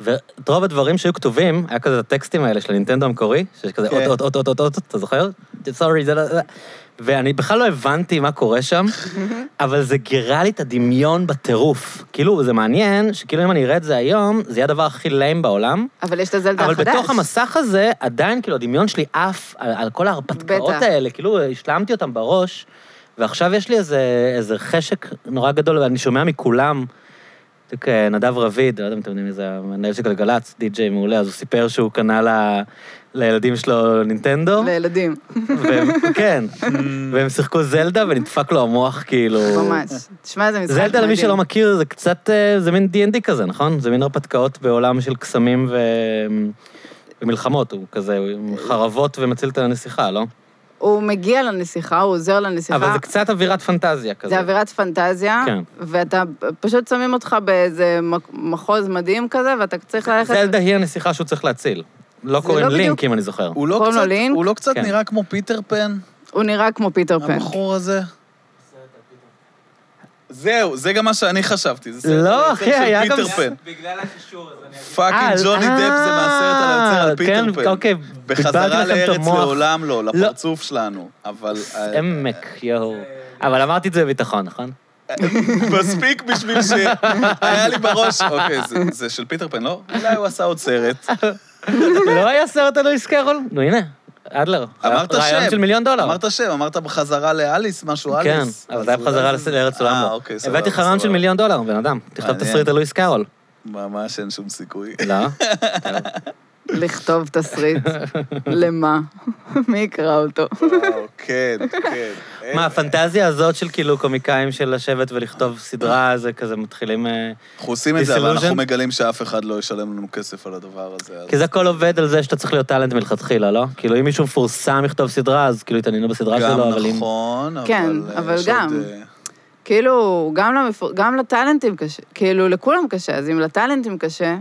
ואת רוב הדברים שהיו כתובים, היה כזה את הטקסטים האלה של הנינטנדו המקורי, שיש כזה
כן.
אות אות אות אות אות אות, אתה זוכר? סורי, זה לא... זה- ואני בכלל לא הבנתי מה קורה שם, אבל זה גירה לי את הדמיון בטירוף. כאילו, זה מעניין, שכאילו אם אני אראה את זה היום, זה יהיה הדבר הכי ליים בעולם,
אבל יש את הזלדה
אבל
החדש.
בתוך המסך הזה, עדיין כאילו הדמיון שלי עף על, על כל ההרפתקאות
בטח.
האלה, כאילו השלמתי אותם בראש, ועכשיו יש לי איזה, איזה חשק נורא גדול, ואני שומע מכולם, בדיוק אה, נדב רביד, לא יודע אם אתם יודעים מי זה, המנהל של גלגלצ, די-ג'יי מעולה, אז הוא סיפר שהוא קנה ל, לילדים שלו נינטנדו,
לילדים,
והם, כן, והם שיחקו זלדה ונדפק לו המוח כאילו.
ממש. תשמע, זה משחק מדהים.
זלדה, למי שלא מכיר, זה קצת, אה, זה מין D&D כזה, נכון? זה מין הרפתקאות בעולם של קסמים ו... ומלחמות, הוא כזה, הוא עם חרבות ומציל את הנסיכה, לא?
הוא מגיע לנסיכה, הוא עוזר לנסיכה.
אבל זה קצת אווירת פנטזיה כזה.
זה אווירת פנטזיה,
כן.
ואתה פשוט שמים אותך באיזה מק- מחוז מדהים כזה, ואתה צריך ללכת...
זלדה היא הנסיכה שהוא צריך להציל. לא
זה
קוראים
לא בדיוק-
לינק, אם אני זוכר.
הוא לא
קוראים לו
קצת-
לינק?
הוא לא קצת
כן.
נראה כמו פיטר פן?
הוא נראה כמו פיטר פן.
הבחור הזה? זהו, זה גם מה שאני חשבתי. זה סרט
לא,
על היוצר
אחי,
של
היה גם
פיטר
ס-
פן.
בגלל הקישור הזה אני אגיד.
פאקינג
אה,
ג'וני
אה,
דפ זה מהסרט על היוצר על פיטר
כן,
פן.
אוקיי, בלבלתי
בחזרה
לכם את
לארץ
המוח.
לעולם לא, לפרצוף שלנו. אבל אה,
עמק, יואו. אבל אמרתי את זה בביטחון, נכון?
מספיק בשביל ש... היה לי בראש, אוקיי, זה- זה של פיטר פן, לא? אולי הוא עשה עוד סלט.
לא היה סרט על לואיס קרול? נו, הנה, אדלר.
אמרת שם.
רעיון של מיליון דולר.
אמרת שם, אמרת בחזרה לאליס, משהו
כן,
אליס.
אבל זה היה
אז אולי
בחזרה לס- לארץ
אה,
עולם.
אוקיי, סבבה.
הבאתי חרן של
סבבה.
מיליון דולר, בן אדם. תכתוב
מעניין.
תסריט על לואיס קארול.
ממש אין שום סיכוי.
לא?
לכתוב תסריט. למה? מי יקרא אותו?
וואו, כן, כן.
מה, הפנטזיה הזאת של כאילו קומיקאים של לשבת ולכתוב סדרה, זה כזה מתחילים... אה,
אנחנו עושים את זה, אבל אנחנו
Disillusion?
מגלים שאף אחד לא ישלם לנו כסף על הדבר הזה. אז-
כי זה הכל עובד על זה שאתה צריך להיות טאלנט מלכתחילה, לא? כאילו, אם מישהו מפורסם לכתוב סדרה, אז כאילו יתעניינו בסדרה שלו, אבל
גם
אם...
נכון, אבל...
כן,
אה,
אבל
יש
גם.
עוד, אה,
כאילו, גם, למפור... גם לטאלנטים קשה, כאילו, לכולם קשה, אז אם לטאלנטים קשה,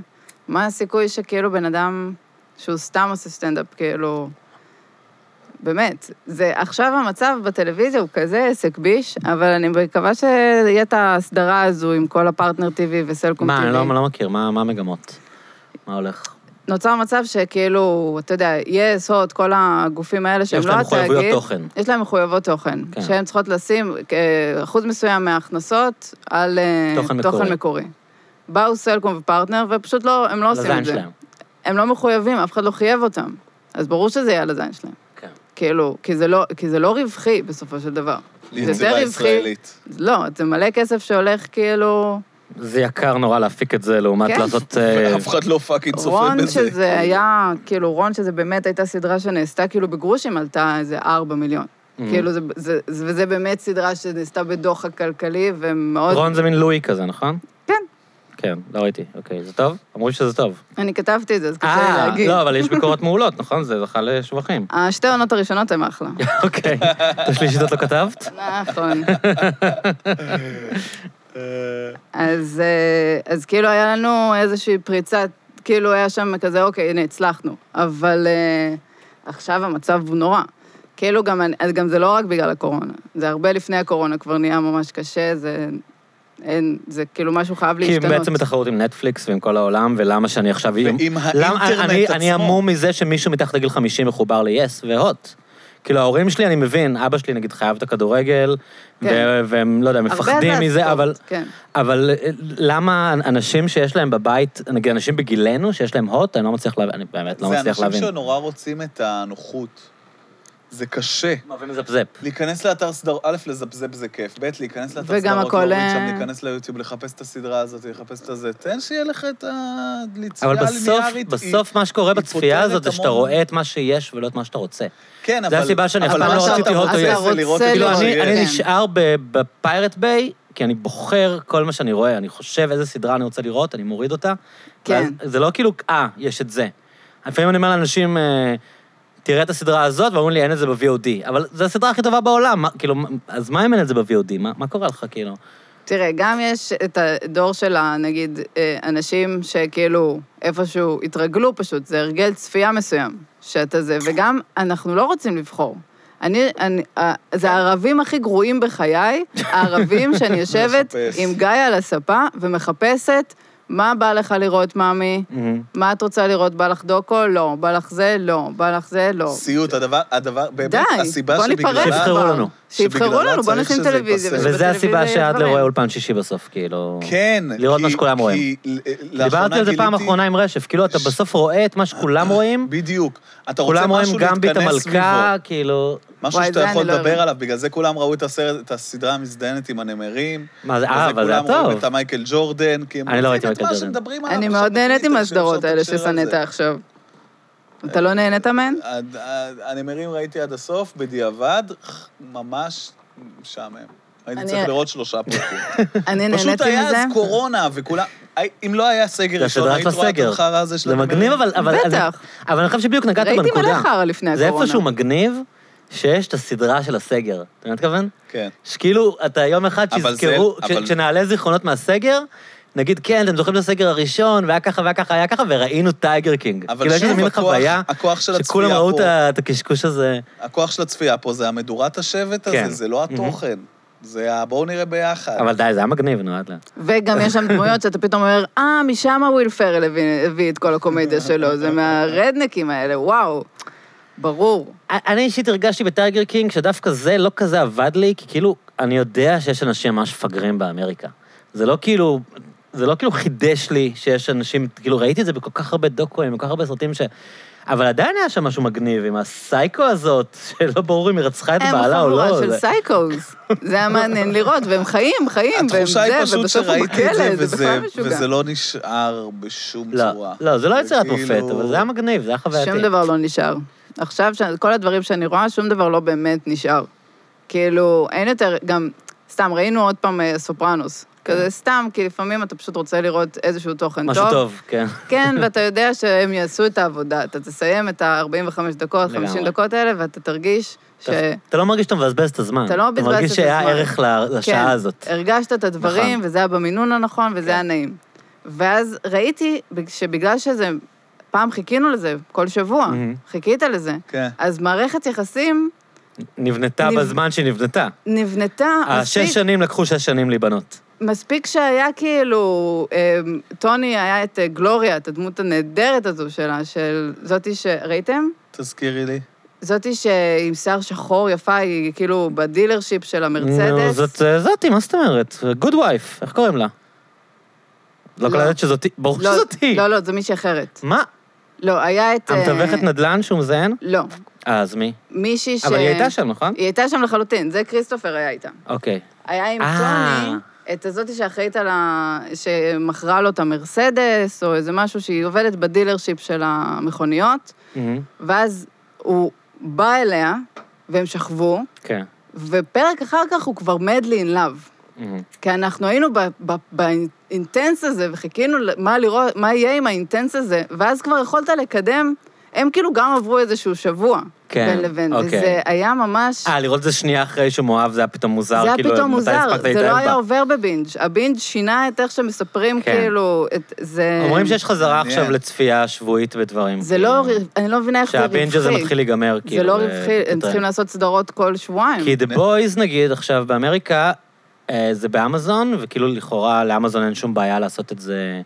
מה הסיכוי שכאילו בן אדם שהוא סתם עושה סטנדאפ, כאילו... באמת, זה עכשיו המצב בטלוויזיה הוא כזה עסק ביש, אבל אני מקווה שיהיה את ההסדרה הזו עם כל הפרטנר TV וסלקום TV.
מה, אני לא, לא מכיר, מה, מה המגמות? מה הולך?
נוצר מצב שכאילו, אתה יודע, יס, הוט, כל הגופים האלה שהם
יש
לא
להם
התאגיד.
מחויבויות תוכן.
יש להם מחויבות תוכן.
כן.
שהן צריכות לשים אה, אחוז מסוים מההכנסות על אה,
תוכן מקורי.
תוכן מקורי. באו סלקום ופרטנר, ופשוט לא, הם לא עושים
לזין
את זה.
שלהם.
הם לא מחויבים, אף אחד לא חייב אותם. אז ברור שזה יהיה על הזין שלהם.
כן.
כאילו, כי זה לא, כי זה לא רווחי בסופו של דבר. זה יותר
יצירה
רווחי.
ישראלית.
לא, זה מלא כסף שהולך כאילו...
זה יקר נורא להפיק את זה לעומת
כן.
לעשות... אה,
אף אחד לא פאקינג צופה
רון
בזה.
שזה היה, כאילו, רון שזה באמת הייתה סדרה שנעשתה כאילו בגרושים, עלתה איזה 4 מיליון.
Mhm.
כאילו, זה, זה, זה, וזה באמת סדרה שנעשתה בדוחק כלכלי, ומאוד...
רון זה מין לואי כזה, נכון?
כן.
כן, לא ראיתי. אוקיי, זה טוב? אמרו לי שזה טוב.
אני כתבתי את זה, אז קשה לי להגיד.
לא, אבל יש ביקורות מעולות, נכון? זה זכה לשבחים.
השתי העונות הראשונות הן אחלה.
אוקיי. את השלישית את לא כתבת?
נכון. אז, אה, אז כאילו היה לנו איזושהי פריצה, כאילו היה שם כזה, אוקיי, הנה, הצלחנו. אבל אה, עכשיו המצב הוא נורא. כאילו גם, אני- אז גם זה לא רק בגלל הקורונה, זה הרבה לפני הקורונה כבר נהיה ממש קשה, זה... אין, זה כאילו משהו חייב
כי הם
להשתנות.
בעצם בתחרות עם נטפליקס ועם כל העולם, ולמה שאני עכשיו...
ועם
למה-
האינטרנט
אני-
עצמו.
אני המום מזה שמישהו מתחת לגיל 50 מחובר ל-yes והוט. כאילו, ההורים שלי, אני מבין, אבא שלי נגיד חייב את הכדורגל,
כן.
ו- והם, לא יודע,
הרבה
מפחדים
זה
מזה,
הספורט,
אבל...
כן.
אבל אה, למה אנשים שיש להם בבית, נגיד אנשים בגילנו שיש להם הוט, אני לא מצליח להבין, אני באמת לא
זה
מצליח
אנשים
להבין.
שנורא רוצים את הנוחות. זה קשה.
מה, ומזפזפ.
להיכנס לאתר סדר, א', לזפזפ זה כיף, ב', להיכנס לאתר
וגם
סדרות,
הכל,
להוריד שם,
אה,
להיכנס ליוטיוב, לחפש את הסדרה הזאת, לחפש את הזה, תן שיהיה לך את הליציאה
אבל בסוף,
הליניארית.
בסוף מה שקורה
היא
בצפייה
פותרת
הזאת זה שאתה
המון.
רואה את מה שיש ולא את מה שאתה רוצה.
כן, אבל...
זה הסיבה שאני אף
אבל
פעם
מה
לא
שאתה
רציתי
רוצה
הוטו יס.
זה לא לראות
אתה
את
כאילו,
מה
רוצה
אני-
שיש.
לראות.
אני
כן.
נשאר ב- בפיירט ביי, כי אני בוחר כל מה שאני רואה, אני חושב איזה סדרה אני רוצה לראות, אני מוריד אותה.
כן.
ואז זה לא כאילו, אה, יש את זה. לפעמים אני אומר לאנשים, אה, תראה את הסדרה הזאת, ואומרים לי, אין את זה ב-VOD. אבל זו הסדרה הכי טובה בעולם, מה- כאילו, מה- אז מה אם אין את זה ב-VOD? מה מה קורה לך, כאילו?
תראה, גם יש את הדור של, ה- נגיד, אה, אנשים שכאילו איפשהו התרגלו פשוט, זה הרגל צפייה מסוים, שאתה זה, וגם אנחנו לא רוצים לבחור. אני, אני, אה, זה
כן.
הערבים הכי גרועים בחיי, הערבים שאני יושבת
מחפש.
עם גיא על הספה ומחפשת מה בא לך לראות, מאמי,
Mm-hmm.
מה את רוצה לראות, בא לך דוקו? לא, בא לך זה? לא, בא לך זה? לא.
סיוט, הדבר, הדבר, באמת,
די,
הסיבה
בוא ניפרד
שבגללה...
כבר.
שיבחרו לנו.
שיבחרו
שבגללה
לנו, בוא
צריך
נשים
שזה
טלוויזיה.
ייפסק.
וזה
ובטלוויזיה
הסיבה
יש
שאדלר
דברים.
רואה אולפן שישי בסוף, כאילו...
כן.
לראות מה
כי-
שכולם רואים.
כי ל- לאחרונה
דיברתי על זה פעם
גיליתי-
אחרונה עם רשף, כאילו, אתה בסוף רואה את מה שכולם רואים,
בדיוק. אתה רוצה
כולם רואים
משהו
גם בית
להתכנס סביבו.
המלכה, כאילו...
משהו
וואי,
שאתה
זה אני
יכול
לא
לדבר
הבנתי.
עליו, בגלל זה כולם ראו את הסרט, את הסדרה המזדיינת עם הנמרים.
מה זה,
בגלל
אה, אבל זה היה
כולם רואים
טוב.
את המייקל ג'ורדן, כי הם
אני לא ראיתי
את מה
מייקל ג'ורדן.
שמדברים עליו.
אני
עכשיו
מאוד נהניתי
בטוויטר,
מהסדרות
שאפשר לתקשר
האלה
על
ששנאת
זה.
עכשיו. אתה לא נהנית מהן?
עד- עד- הנמרים ראיתי עד הסוף, בדיעבד, ח- ממש משעמם. הייתי
אני-
צריך לראות שלושה פרקים.
אני נהניתי מזה.
פשוט היה אז קורונה, וכולם... הי- אם לא היה סגר
זה
ראשון,
הסדרת
היית רואה את
הסגר.
החרא הזה של
זה מגניב, אבל... אבל-
בטח.
אבל אני חושב שבדיוק נגעת
ראיתי
בנקודה.
מלא חרא לפני
זה
הקורונה.
איפשהו מגניב שיש את הסדרה של הסגר. אתה מבין מה אני מתכוון?
כן.
שכאילו, אתה יום אחד
אבל
שיזכרו,
זה- אבל-
כש- כשנעלה זיכרונות מהסגר, נגיד, כן, אתם זוכרים את הסגר הראשון, והיה ככה, והיה ככה, היה ככה, וראינו טייגר קינג.
אבל
כאילו, יש
שוב,
איזה מין
הכוח-
חוויה,
הכוח של
שכולם
הצפייה
ראו את
פה.
ה- את הקשקוש הזה.
הכוח של הצפייה פה זה המדורת השבט
כן.
הזה, זה לא התוכן. זה ה... בואו נראה ביחד.
אבל די, זה היה מגניב, נו, עד לאט.
וגם יש שם דמויות שאתה פתאום אומר, אה, משם וויל פרל הביא- הביא את כל הקומדיה שלו, זה מהרדנקים האלה, וואו. ברור.
אני אישית הרגשתי בטייגר קינג שדווקא זה לא כזה עבד לי, כי כאילו, אני יודע שיש אנשים ממש מפגרים באמריקה. זה לא כאילו, זה לא כאילו חידש לי שיש אנשים, כאילו, ראיתי את זה בכל כך הרבה דוקואים, בכל כך הרבה סרטים ש... אבל עדיין היה שם משהו מגניב עם הסייקו הזאת, שלא ברור אם היא רצחה את
הם
בעלה או
חבורה
לא.
של
זה-
סייקוס. זה היה מעניין לראות, והם חיים, חיים, והם
התחושה היא
זה,
פשוט
ובסוף הוא
שראיתי את זה,
בכלא, זה
וזה,
בכלל משוגע.
וזה לא נשאר בשום
לא,
צורה. כאילו-
לא, זה לא יצירת
וכאילו-
מופת, אבל זה היה מגניב, זה היה חווייתי.
שום כאילו, דבר לא נשאר. עכשיו, ש- כל הדברים שאני רואה, שום דבר לא באמת נשאר. כאילו, אין יותר, גם, סתם, ראינו עוד פעם אה, סופרנוס. כזה סתם, כי לפעמים אתה פשוט רוצה לראות איזשהו תוכן
כן. משהו טוב, כן.
כן, ואתה יודע שהם יעשו את העבודה. אתה תסיים את ה-45 דקות, 50
לגמרי.
דקות האלה, ואתה תרגיש ש...
אתה- אתה לא מרגיש שאתה מבזבז את הזמן.
אתה לא מבזבז
אתה מרגיש
את
שהיה
הזמן.
ערך ל- לשעה הזאת.
כן, הרגשת את הדברים,
נכון.
וזה היה במינון הנכון, וזה
כן.
היה נעים. ואז ראיתי שבגלל שזה... פעם חיכינו לזה, כל שבוע,
מהמם.
חיכית לזה.
כן.
אז מערכת יחסים
נבנתה
נב-
בזמן שנבנתה.
נבנתה מספיק,
השש שנים לקחו אה, שש שנים להיבנות.
מספיק שהיה כאילו, אמ, טוני היה את אה, גלוריה, את הדמות הנהדרת הזו שלה, של זאתי ש... ראיתם?
תזכירי לי.
זאתי שעם שיער שחור יפה, היא כאילו בדילרשיפ של
נו,
המרצדס.
זאת אה, זאתי, מה זאת אומרת? גוד וייף, איך קוראים לה? לא
לא.
קלטת שזאתי, ברור
לא,
שזאתי.
לא, לא, זו מישהי אחרת.
מה?
לא, היה את... אה,
המתווכת נדל"ן שהוא מזיין?
לא,
אה, אז מי?
מישהי ש...
אבל היא הייתה שם, נכון?
היא הייתה שם לחלוטין, זה כריסטופר היה איתה.
אוקיי.
היה עם
אה.
טוני, את הזאתי שאחראית על ה... שמכרה לו את המרסדס, או איזה משהו שהיא עובדת בדילרשיפ של המכוניות,
מהמם.
ואז הוא בא אליה, והם שכבו,
כן.
ופרק אחר כך הוא כבר madly in love.
מהמם.
כי אנחנו היינו ב- ב- באינטנס הזה, וחיכינו ל- מה לראות, מה יהיה עם האינטנס הזה, ואז כבר יכולת לקדם, הם כאילו גם עברו איזשהו שבוע.
כן,
בין לבין,
אוקיי.
וזה היה ממש...
אה, לראות את זה שנייה אחרי שהוא מאוהב, זה היה פתאום מוזר,
זה היה
כאילו,
פתאום
מתי
מוזר,
הספקת
זה
להתאהב
לא
בה?
היה עובר בבינג'. הבינג' שינה את איך שמספרים,
כן.
כאילו, את זה...
אומרים שיש חזרה
מעניין.
עכשיו לצפייה שבועית בדברים.
זה
כאילו.
לא... ר- אני לא מבינה איך זה רווחי.
שהבינג' הזה מתחיל להיגמר, כאילו.
זה לא
ב-
רווחי, הם
בטרנד.
צריכים לעשות סדרות כל שבועיים.
כי The Boys, נגיד, עכשיו באמריקה, אה, זה באמזון, וכאילו לכאורה לאמזון אין שום בעיה לעשות את זה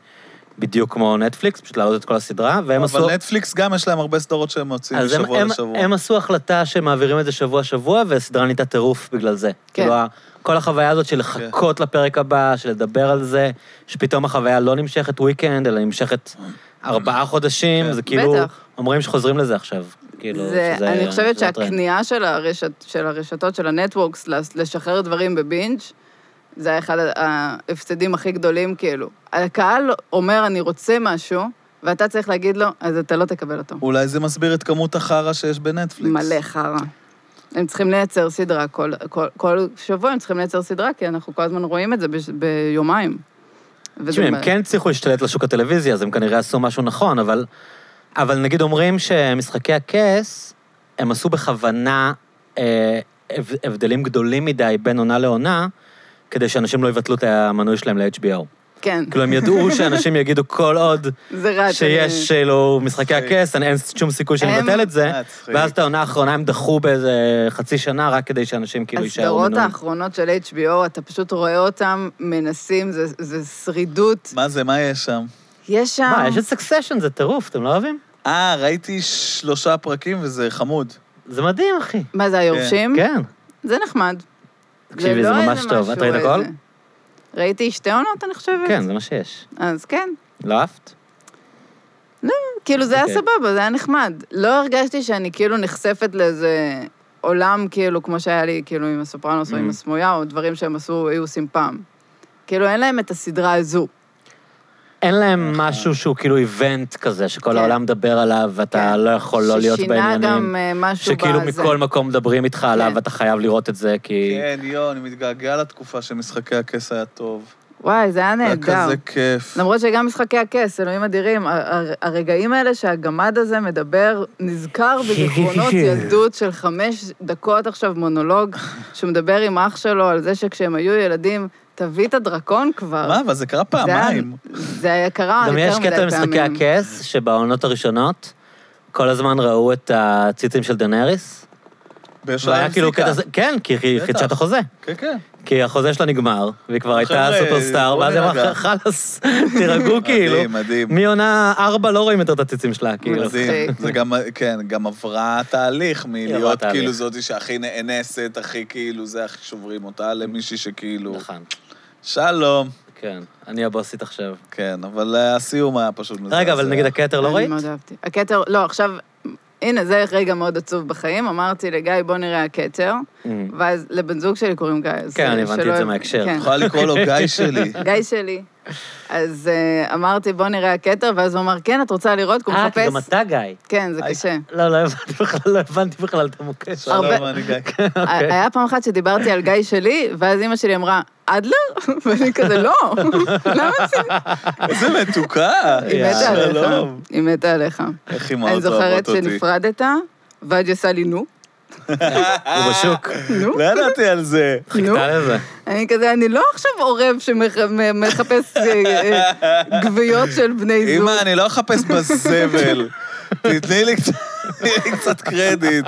בדיוק כמו נטפליקס, פשוט להעלות את כל הסדרה, והם עשו...
אבל נטפליקס גם יש להם הרבה סדרות שהם מוציאים
אז הם,
משבוע
הם,
לשבוע.
הם עשו החלטה שמעבירים את זה שבוע-שבוע, והסדרה נהייתה טירוף בגלל זה.
כן.
כאילו, ה- כל החוויה הזאת של לחכות לפרק הבא, של לדבר על זה, שפתאום החוויה לא נמשכת וויקנד, אלא נמשכת ארבעה חודשים,
כן.
זה כאילו...
בטח.
אומרים שחוזרים לזה עכשיו. כאילו,
זה,
שזה-
אני חושבת
שזה הטרנד.
שהכניעה של, הרשת, של הרשתות, של הנטוורקס, לס- לשחרר דברים בבינג', זה היה אחד ההפסדים הכי גדולים, כאילו. הקהל אומר, אני רוצה משהו, ואתה צריך להגיד לו, אז אתה לא תקבל אותו.
אולי זה מסביר את כמות החרא שיש בנטפליקס.
מלא חרא. הם צריכים לייצר סדרה, כל, כל, כל שבוע הם צריכים לייצר סדרה, כי אנחנו כל הזמן רואים את זה בש, ביומיים. וזה
תשמעי,
מ-
הם כן הצליחו להשתלט לשוק הטלוויזיה, אז הם כנראה עשו משהו נכון, אבל... אבל נגיד אומרים שמשחקי הכס, הם עשו בכוונה אה, הבד- הבדלים גדולים מדי בין עונה לעונה, כדי שאנשים לא יבטלו את המנוי שלהם ל-HBO.
כן,
כאילו, הם ידעו שאנשים יגידו כל עוד
זה אה, רץ.
שיש, כאילו, משחקי
מצחיק.
הכס, אני- אין שום סיכוי שאני
הם-
אבטל את זה,
אה, מצחיק.
ואז את העונה האחרונה הם דחו באיזה חצי שנה, רק כדי שאנשים כאילו יישארו
הסדרות
מנויים.
האחרונות של HBO, אתה פשוט רואה אותם מנסים, זה, זה שרידות.
מה זה, מה יש שם?
יש שם...
מה, יש את סקסשן, זה טירוף, אתם לא אוהבים?
אה, ראיתי שלושה פרקים וזה חמוד.
זה מדהים, אחי.
מה זה, היורשים?
כן.
זה נחמד.
תקשיבי, זה
לא
ממש
איזה
טוב. את
משהו,
ראית הכל?
איזה- ראיתי שתי עונות, אני חושבת.
כן, זה מה שיש.
אז כן.
לא אהבת?
כאילו, זה היה
אוקיי.
סבבה, זה היה נחמד. לא הרגשתי שאני כאילו נחשפת לאיזה עולם, כאילו, כמו שהיה לי, כאילו, עם הסופרנוס או עם
Mhm.
הסמויה, או דברים שהם עשו, היו עושים פעם. כאילו, אין להם את הסדרה הזו.
אין להם משהו שהוא כאילו איבנט כזה, שכל
כן.
העולם מדבר עליו, ואתה
כן.
לא יכול לא להיות
ששינה גם
בעניינים.
אה, משהו
שכאילו
בזה.
מכל מקום מדברים איתך עליו,
כן.
ואתה חייב לראות את זה, כי...
כן, יואו, אני מתגעגע לתקופה שמשחקי הכס היה טוב.
וואי, זה היה
היה
נהדר.
כזה כיף.
למרות שגם משחקי הכס, אלוהים אדירים, ה- ה- הרגעים האלה שהגמד הזה מדבר, נזכר בזיכרונות ילדות של חמש דקות עכשיו מונולוג, שהוא מדבר עם אח שלו על זה שכשהם היו ילדים, תביא את הדרקון כבר.
מה, אבל זה קרה
זה היה-
פעמיים.
זה היה קרה יותר
גם
מדי
יש
פעמים.
קטע במשחקי הכס, שבעונות הראשונות, כל הזמן ראו את הציצים של דנריס.
בשלב
והיה כאילו
הפסיקה.
קטע... זה- כן, כי היא
בטח.
חידשה את החוזה.
כן, כן.
כי החוזה שלה נגמר, והיא כבר הייתה
חבר'ה,
סופרסטאר,
בוא
ואז היא אמרה,
נירגע.
חלאס, תירגעו כאילו.
מדהים, מדהים.
מעונה ארבע לא רואים יותר את הציצים שלה, כאילו.
מדהים.
מצחיק.
זה גם, כן, גם עברה תהליך
עברה
מלהיות
תהליך.
כאילו זאתי שהכי נאנסת, הכי כאילו זה, הכי שוברים אותה, למישהי שכאילו...
נכון,
שלום.
כן. אני הבוסית עכשיו.
כן, אבל אה, הסיום היה פשוט מזעזע.
רגע, אבל נגיד הכתר לא ראית?
אני מאוד אהבתי. הכתר, לא, עכשיו, הנה, זה רגע מאוד עצוב בחיים. אמרתי לגיא, בוא נראה הכתר, ואז לבן זוג שלי קוראים גיא. אז
Mm.
אה,
כן, אני הבנתי
שלא-
את זה מההקשר. נכון?
כן.
את יכולה לקרוא לו גיא שלי.
גיא שלי. אז אה, אמרתי, בוא נראה הכתר, ואז הוא אמר, כן, את רוצה לראות? כי הוא
אה, כי גם
מחפש...
אתה גיא.
כן, זה
היי.
קשה.
לא, לא הבנתי בכלל, לא הבנתי בכלל את המוקש.
הרבה-
שלום, אני גיא.
אוקיי.
היה פעם אחת שדיברתי על גיא שלי, ואז אימא שלי אמרה, אדלר? ואני כזה, לא, למה זה?
איזה מתוקה.
היא מתה עליך.
שלום.
היא מתה עליך.
איך היא
אני
מאוד
זוכרת
אוהבת אותי.
שנפרדת, ואז היא עושה לי נו,
הוא בשוק.
נו,
לא ידעתי על זה.
אה, נו.
חיכתה לזה.
אני כזה, אני לא עכשיו עורב שמחפש אה, גוויות של בני זוג.
אמא, אני לא אחפש בזבל. תתני לי קצת- תתני לי קצת קרדיט.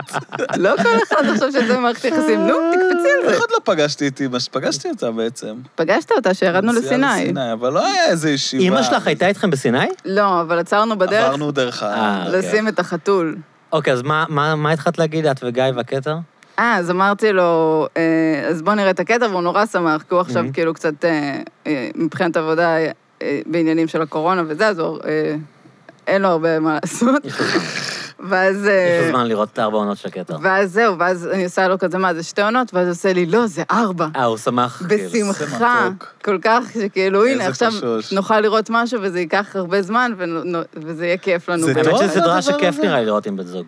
לא כל אחד עכשיו שזה מערכת יחסים, נו, תקפצי על
איך
זה.
עוד לא פגשתי איתי? מה שפגשתי אותה בעצם.
פגשת אותה כשירדנו
נסיעה
לסיני.
אבל לא היה איזה ישיבה.
אימא שלך הייתה איתכם בסיני?
לא, אבל עצרנו בדרך
עברנו דרך ה...
אה, אוקיי.
לשים את החתול.
אוקיי, אז מה- מה מה התחלת להגיד, את וגיא והכתר?
אה, אז אמרתי לו, אה, אז בוא נראה את הקטע, והוא נורא שמח, כי הוא עכשיו
Mhm.
כאילו קצת, אה, אה, מבחינת עבודה, אה, בעניינים של הקורונה וזה, אז הוא, אה, אין לו הרבה מה לעשות.
יש לו זמן.
ואז... אה,
יש לו זמן לראות את ארבע עונות של הכתר.
ואז זהו, ואז אני עושה לו כזה, מה, זה שתי עונות? ואז הוא עושה לי, לא, זה ארבע.
אה, הוא שמח. כאילו.
בשמחה,
מתוק.
כל כך, שכאילו,
איזה
הנה, עכשיו
פשוש. נוכל
נוכל לראות משהו וזה ייקח הרבה זמן ונו- וזה יהיה כיף לנו.
זה
גם.
טוב,
האמת שזו סדרה
הדבר
שכיף
הזה?
נראה לי לראות עם בן זוג.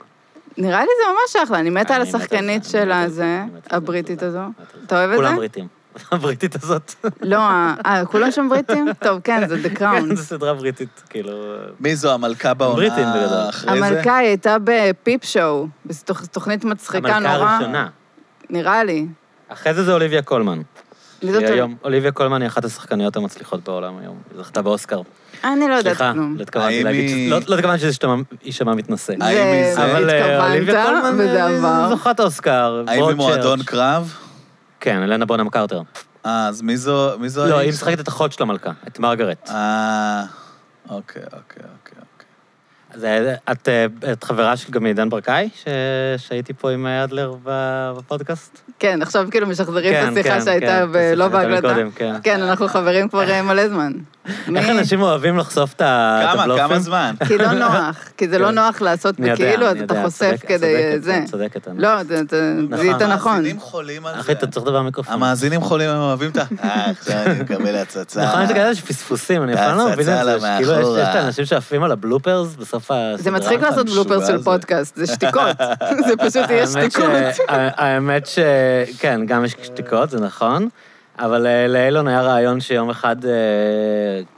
נראה לי זה ממש אחלה, אני מתה על
אני מת על
השחקנית
זה, אני
של
מת על זה,
הזה,
אני מת על זה,
הבריטית
תודה.
הזו.
מת על זה.
אתה אוהב
כולם
את זה?
בריטים. הבריטית הזאת.
לא, ה- אה, כולם שם בריטים? טוב, כן, זה The
כן,
Crown.
זו סדרה בריטית, כאילו...
מי זו המלכה
הבריטים בגדול.
בעונה אחרי זה?
המלכה היא הייתה בפיפ שואו, זו תוכ- תוכנית מצחיקה
המלכה
נורא,
הראשונה.
נראה לי.
אחרי זה זה אוליביה קולמן.
לי זאת-
היא היום, אוליביה קולמן היא אחת השחקניות המצליחות בעולם היום. היא זכתה באוסקר.
אני לא יודעת
סליחה,
כלום.
לא התכוונתי
האם
להגיד...
היא-
ש- לא- לא התכוונתי שזה שתמע- יישמע מתנשא.
האם היא זה?
אבל אה, אוליביה
התכוונת,
קולמן
וזה
אה,
עבר.
זוכת אוסקר.
האם היא
ברודצ'רץ'.
מועדון קרב?
כן, אלנה בונם קרטר.
אה, אז מי זו? מי זו
לא,
האיש?
היא משחקת את אחות של המלכה, את מרגרט.
אה, אוקיי, אוקיי, אוקיי. אוקיי.
אז אה, את, אה, את חברה של גם עידן ברקאי, ש... שהייתי פה עם אה, אדלר ב- בפודקאסט?
כן, עכשיו כאילו משחזרים את השיחה שהייתה
כן, את
ב-
השיחה
לא
שהייתה
בהקלטה.
מקודם, כן.
כן, אנחנו חברים כבר אה, מלא זמן. מי-
איך אנשים אוהבים לחשוף את ה- את
כמה,
הבלופים?
כמה זמן?
כי לא נוח, כי זה לא
כן.
נוח לעשות
אני יודע,
בכאילו, אז
אני
אתה
יודע,
חושף
צודק-
כדי אה,
צודקת,
זה.
צודקת. אני-
לא, אתה- אתה-
נכון.
זיהית נכון.
המאזינים חולים על זה.
אחי, אתה צריך לדבר במיקרופון.
המאזינים חולים, הם אוהבים את ה... אה, עכשיו אני מקבל הצצה.
נכון, יש כאלה שפספוסים, אני אף פעם לא מבין את
תעשה
זה.
צהלה
שכאילו, יש
מאחורה.
יש את האנשים שעפים על הבלופרס בסוף הסדרה.
זה לא מצחיק
אתה
לעשות
משוגע
בלופרס של
זה.
פודקאסט, זה שתיקות. זה פשוט יהיה
האמת ש-
שתיקות.
ה- האמת שכן, גם יש שתיקות, זה נכון. אבל אה, לאילון היה רעיון שיום אחד, אה,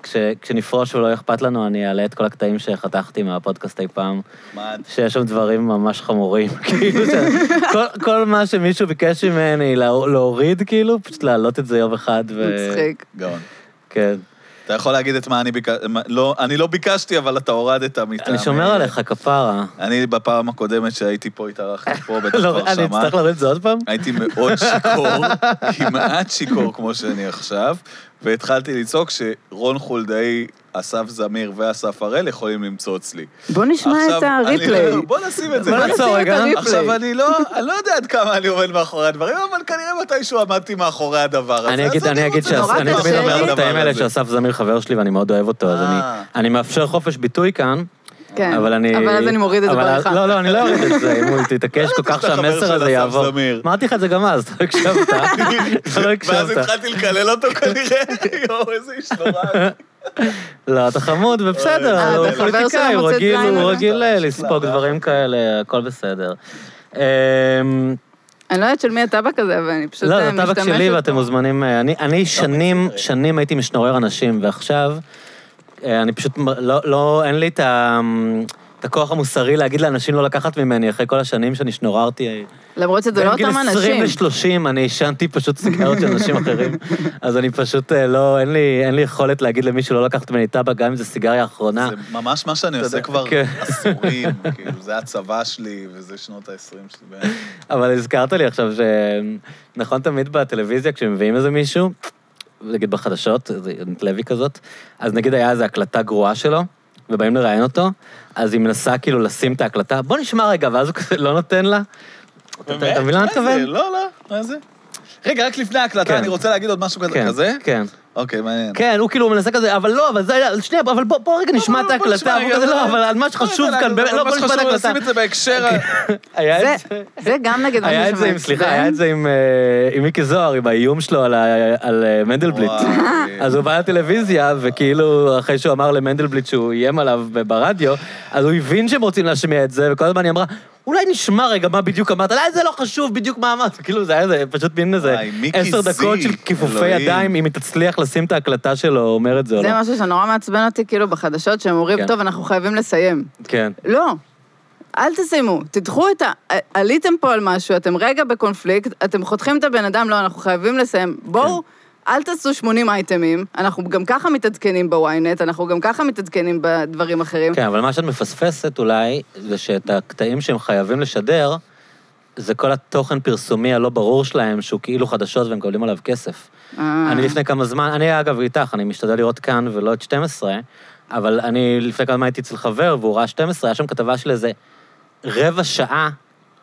כש- כשנפרוש ולא יהיה אכפת לנו, אני אעלה את כל הקטעים שחתכתי מהפודקאסט אי פעם,
מה,
שיש שם דברים ממש חמורים. כאילו, ש- כל- כל מה שמישהו ביקש ממני לה- להוריד, כאילו, פשוט להעלות את זה יום אחד. ו-
מצחיק.
גאון.
כן.
אתה יכול להגיד את מה אני ביקשתי, אני לא ביקשתי, אבל אתה הורדת מטעם.
אני שומר עליך, כפרה.
אני בפעם הקודמת שהייתי פה, התארחתי פה, בטח
לא,
כבר
אני
שמעת.
אצטרך להוריד את זה עוד פעם?
הייתי מאוד שיכור, כמעט שיכור כמו שאני עכשיו, והתחלתי לצעוק שרון חולדאי, אסף זמיר ואסף הראל יכולים למצוא אצלי.
בוא נשמע
עכשיו,
את
אני
הריפליי.
לא- בוא נשים את זה.
בוא
בוא
בוא
נעצור
נשים את
רגע.
הריפליי.
עכשיו, אני לא, אני לא יודע עד כמה אני עומד מאחורי הדברים, אבל כנראה מתישהו עמדתי מאחורי הדבר הזה.
אני
אז
אגיד, אני אגיד
רוצה
נורא
שאני
לעשות
תמיד
קשה
דבר
אומר את
לי.
הקטעים האלה
הזה.
שאסף זמיר חבר שלי ואני מאוד אוהב אותו, אז
אה.
אני- אני מאפשר חופש ביטוי כאן,
כן,
אבל אני...
אבל אז אני מוריד את זה
אבל-
בעריכה.
לא, לא, אני לא אוריד את זה, אם הוא תתעקש כל כך
שאתה חבר
שהמסר
של
הזה
אסף
יעבור.
זמיר.
אמרתי לך את זה גם אז, אתה לא הקשבת. אתה
ואז
לא הקשבת.
התחלתי לקלל אותו כנראה, יואו, איזה איש נורא.
לא, אתה חמוד,
אה,
ובסדר,
אתה
הוא
חבר
פוליטיקאי,
שלו
הוא
מוצא
רגיל,
זין
הוא
עליו?
רגיל
אה,
לספוג
אה,
דברים כאלה, הכל בסדר. אמ,
אני לא יודעת של מי הטבק הזה, אבל אני פשוט
לא,
אה,
זה
משתמשת.
הטבק שלי ואתם מוזמנים. אה, אני, אני שנים, שנים הייתי משנורר אנשים, ועכשיו אה, אני פשוט מ- לא, לא, אין לי את, ה, את הכוח המוסרי להגיד לאנשים לא לקחת ממני אחרי כל השנים שאני שנוררתי. אה,
למרות שזה לא
בין גיל
אותם
20
אנשים.
ל-30 אני עישנתי פשוט סיגרות של אנשים אחרים, אז אני פשוט אה, לא, אין לי, אין לי יכולת להגיד למישהו לא לקחת ממני טבק, גם אם זה סיגריה אחרונה.
זה ממש מה שאני
אתה
עושה
יודע,
כבר
כן.
עשורים, כאילו, זה הצבא שלי וזה שנות ה-20 שלי. באמת.
אבל הזכרת לי עכשיו שנכון תמיד בטלוויזיה כשמביאים איזה מישהו, נגיד בחדשות, איזה יונית לוי כזאת, אז נגיד היה איזו הקלטה גרועה שלו, ובאים לראיין אותו, אז היא מנסה כאילו לשים את ההקלטה, בוא נשמע רגע, ואז הוא כזה לא נותן לה. אתה אתה מבין למה אני
מה אה, זה?
מתכוון?
לא, לא, מה זה? רגע, רק לפני ההקלטה,
כן.
אני רוצה להגיד עוד משהו כזה.
כן,
כזה.
כן.
אוקיי, מעניין.
כן, הוא כאילו מנסה כזה, אבל לא, אבל זה היה, שנייה, אבל בוא, בוא רגע
לא,
נשמע את ההקלטה, הוא כזה לא, אבל על מה שחשוב כאן, באמת, לא, בוא נשמע את ההקלטה. אוקיי.
נשים את זה בהקשר... ה-
היה את
זה-
זה-
זה גם נגד
היה את
משהו
זה עם,
שמעצבן.
סליחה, היה את זה עם, אה, עם מיקי זוהר, עם האיום שלו על ה- על אה, מנדלבליט.
וואי.
אז הוא בא לטלוויזיה, וכאילו, אחרי שהוא אמר למנדלבליט שהוא איים עליו ב- ברדיו, אז הוא הבין שהם רוצים להשמיע את זה, וכל הזמן היא אמרה, אולי נשמע רגע מה בדיוק אמרת, לא, זה לא חשוב בדיוק מה אמרת. כאילו, זה היה איזה- פשוט מין איזה
וואי, מיקי
עשר
זי,
דקות של כיפופי
אלוהים.
ידיים, אם היא תצליח לשים את ההקלטה שלו, אומר את זה או לא.
זה משהו שנורא מעצבן אותי, כאילו, בחדשות, שהם אומרים,
כן.
טוב, אנחנו חייבים לסיים.
כן.
לא. אל תסיימו, תדחו את ה... עליתם פה על משהו, אתם רגע בקונפליקט, אתם חותכים את הבן אדם, לא, אנחנו חייבים לסיים. בואו, אל תעשו 80 אייטמים, אנחנו גם ככה מתעדכנים בוויינט, אנחנו גם ככה מתעדכנים בדברים אחרים.
כן, אבל מה שאת מפספסת אולי, זה שאת הקטעים שהם חייבים לשדר, זה כל התוכן פרסומי הלא ברור שלהם, שהוא כאילו חדשות והם מקבלים עליו כסף.
אה.
אני לפני כמה זמן, אני אגב איתך, אני משתדל לראות כאן ולא את 12, אבל אני לפני כמה זמן הייתי אצל חבר והוא ראה 12, היה שם כתבה של איזה רבע שעה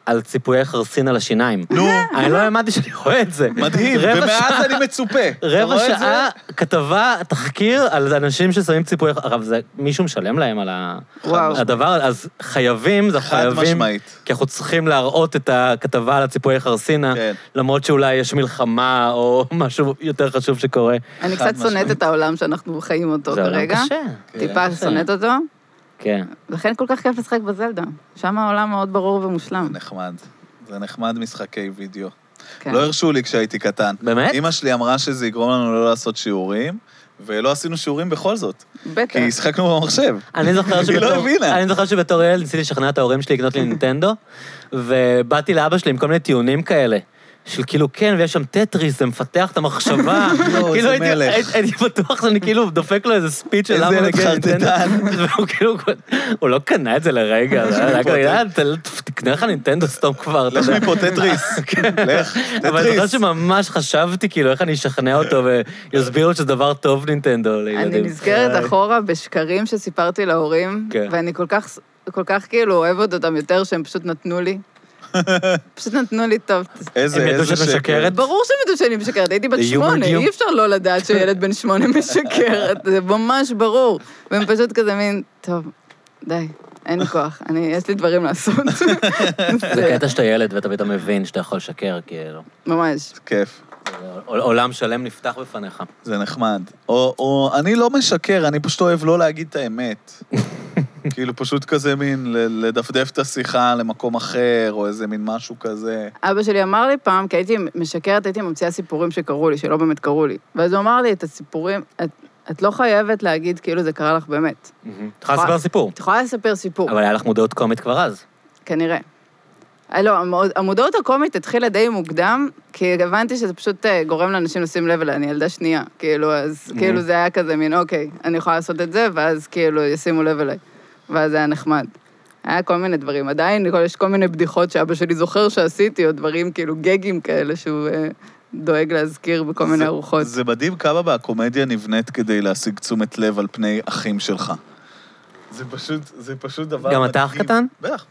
על ציפויי חרסין על השיניים.
נו,
אני לא האמנתי שאני רואה את זה.
מדהים,
רבע
ומאז
שעה-
אני מצופה. אתה
רבע
רואה את זה?
שעה כתבה, תחקיר על אנשים ששמים ציפויי... הרב, זה מישהו משלם להם על ה-
וואו.
הדבר, אז חייבים, זה
חד
חייבים...
משמעית.
כי אנחנו צריכים להראות את הכתבה על הציפויי חרסינה,
כן.
למרות שאולי יש מלחמה או משהו יותר חשוב שקורה.
אני
חד
קצת שונאת
משמעית.
את העולם שאנחנו חיים אותו
זה עולם
כרגע.
קשה.
טיפה
קשה.
שונאת אותו.
כן.
לכן כל כך כיף לשחק בזלדה. שם העולם מאוד ברור ומושלם.
זה נחמד. זה נחמד משחקי וידאו.
כן.
לא הרשו לי כשהייתי קטן.
באמת?
אימא שלי אמרה שזה יגרום לנו לא לעשות שיעורים, ולא עשינו שיעורים בכל זאת.
בטח.
כי השחקנו במחשב.
אני זוכר
היא לא
שבתור...
הבינה.
אני זוכר שבתור ילד ניסיתי לשכנע את ההורים שלי לקנות לי נינטנדו, ובאתי לאבא שלי עם כל מיני טיעונים כאלה. של כאילו, כן, ויש שם טטריס, זה מפתח את המחשבה.
יואו,
כאילו,
איזה
הייתי-
מלך.
הייתי- הייתי בטוח שאני כאילו דופק לו איזה ספיץ' של
איזה
למה
ילד
נגד נינטנדו.
חרטטן.
והוא כאילו, הוא לא קנה את זה לרגע. זה היה
מפה,
כזה, "אה, ת- תקנה לך נינטנדו סתום כבר, אתה
לך
יודע.
מפה, טטריס. לך,
כן. אבל אני זוכר
טטריס.
שממש חשבתי, כאילו, איך אני אשכנע אותו ויסביר לו שזה דבר טוב נינטנדו לילדים.
אני נזכרת
איי.
אחורה בשקרים שסיפרתי להורים,
כן.
ואני כל כך, כל כך כאילו אוהבת אותם יותר, שהם פשוט נתנו לי. פשוט נתנו לי טוב.
איזה,
הם ידעו
איזה
שאת משקרת?
ברור שהם ידעו שאני משקרת, הייתי בת
The human
שמונה,
you.
אי אפשר לא לדעת שילד בן שמונה משקר, זה ממש ברור. והם פשוט כזה מין, טוב, די, אין לי כוח, אני, יש לי דברים לעשות.
זה קטע שאתה ילד ואתה פתאום מבין שאתה יכול לשקר, כאילו.
ממש.
כיף.
עול- עולם שלם נפתח בפניך.
זה נחמד. או, או, אני לא משקר, אני פשוט אוהב לא להגיד את האמת. כאילו, פשוט כזה מין ל- לדפדף את השיחה למקום אחר, או איזה מין משהו כזה.
אבא שלי אמר לי פעם, כי הייתי משקרת, הייתי ממציאה סיפורים שקרו לי, שלא באמת קרו לי. ואז הוא אמר לי את הסיפורים, את, את לא חייבת להגיד כאילו זה קרה לך באמת.
את יכולה לספר סיפור.
את יכולה לספר סיפור,
אבל היה לך מודעות קומית כבר אז.
כנראה. אה, לא, המוד- המודעות הקומית התחילה די מוקדם, כי הבנתי שזה פשוט אה, גורם לאנשים לשים לב אליי, אני ילדה שנייה. כאילו, אז כאילו זה היה כזה מין, אוקיי, אני יכולה לעשות את זה, ואז כאילו ישימו לב אליי. ואז זה היה נחמד. היה כל מיני דברים. עדיין כל- יש כל מיני בדיחות שאבא שלי זוכר שעשיתי, או דברים כאילו גגים כאלה שהוא אה, דואג להזכיר בכל מיני
זה-
ארוחות.
זה מדהים כמה מהקומדיה נבנית כדי להשיג תשומת לב על פני אחים שלך. זה פשוט, זה פשוט דבר
גם אתה אח
מדהים.
קטן?
בטח.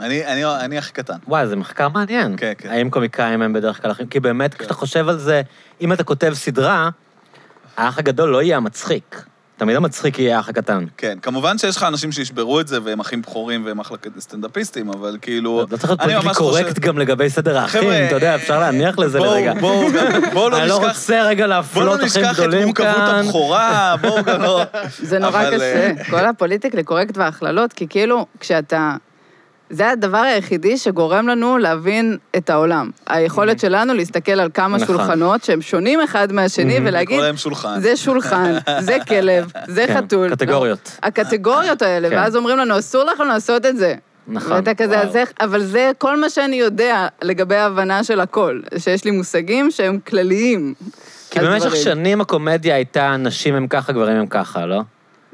אני, אני, אני הכי קטן.
וואי, זה מחקר מעניין.
כן, כן.
האם קומיקאים הם בדרך כלל אחים? כי באמת, כשאתה חושב על זה, אם אתה כותב סדרה, האח הגדול לא יהיה המצחיק. תמיד המצחיק יהיה האח הקטן.
כן, כמובן שיש לך אנשים שישברו את זה, והם אחים בכורים והם מחלקת סטנדאפיסטים, אבל כאילו...
לא צריך להיות
אני
פוליטי
ממש
קורקט
חושב-
גם לגבי סדר האחים,
חבר'ה,
אתה יודע, אפשר להניח לזה
בואו-
לרגע.
בואו גם- בואו לא
אני לא
נשכח...
רוצה רגע
בואו
להפלות
לא
אחים
נשכח את
גדולים
מורכבות
כאן.
הבכורה, בואו גם לא...
זה נורא
אבל,
קשה,
אה,
כל הפוליטיקלי קורקט וההכללות, כי כאילו, כשאתה... זה הדבר היחידי שגורם לנו להבין את העולם. היכולת שלנו להסתכל על כמה
אוקיי. נכון.
שולחנות שהם שונים אחד מהשני ולהגיד,
לקרוא להם שולחן.
זה שולחן, זה כלב, זה
כן,
חתול.
קטגוריות.
לא, הקטגוריות האלה,
כן.
ואז אומרים לנו, אסור לכם לעשות את זה.
נכון,
לא. ואתה כזה,
וואו.
"אז איך-" אבל זה כל מה שאני יודע לגבי ההבנה של הכל, שיש לי מושגים שהם כלליים.
כי
על
במשך
דברים.
שנים הקומדיה הייתה, נשים הם ככה, גברים הם ככה, לא?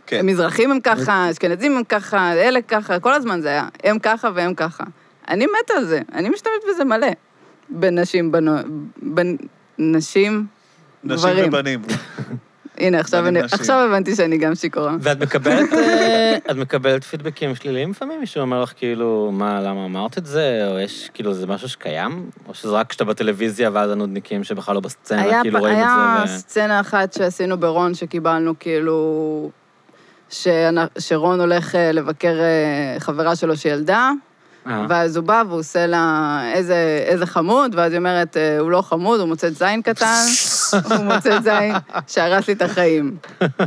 כן.
מזרחים הם ככה, אשכנזים הם ככה, אלה ככה, כל הזמן זה היה. הם ככה והם ככה. אני מתה על זה, אני משתמשת בזה מלא. בנשים, בנו... בנשים,
נשים
גברים.
ובנים.
הנה, עכשיו
בנים,
אני-
נשים.
עכשיו הבנתי שאני גם שיכורה.
ואת מקבלת, אה, את מקבלת פידבקים שליליים לפעמים? מישהו אומר לך כאילו, מה, למה אמרת את זה? או יש, כאילו, זה משהו שקיים? או שזה רק כשאתה בטלוויזיה ואז הנודניקים שבכלל לא בסצנה,
היה,
כאילו רואים את
היה
זה ו...
סצנה אחת שעשינו ברון, שקיבלנו כאילו... שאנ- שרון הולך אה, לבקר אה, חברה שלו שילדה,
אה,
ואז הוא בא והוא עושה לה איזה, איזה חמוד, ואז היא אומרת, "אה, הוא לא חמוד, הוא מוצא זין קטן, הוא מוצא זין שהרס לי את החיים.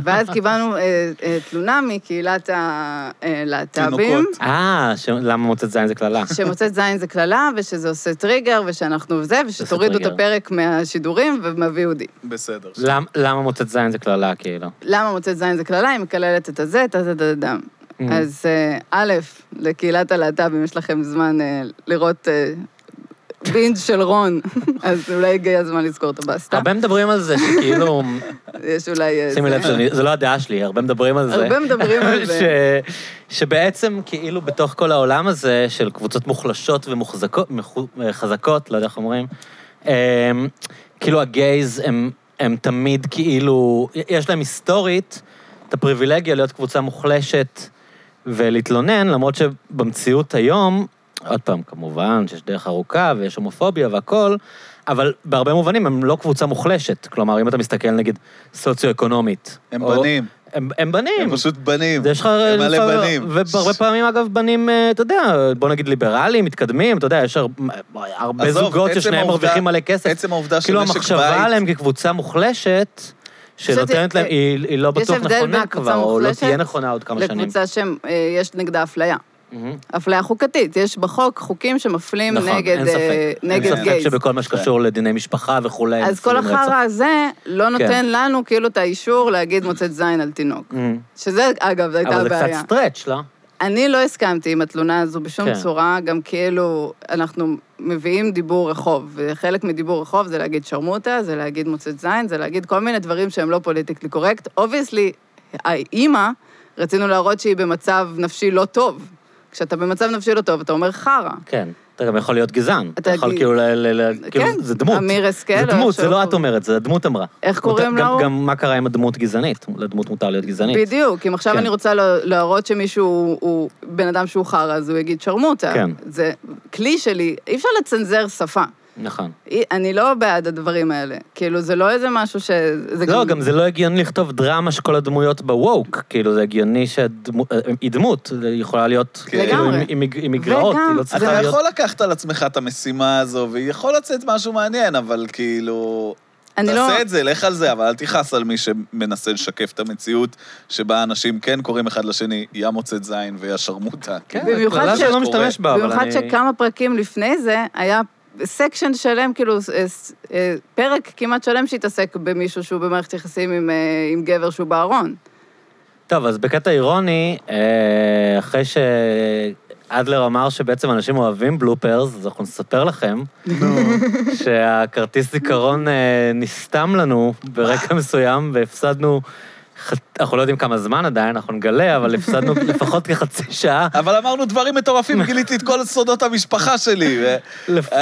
ואז קיבלנו אה, אה, תלונה מקהילת אה, הלהט"בים.
תינוקות.
אה, ש- למה מוצאת זין זה קללה?
שמוצאת זין זה קללה, ושזה עושה טריגר, ושאנחנו זה, ושתורידו את
טריגר.
הפרק מהשידורים ומהVOD.
בסדר.
למ- למה מוצאת זין זה קללה, כאילו?
למה מוצאת זין זה קללה? היא מקללת את הזה, את הזה, את הזה, דם.
Mm.
אז אה, א', לקהילת הלהט"ב, אם יש לכם זמן אה, לראות אה, בינג' של רון, אז אולי הגיע הזמן לזכור את הבסטה.
הרבה מדברים על זה, שכאילו,
יש אולי... אה,
שימי
זה.
לב, שאני- זה לא הדעה שלי, הרבה מדברים על זה.
הרבה מדברים על זה.
ש... שבעצם, כאילו, בתוך כל העולם הזה של קבוצות מוחלשות וחזקות, חזקות, לא יודע איך אומרים, הם, כאילו הגייז הם, הם תמיד כאילו, יש להם היסטורית את הפריבילגיה להיות קבוצה מוחלשת ולהתלונן, למרות שבמציאות היום, עוד פעם, כמובן שיש דרך ארוכה ויש הומופוביה והכול, אבל בהרבה מובנים הם לא קבוצה מוחלשת. כלומר, אם אתה מסתכל נגיד סוציו-אקונומית.
הם בנים.
הם, הם בנים.
הם פשוט בנים.
זה יש לך...
הם מלא
לפעמים-
בנים.
והרבה פעמים, אגב, בנים, אה, אתה יודע, בוא נגיד ליברלים, מתקדמים, אתה יודע, יש הר- הרבה
עזוב,
זוגות
עצם
ששניהם
העובדה-
מרוויחים מלא כסף.
עצם העובדה
כאילו,
שמשק
המחשבה
בית-
עליהם כקבוצה מוחלשת, שנותנת להם,
אה,
היא היא לא
יש
בטוח
הבדל בין
נכונה
קבוצה
כבר, או לא
מוחלשת
תהיה נכונה עוד כמה שנים.
לקבוצה שיש נגדה אפליה.
מהמם.
אפליה חוקתית, יש בחוק חוקים שמפלים
נכון,
נגד
אין ספק.
אה, נגד
אין ספק
גייז.
שבכל מה שקשור לדיני משפחה וכולי,
אז כל
מפעילים
החרא
רצח.
הזה
כן.
לא נותן לנו כאילו את האישור להגיד מוצאת זין על תינוק.
אמ,
שזה, אגב, זו הייתה
אבל זה קצת
הבעיה.
סטרץ', לא?
אני לא הסכמתי עם התלונה הזו בשום
כן.
צורה, גם כאילו אנחנו מביאים דיבור רחוב, וחלק מדיבור רחוב זה להגיד שרמוטה, זה להגיד מוצאת זין, זה להגיד כל מיני דברים שהם לא פוליטיקלי קורקט. אובייסלי, האימא, רצינו להראות שהיא במצב נפשי לא טוב. כשאתה במצב נפשי לא טוב, אתה אומר חרא.
כן. אתה גם יכול להיות גזען. אתה
אתה
יכול
ג-
כאילו, ל- ל- ל- כאילו,
כן,
זה דמות.
אמיר השכל,
זה
או
דמות,
איך
זה
שלא
לא את
קוראים.
אומרת, זה הדמות אמרה.
איך
מותר-
קוראים
גם-
לו?
גם מה קרה עם הדמות גזענית? לדמות מותר להיות גזענית.
בדיוק, אם עכשיו
כן.
אני רוצה לה- להראות שמישהו הוא- הוא בן אדם שהוא חרא, אז הוא יגיד שרמוטה.
כן.
זה כלי שלי, אי אפשר לצנזר שפה.
נכון.
אי- אני לא בעד הדברים האלה. כאילו, זה לא איזה משהו ש... זה
לא, גם זה לא הגיוני לכתוב דרמה שכל הדמויות בווק. כאילו, זה הגיוני שהיא דמות, זה יכולה להיות...
לגמרי.
כאילו, היא- היא מג- היא מגרעות,
כן. וגם-
היא לא צריכה
אתה
להיות...
יכול לקחת על עצמך את המשימה הזו, ויכול לצאת משהו מעניין, אבל כאילו...
אני
תעשה
לא...
את זה, לך על זה, אבל אל תכעס על מי שמנסה לשקף את המציאות שבה אנשים כן קוראים אחד לשני יא מוצאת זין ויא שרמוטה.
כן,
במיוחד
זה קללה
ש-
שאני לא משתמש בה, אבל
במיוחד
אני...
שכמה פרקים לפני זה, היה סקשן שלם, כאילו, ס- ס- אה, פרק כמעט שלם שהתעסק במישהו שהוא במערכת יחסים עם, אה, עם גבר שהוא בארון.
טוב, אז בקטע אירוני, אה, אחרי שאדלר אמר שבעצם אנשים אוהבים בלופרס, אז אנחנו נספר לכם שהכרטיס זיכרון אה, נסתם לנו ברקע מסוים, והפסדנו, ח- אנחנו לא יודעים כמה זמן עדיין, אנחנו נגלה, אבל הפסדנו לפחות כחצי שעה.
אבל אמרנו דברים מטורפים, גיליתי את כל סודות המשפחה שלי. ו- אה,
לפ-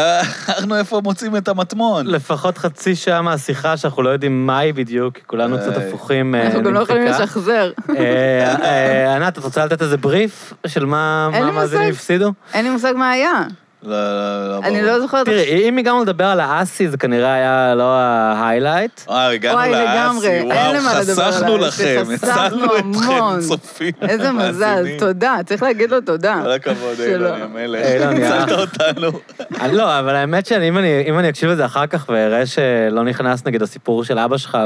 אנחנו איפה מוצאים את המטמון.
לפחות חצי שעה מהשיחה שאנחנו לא יודעים מהי בדיוק, כי כולנו קצת
איי.
הפוכים. אה,
אנחנו גם לא יכולים
נמחקה.
לשחזר.
אה, אה, ענת, את רוצה לתת איזה בריף של מה
אין
מה
לי
המאזינים
מושג.
הפסידו?
אין לי מושג מה היה.
לא, לא, לא,
אני
ברור.
לא זוכרת.
תראי, אם הגענו לדבר על האסי, זה כנראה היה לא ההיילייט.
וואו, הגענו
וואי, לגמרי,
לאסי,
אין
וואו,
לי מה לדבר על
חסכנו
האסי,
לכם,
חסכנו
הצלנו אתכם,
המון.
צופים.
איזה מזל,
מאזינים.
תודה, צריך להגיד לו תודה.
כל הכבוד,
שלא.
אילון, המלך.
אילון, יא.
הצלת אותנו.
אה, לא, אבל האמת שאם אני, אם אני אקשיב לזה אחר כך ואראה שלא נכנס נגיד הסיפור של אבא שלך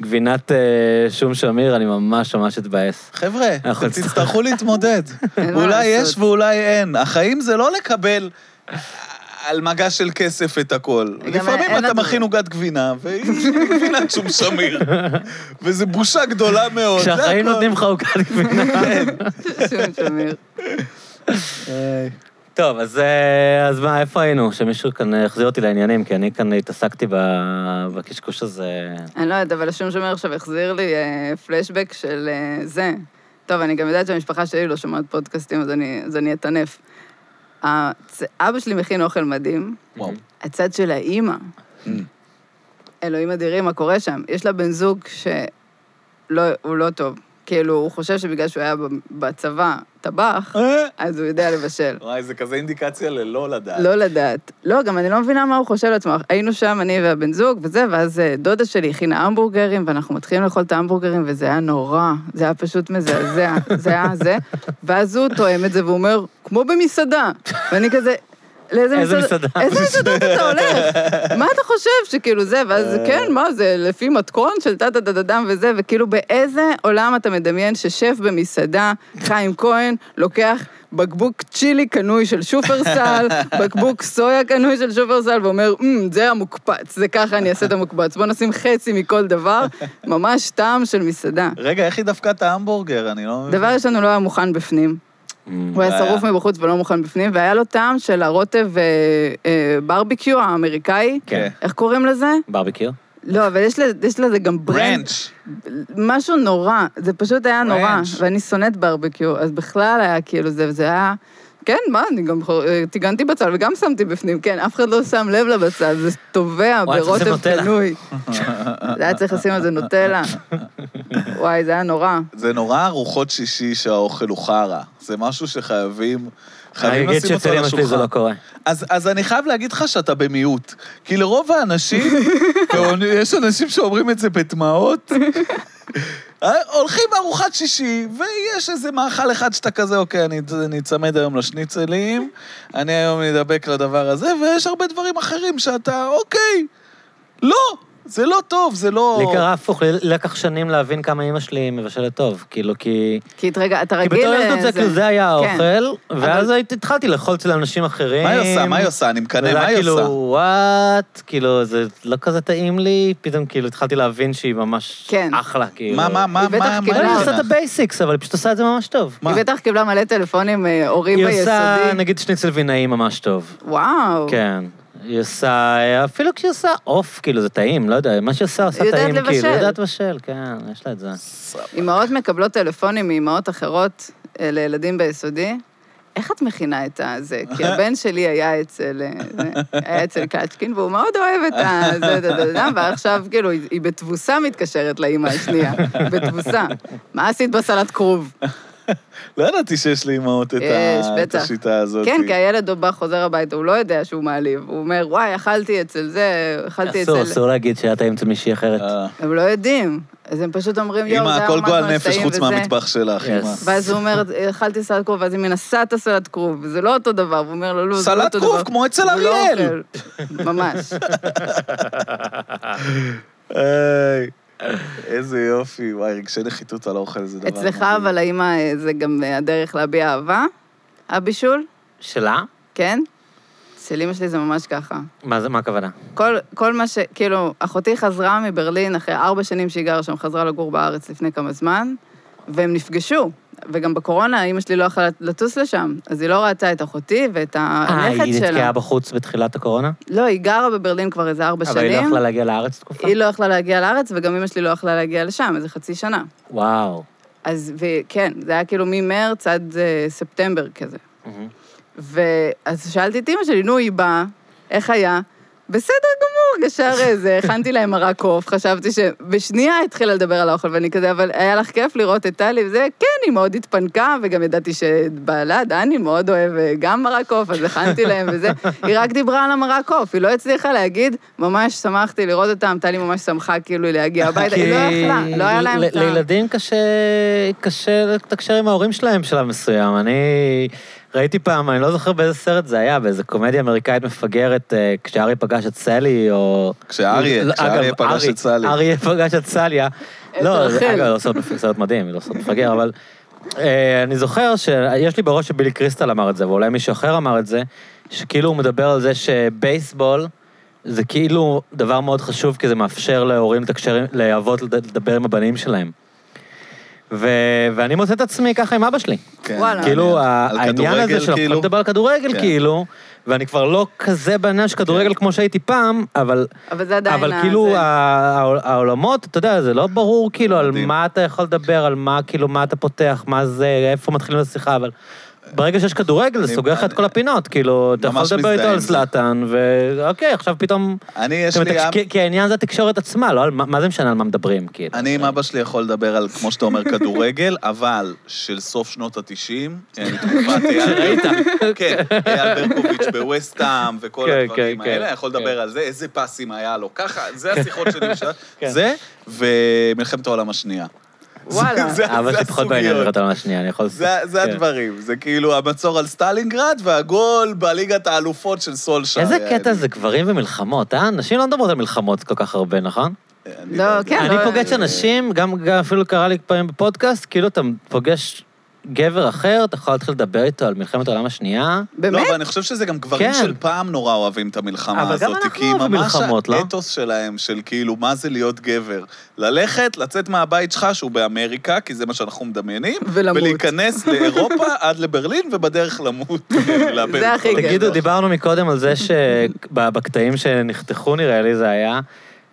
והגבינת אה, שום שמיר, אני ממש ממש אתבאס.
חבר'ה,
אנחנו
אתם תצטרכו להתמודד.
אין מה
אולי
לעשות.
יש ואולי אין. החיים זה לא לקבל על מגש של כסף את הכל.
גם אין
לפעמים אתה
לדבר.
מכין עוגת גבינה, והיא גבינת שום שמיר. וזו בושה גדולה מאוד. זה
כשהחיים
הכל. כן.
נותנים לך עוגת גבינה.
שום שמיר.
טוב, אז, אה, אז מה, איפה היינו? שמישהו כאן החזיר אותי לעניינים, כי אני כאן התעסקתי ב- בקשקוש הזה.
אני לא יודעת, אבל השום שומר עכשיו החזיר לי אה, פלשבק של אה, זה. טוב, אני גם יודעת שהמשפחה שלי לא שומעת פודקאסטים, אז אני, אז אני אטנף. הצ... אבא שלי מכין אוכל מדהים,
וואו.
הצד של האימא. אלוהים אדירים, מה קורה שם? יש לה בן זוג שלא, הוא לא טוב. כאילו, הוא חושב שבגלל שהוא היה ב- בצבא טבח,
אה,
אז הוא יודע לבשל.
וואי, זה כזה אינדיקציה ללא לדעת.
לא לדעת. לא, גם אני לא מבינה מה הוא חושב לעצמו. היינו שם, אני והבן זוג וזה, ואז אה, דודה שלי הכינה המבורגרים, ואנחנו מתחילים לאכול את ההמבורגרים, וזה היה נורא. זה היה פשוט מזעזע. זה היה זה. ואז הוא תואם את זה, והוא אומר, כמו במסעדה. ואני כזה... לאיזה
איזה מסעדה?"
איזה מסעדות אתה הולך? מה אתה חושב שכאילו זה? ואז
אה.
כן, מה זה, לפי מתכון של טה טה טה טה דם וזה, וכאילו באיזה עולם אתה מדמיין ששף במסעדה, חיים כהן, לוקח בקבוק צ'ילי קנוי של שופרסל, בקבוק סויה קנוי של שופרסל, ואומר, "אמ, זה המוקפץ, זה ככה אני אעשה את המוקפץ. בוא נשים חצי מכל דבר, ממש טעם של מסעדה.
רגע, איך היא דפקה את ההמבורגר? אני לא מבין.
דבר ראשון, הוא לא היה מוכן בפנים.
Mm.
הוא היה
בעיה.
שרוף מבחוץ ולא מוכן בפנים, והיה לו טעם של הרוטב אה, אה, ברביקיו האמריקאי.
כן.
איך קוראים לזה?
ברביקיר?
לא, אבל יש לזה, יש לזה גם ברנד.
ברנץ'.
משהו נורא, זה פשוט היה נורא,
ברנץ'.
ואני שונאת ברבקיו, אז בכלל היה כאילו זה, וזה היה... כן, מה, אני גם חו- אה, טיגנתי בצל וגם שמתי בפנים, כן, אף אחד לא שם לב לבצל, זה טובע
וואי, צריך לשים
ברוטב
נוטלה.
פנוי. זה היה צריך לשים על זה נוטלה. וואי, זה היה נורא.
זה נורא ארוחות שישי שהאוכל הוא חרא. זה משהו שחייבים...
אני
חייבים
אגיד
לשים אותו
שאצל
על
אמא שלי זה
השולחן.
לא קורה.
אז, אז אני חייב להגיד לך שאתה במיעוט. כי לרוב האנשים, ויש אנשים שאומרים את זה בדמעות, אה, הולכים ארוחת שישי, ויש איזה מאכל אחד שאתה כזה, אוקיי, אני נצמד היום לשניצלים, אני היום נדבק לדבר הזה, ויש הרבה דברים אחרים שאתה, אוקיי, לא, זה לא טוב, זה לא...
לי קרה הפוך, לי לקח שנים להבין כמה אמא שלי מבשלת טוב. כאילו, כי...
כי את- רגע, אתה
כי
רגיל...
בתור
אה,
ילדות זה
לזה.
כאילו, זה היה
כן.
האוכל, ואז הייתי- התחלתי לאכול אצל אנשים אחרים.
מה היא עושה? מה היא עושה? אני
וזה
מקנא,
היה
מה היא עושה?
כאילו, וואט, כאילו, זה לא כזה טעים לי, פתאום כאילו התחלתי להבין שהיא ממש
כן.
אחלה, כאילו.
מה, מה, מה,
היא בטח
מה,
כאילו-
מה,
אני
קיבלה-
עושה לא,
מה?
את הבייסיקס, אבל היא פשוט עושה את זה ממש טוב.
מה?
היא בטח קיבלה מלא טלפונים, אה, הורים
היא
ביסודי.
עושה, נגיד, שניצל וינאי ממש טוב.
וואו.
כן. היא עושה, אה, אפילו כשהיא עושה עוף, כאילו, זה טעים, לא יודע, מה שהיא עושה, עושה
היא יודעת
טעים, כאילו.
לבשל.
היא יודעת לבשל, כן, יש לה את זה.
אימהות מקבלות טלפונים מאימהות אחרות אה, לילדים ביסודי. איך את מכינה את הזה? כי הבן שלי היה אצל, אה, זה, היה אצל קצ'קין, והוא מאוד אוהב את ה... זה, זה, זה, זה, ועכשיו כאילו היא היא בתבוסה מתקשרת לאימא השנייה. בתבוסה. מה עשית בסלט כרוב?
לא ידעתי שיש לאימהות את ה-
יש,
את
בטח.
השיטה הזאת.
כן, כי הילד בא, חוזר הביתה, הוא לא יודע שהוא מעליב. הוא אומר, וואי, אכלתי אצל זה, אכלתי
אסור,
אצל...
אסור להגיד שהיה טעים אצל מישהי אחרת.
אה.
הם לא יודעים. אז הם פשוט אומרים, יואו, זה
אמא,
היה
הכל
ממש
גועל
ממש
נפש
טעים
חוץ
וזה."
מהמטבח שלך,
Yes.
אמא.
ואז הוא אומר, אכלתי סלט כרוב, ואז היא מנסה את הסלט כרוב, וזה לא אותו דבר, והוא אומר לו, לא, זה לא
סלט
אותו דבר.
כרוב, כמו אצל
הוא לא
אריאל.
אוכל. ממש.
היי, איזה יופי, וואי, רגשי נחיתות על האוכל זה דבר...
אצלך,
מדהים.
אבל האמא, אה, זה גם אה, הדרך להביע אהבה, הבישול,
שלה?
כן? אצל אמא שלי זה ממש ככה.
מה זה, מה הכוונה?
כל, כל מה ש... כאילו, אחותי חזרה מברלין אחרי ארבע שנים שהיא גרה שם, חזרה לגור בארץ לפני כמה זמן, והם נפגשו. וגם בקורונה, אימא שלי לא יכלה לטוס לשם, אז היא לא ראתה את אחותי ואת
אה,
הנכד שלה.
היא נתקעה בחוץ בתחילת הקורונה?
לא, היא גרה בברלין כבר איזה ארבע
אבל היא לא
שנים.
יכלה להגיע לארץ תקופה?
היא לא יכלה להגיע לארץ, וגם אמא שלי לא יכלה להגיע לשם, איזה חצי שנה.
וואו.
אז, וכן, זה היה כאילו ממרץ עד אה, ספטמבר כזה. ואז שאלתי את אמא שלי, נו, היא באה, איך היה? בסדר גמור, ישר איזה, הכנתי להם מרק עוף, חשבתי ש... בשנייה התחילה לדבר על האוכל, ואני כזה, אבל היה לך כיף לראות את טלי וזה, כן, היא מאוד התפנקה, וגם ידעתי שבעלה, דני, מאוד אוהב אה, גם מרק עוף, אז הכנתי להם וזה. היא רק דיברה על המרק עוף, היא לא הצליחה להגיד, ממש שמחתי לראות אותם, טלי ממש שמחה כאילו להגיע הביתה, היא לא יכלה, לא היה להם
אוקיי. ל-
את ה...
לילדים קשה, קשה לתקשר עם ההורים שלהם בשלב מסוים. אני ראיתי פעם, אני לא זוכר באיזה סרט זה היה, באיזה קומדיה אמריקאית מפגרת, אה, כשארי פגש את סלי, או...
כשאריה,
לא,
כשאריה
אגב,
פגש
ארי-
את סלי.
אריה פגש את סליה.
את
לא,
רחל.
זה- אגב, לא סרט מפ- סרט מדהים, לא סרט מפגר, אבל... אה, אני זוכר שיש לי בראש שבילי קריסטל אמר את זה, ואולי מישהו אחר אמר את זה, שכאילו הוא מדבר על זה שבייסבול זה כאילו דבר מאוד חשוב, כי זה מאפשר להורים לתקשר, עם- לאבות לד- לדבר עם הבנים שלהם. ו- ואני מוצא את עצמי ככה עם אבא שלי.
כן,
וואלה.
כאילו,
מעניין.
ה-
על
העניין הזה
כדורגל,
של
כאילו?
כאילו... לדבר על כדורגל,
כן.
כאילו, ואני כבר לא כזה בעניין של כדורגל כמו שהייתי פעם, אבל
אבל זה עדיין...
אבל
ה-
כאילו
זה.
ה- העולמות, אתה יודע, זה לא ברור כאילו על
מדהים.
מה אתה יכול לדבר, על מה כאילו, מה אתה פותח, מה זה, איפה מתחילים את השיחה, אבל ברגע שיש כדורגל, זה
אני-
סוגר לך את כל הפינות, כאילו, אתה יכול
ממש
לדבר
מזדהה
איתו על
עם זה.
זלאטן, ואוקיי, עכשיו פתאום...
אני, יש
זאת אומרת,
לי עם...
כי- כי העניין זה התקשורת עצמה, לא על מה מה זה משנה על מה מדברים, כאילו.
אני עם אבא שלי יכול לדבר על, כמו שאתה אומר, כדורגל, אבל של סוף שנות ה-90, מתקופת אייל
ראית?
כן, אייל ברקוביץ' בווסטהאם וכל
כן,
הדברים
כן, כן,
האלה, יכול
כן.
לדבר על זה, איזה פסים היה לו, ככה, זה השיחות שלי בשעה,
כן.
זה, ומלחמת העולם השנייה.
וואלה.
זה-
אבא
זה
שלי אה, פחות בעניין
הסוגיות.
לראות העולם השנייה, אני יכול...
זה, זה
כן.
הדברים, זה כאילו המצור על סטלינגרד והגול בליגת האלופות של סולשייר.
איזה קטע זה גברים ומלחמות, אה? נשים לא מדברות על מלחמות כל כך הרבה, נכון?
אני
לא,
יודע.
כן,
אני
לא-
פוגש אנשים, גם גם אפילו קרה לי פעמים בפודקאסט, כאילו אתה פוגש גבר אחר, אתה יכול להתחיל לדבר איתו על מלחמת העולם השנייה.
לא,
באמת?
אבל אני חושב שזה גם גברים
כן.
של פעם נורא אוהבים את המלחמה
אבל
הזאת.
גם אנחנו אוהבים מלחמות,
כי
לא?
ממש האתוס שלהם, של כאילו, מה זה להיות גבר? ללכת, לצאת מהבית שלך, שהוא באמריקה, כי זה מה שאנחנו מדמיינים,
ולמות.
ולהיכנס לאירופה עד לברלין, ובדרך למות. אה, לאבד את
זה הכי
כל
כן, גבר.
תגידו,
הדבר.
דיברנו מקודם על זה שבקטעים שנחתכו, נראה לי, זה היה.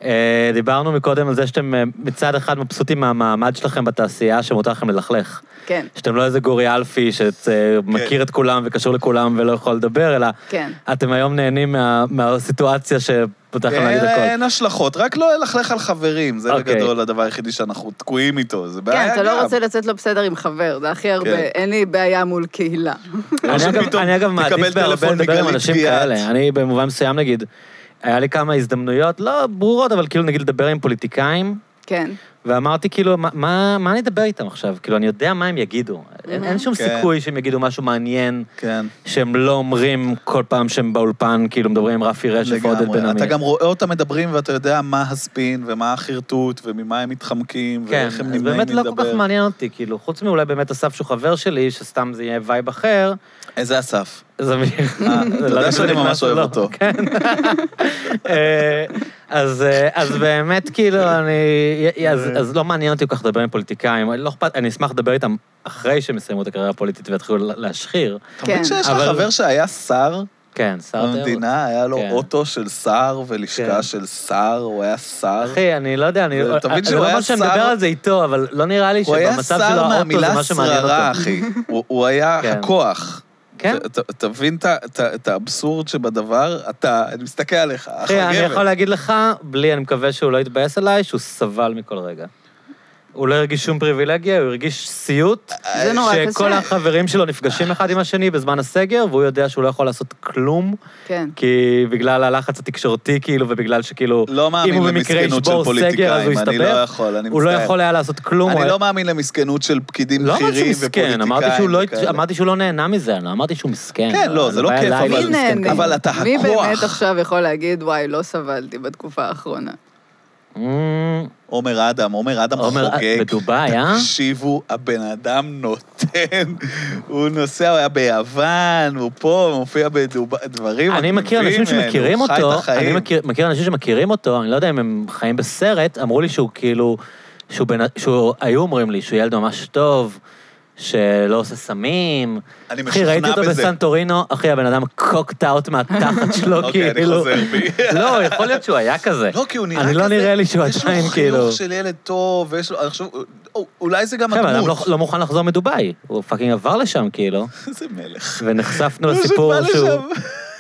אה, דיברנו מקודם על זה שאתם אה, מצד אחד מבסוטים מהמעמד שלכם בתעשייה, שמותר לכם ללכלך.
כן,
שאתם לא איזה גורי אלפי שמכיר את כולם וקשור לכולם ולא יכול לדבר, אלא
כן.
אתם היום נהנים מה- מהסיטואציה שפותח
כן,
לכם להגיד
אה, אין-
הכל.
אין השלכות, רק לא ללכלך על חברים, זה
אוקיי.
בגדול הדבר היחידי שאנחנו תקועים איתו, זה בעיה גם.
כן, אתה לא רוצה לצאת לא בסדר עם חבר, זה הכי הרבה.
כן.
אין לי בעיה מול קהילה.
או
אני אגב-
שפתאום
אני אגב מעדיף
תקבל
בהרבה
טלפון
לדבר עם
מגלית
אנשים
גיאת.
כאלה. אני במובן מסוים, נגיד, היה לי כמה הזדמנויות, לא ברורות, אבל כאילו נגיד לדבר עם פוליטיקאים,
כן.
ואמרתי כאילו, מה- מה מה אני אדבר איתם עכשיו? כאילו, אני יודע מה הם יגידו. אין אין שום
כן.
סיכוי שהם יגידו משהו מעניין.
כן.
שהם לא אומרים כל פעם שהם באולפן, כאילו מדברים עם רפי רשף ועודד בן
לגמרי.
עמי.
אתה גם רואה אותם מדברים ואתה יודע מה הספין ומה החרטוט וממה הם מתחמקים
כן,
ואיך הם
אז
נמנעים מלדבר.
באמת לא כל כך מעניין אותי, כאילו, חוץ מאולי באמת אסף שהוא חבר שלי, שסתם זה יהיה וייב אחר,
איזה אסף?
זה אה, מי...
אתה יודע שאני ממש אוהב אותו.
כן. אה, אז אה, אז באמת, כאילו, אני... אז-
אה.
אז לא מעניין אותי כל כך לדבר עם פוליטיקאים, לא אכפת, אני אשמח לדבר איתם אחרי שהם יסיימו את הקריירה הפוליטית ויתחילו לה- להשחיר.
אתה מבין
כן.
שיש לך
אבל-
חבר שהיה שר
כן, שר התיירות.
במדינה, היה לו
כן.
אוטו של שר
כן.
ולשכה של שר, הוא היה שר.
אחי, אני לא יודע, אני...
זה- אתה מבין
אני
שהוא
לא
היה
אומר שאני
שר-
מדבר על זה איתו, אבל לא נראה לי
הוא היה
שבמצב שלו
שר
האוטו זה
מהמילה
מה שמעניין אותו.
שררה, אחי. הוא- הוא היה
כן.
הכוח.
כן?
אתה- אתה- תבין את ה- את ה- את האבסורד שבדבר, אתה, אני מסתכל עליך, אח
אחי, אני יכול
הגבר.
להגיד לך, בלי, אני מקווה שהוא לא יתבאס עליי, שהוא סבל מכל רגע. הוא לא הרגיש שום פריבילגיה, הוא הרגיש סיוט,
אה,
זה נורא קשה.
שכל החברים שלו נפגשים אחד עם השני בזמן הסגר, והוא יודע שהוא לא יכול לעשות כלום,
כן.
כי בגלל הלחץ התקשורתי, כאילו, ובגלל שכאילו,
לא
אם
מאמין
הוא במקרה
למסכנות של
ישבור סגר, אז הוא
פוליטיקאים, אני לא
יסתבך,
יכול, אני
הוא
מצטער.
לא יכול היה לעשות כלום. הוא
אני
היה-
לא מאמין למסכנות של פקידים
לא אמרתי שהוא
בכירים
מסכן,
ופוליטיקאים.
אמרתי שהוא לא-
וכאלה.
אמרתי שהוא לא נהנה מזה, אני לא אמרתי שהוא מסכן.
כן, לא, זה לא
בא
כיף,
אליי
אבל-
להיות
מי
מסכן
נהנה?
אבל אתה
מי
הכוח.
באמת עכשיו יכול להגיד, וואי, לא סבלתי בתקופה האחרונה?
כזה.
עומר אדם, עומר אדם
עומר,
חוגג.
בדובאי, אה?
תקשיבו, הבן אדם נותן. הוא נוסע, הוא היה ביוון, הוא פה, הוא מופיע בדברים.
אני מכיר אנשים שמכירים
הוא חי
אותו,
את
אני
החיים.
מכיר- מכיר אנשים שמכירים אותו, אני לא יודע אם הם חיים בסרט, אמרו לי שהוא כאילו, שהוא בן, שהוא, היו אומרים לי שהוא ילד ממש טוב, שלא עושה סמים.
אני
אחי,
משוכנע
ראיתי אותו
בזה.
בסנטורינו, אחי, הבן אדם קוקט אאוט מהתחת שלו,
אוקיי, אני
כאילו.
חוזר בי.
לא, יכול להיות שהוא היה כזה.
לא, כי הוא נראה
אני
כזה...
לא נראה לי שהוא עדיין,
יש לו
כאילו-
חיוך של ילד טוב, ויש לו... אני חושב... או, אולי זה גם
אחי, הבן אדם לא-
הדמות.
לא מוכן לחזור מדובאי, הוא פאקינג עבר לשם, כאילו,
איזה מלך.
ונחשפנו
הוא
לסיפור
שבא
שהוא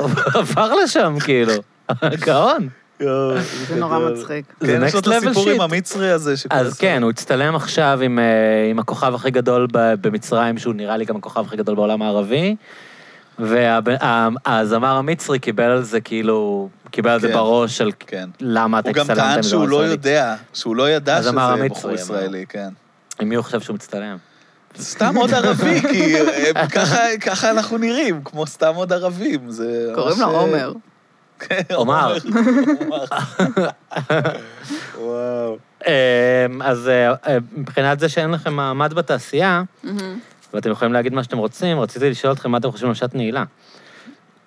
לשם.
עבר לשם, כאילו. גאון.
יואו,
זה נורא
גדול.
מצחיק.
זה
כן, יש לו
next
את
level
הסיפור עם
shit.
המצרי הזה שכל
אז
הזמן-
כן, הוא הצטלם עכשיו עם, אה, עם הכוכב הכי גדול ב- במצרים, שהוא נראה לי גם הכוכב הכי גדול בעולם הערבי, והזמר המצרי קיבל על זה כאילו, קיבל על זה
כן.
בראש של
כן.
למה אתה
הוא גם
הצטלמת עם
טען
דבר
שהוא לא
ישראלי?"
יודע, שהוא לא ידע
אז אמר
שזה
המצרי,
בחור
אמר.
ישראלי, כן.
עם מי הוא חושב שהוא מצטלם?
סתם עוד ערבי, כי אה, ככה- ככה אנחנו נראים, כמו סתם עוד ערבים. זה
קוראים לו
ממש, אה,
עומר.
כן,
עומר.
עומר. וואו.
אה, אז אה, אה, מבחינת זה שאין לכם מעמד בתעשייה,
מהמם.
ואתם יכולים להגיד מה שאתם רוצים, רציתי לשאול אתכם מה אתם חושבים על שעת נעילה.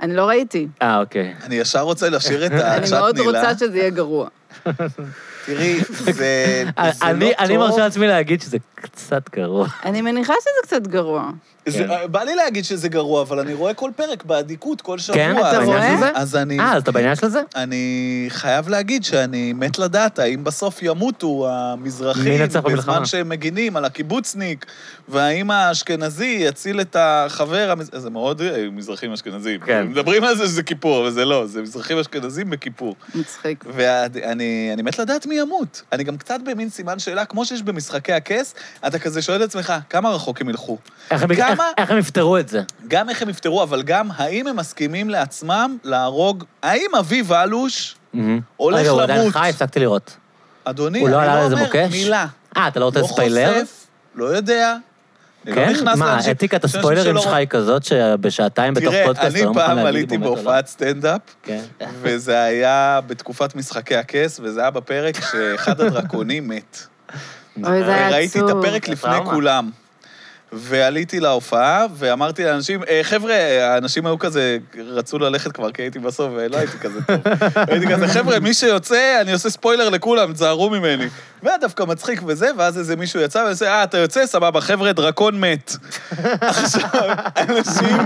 אני לא ראיתי.
אה, אוקיי.
אני ישר רוצה לשיר את ה-
אני
שעת
מאוד
נעילה.
רוצה שזה יהיה גרוע.
תראי, זה זה לא
אה, אני-
טוב.
אני מרשה לעצמי להגיד שזה קצת גרוע.
אני מניחה שזה קצת גרוע.
זה- בא לי להגיד שזה גרוע, אבל אני רואה כל פרק באדיקות, כל שבוע.
כן?
אתה
אז-
רואה?
אז- אז אני...
אה, אז אתה בעניין של זה?
אני חייב להגיד שאני מת לדעת האם בסוף ימותו
מי
המזרחים
ינצח במלחמה?
בזמן שהם מגינים על הקיבוצניק, והאם האשכנזי יציל את החבר... המז... זה מאוד אה, מזרחים אשכנזים.
כן.
מדברים על זה שזה כיפור, אבל זה לא, זה מזרחים אשכנזים בכיפור.
מצחיק.
ואני אני מת לדעת מי ימות. אני גם קצת במין סימן שאלה, כמו שיש במשחקי הכס, אתה כזה שואל את עצמך, כמה רחוק הם ילכו?
איך הם-
כמה-
איך- איך הם יפתרו את זה?
גם איך הם יפתרו, אבל גם האם הם מסכימים לעצמם להרוג... האם אביב אלוש הולך
רגע, הוא עדיין
למות?
חי, הפסקתי לראות.
אדוני,
הוא
אני
לא עלה
לא
על איזה
אומר
מוקש?
מילה.
אה, אתה לא רוצה
לא
ספיילר?
חושף, לא יודע. אני לא
כן?
נכנס
מה,
לאנשים-
אתיקת
יש אנשים
הספוילרים
שלא
שלך היא כזאת שבשעתיים בתוך
תראה,
פודקאסט
אני
אתה לא מוכן
פעם
להגיד
עליתי
אם הוא מת או לא.
בהופעת סטנדאפ,
כן.
וזה היה בתקופת משחקי הכס, וזה היה בפרק שאחד הדרקונים מת.
אוי, זה היה
וראיתי אה, את
עצוב.
הפרק לפני
טראומה.
כולם. ועליתי להופעה, ואמרתי לאנשים, "אה, חבר'ה, האנשים היו כזה, רצו ללכת כבר, כי הייתי בסוף, ולא הייתי כזה טוב. הייתי כזה, חבר'ה, מי שיוצא, אני עושה ספוילר לכולם, תזהרו ממני. והיה דווקא מצחיק וזה, ואז איזה מישהו יצא, ואני עושה, אה, אתה יוצא, סבבה, חבר'ה, דרקון מת. עכשיו, אנשים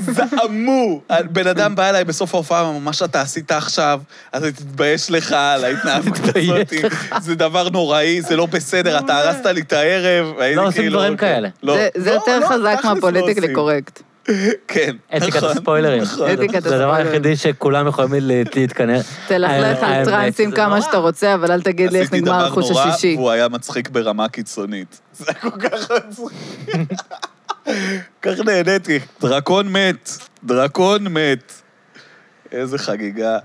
זעמו. בן אדם בא אליי בסוף ההופעה, אמר, מה שאתה עשית עכשיו, אז תתבייש לך על ההתנהגות הזאת,
תתבייש
זה דבר נוראי, זה לא בסדר, אתה הרסת לי את הערב. והייתי
לא עושים
כאילו,
דברים
אוקיי.
כאלה.
לא.
זה- זה
לא,
יותר
לא,
חזק
תכלס לא
מהפוליטיקלי
עושים.
קורקט.
כן.
אתיקת
נכון,
הספוילרים.
נכון.
זה-
אתיקת
זה הדבר
הספוילרים.
היחידי שכולם יכולים לה- להתכנס.
תלכלך
אה, האמת,
על טרנסים
זה
כמה
נורא.
שאתה רוצה, אבל אל תגיד לי איך
עשיתי
נגמר
דבר
החוש
נורא,
השישי.
והוא היה מצחיק ברמה קיצונית. זה היה כל כך מצחיק. כך נהניתי. דרקון מת, דרקון מת. איזה חגיגה.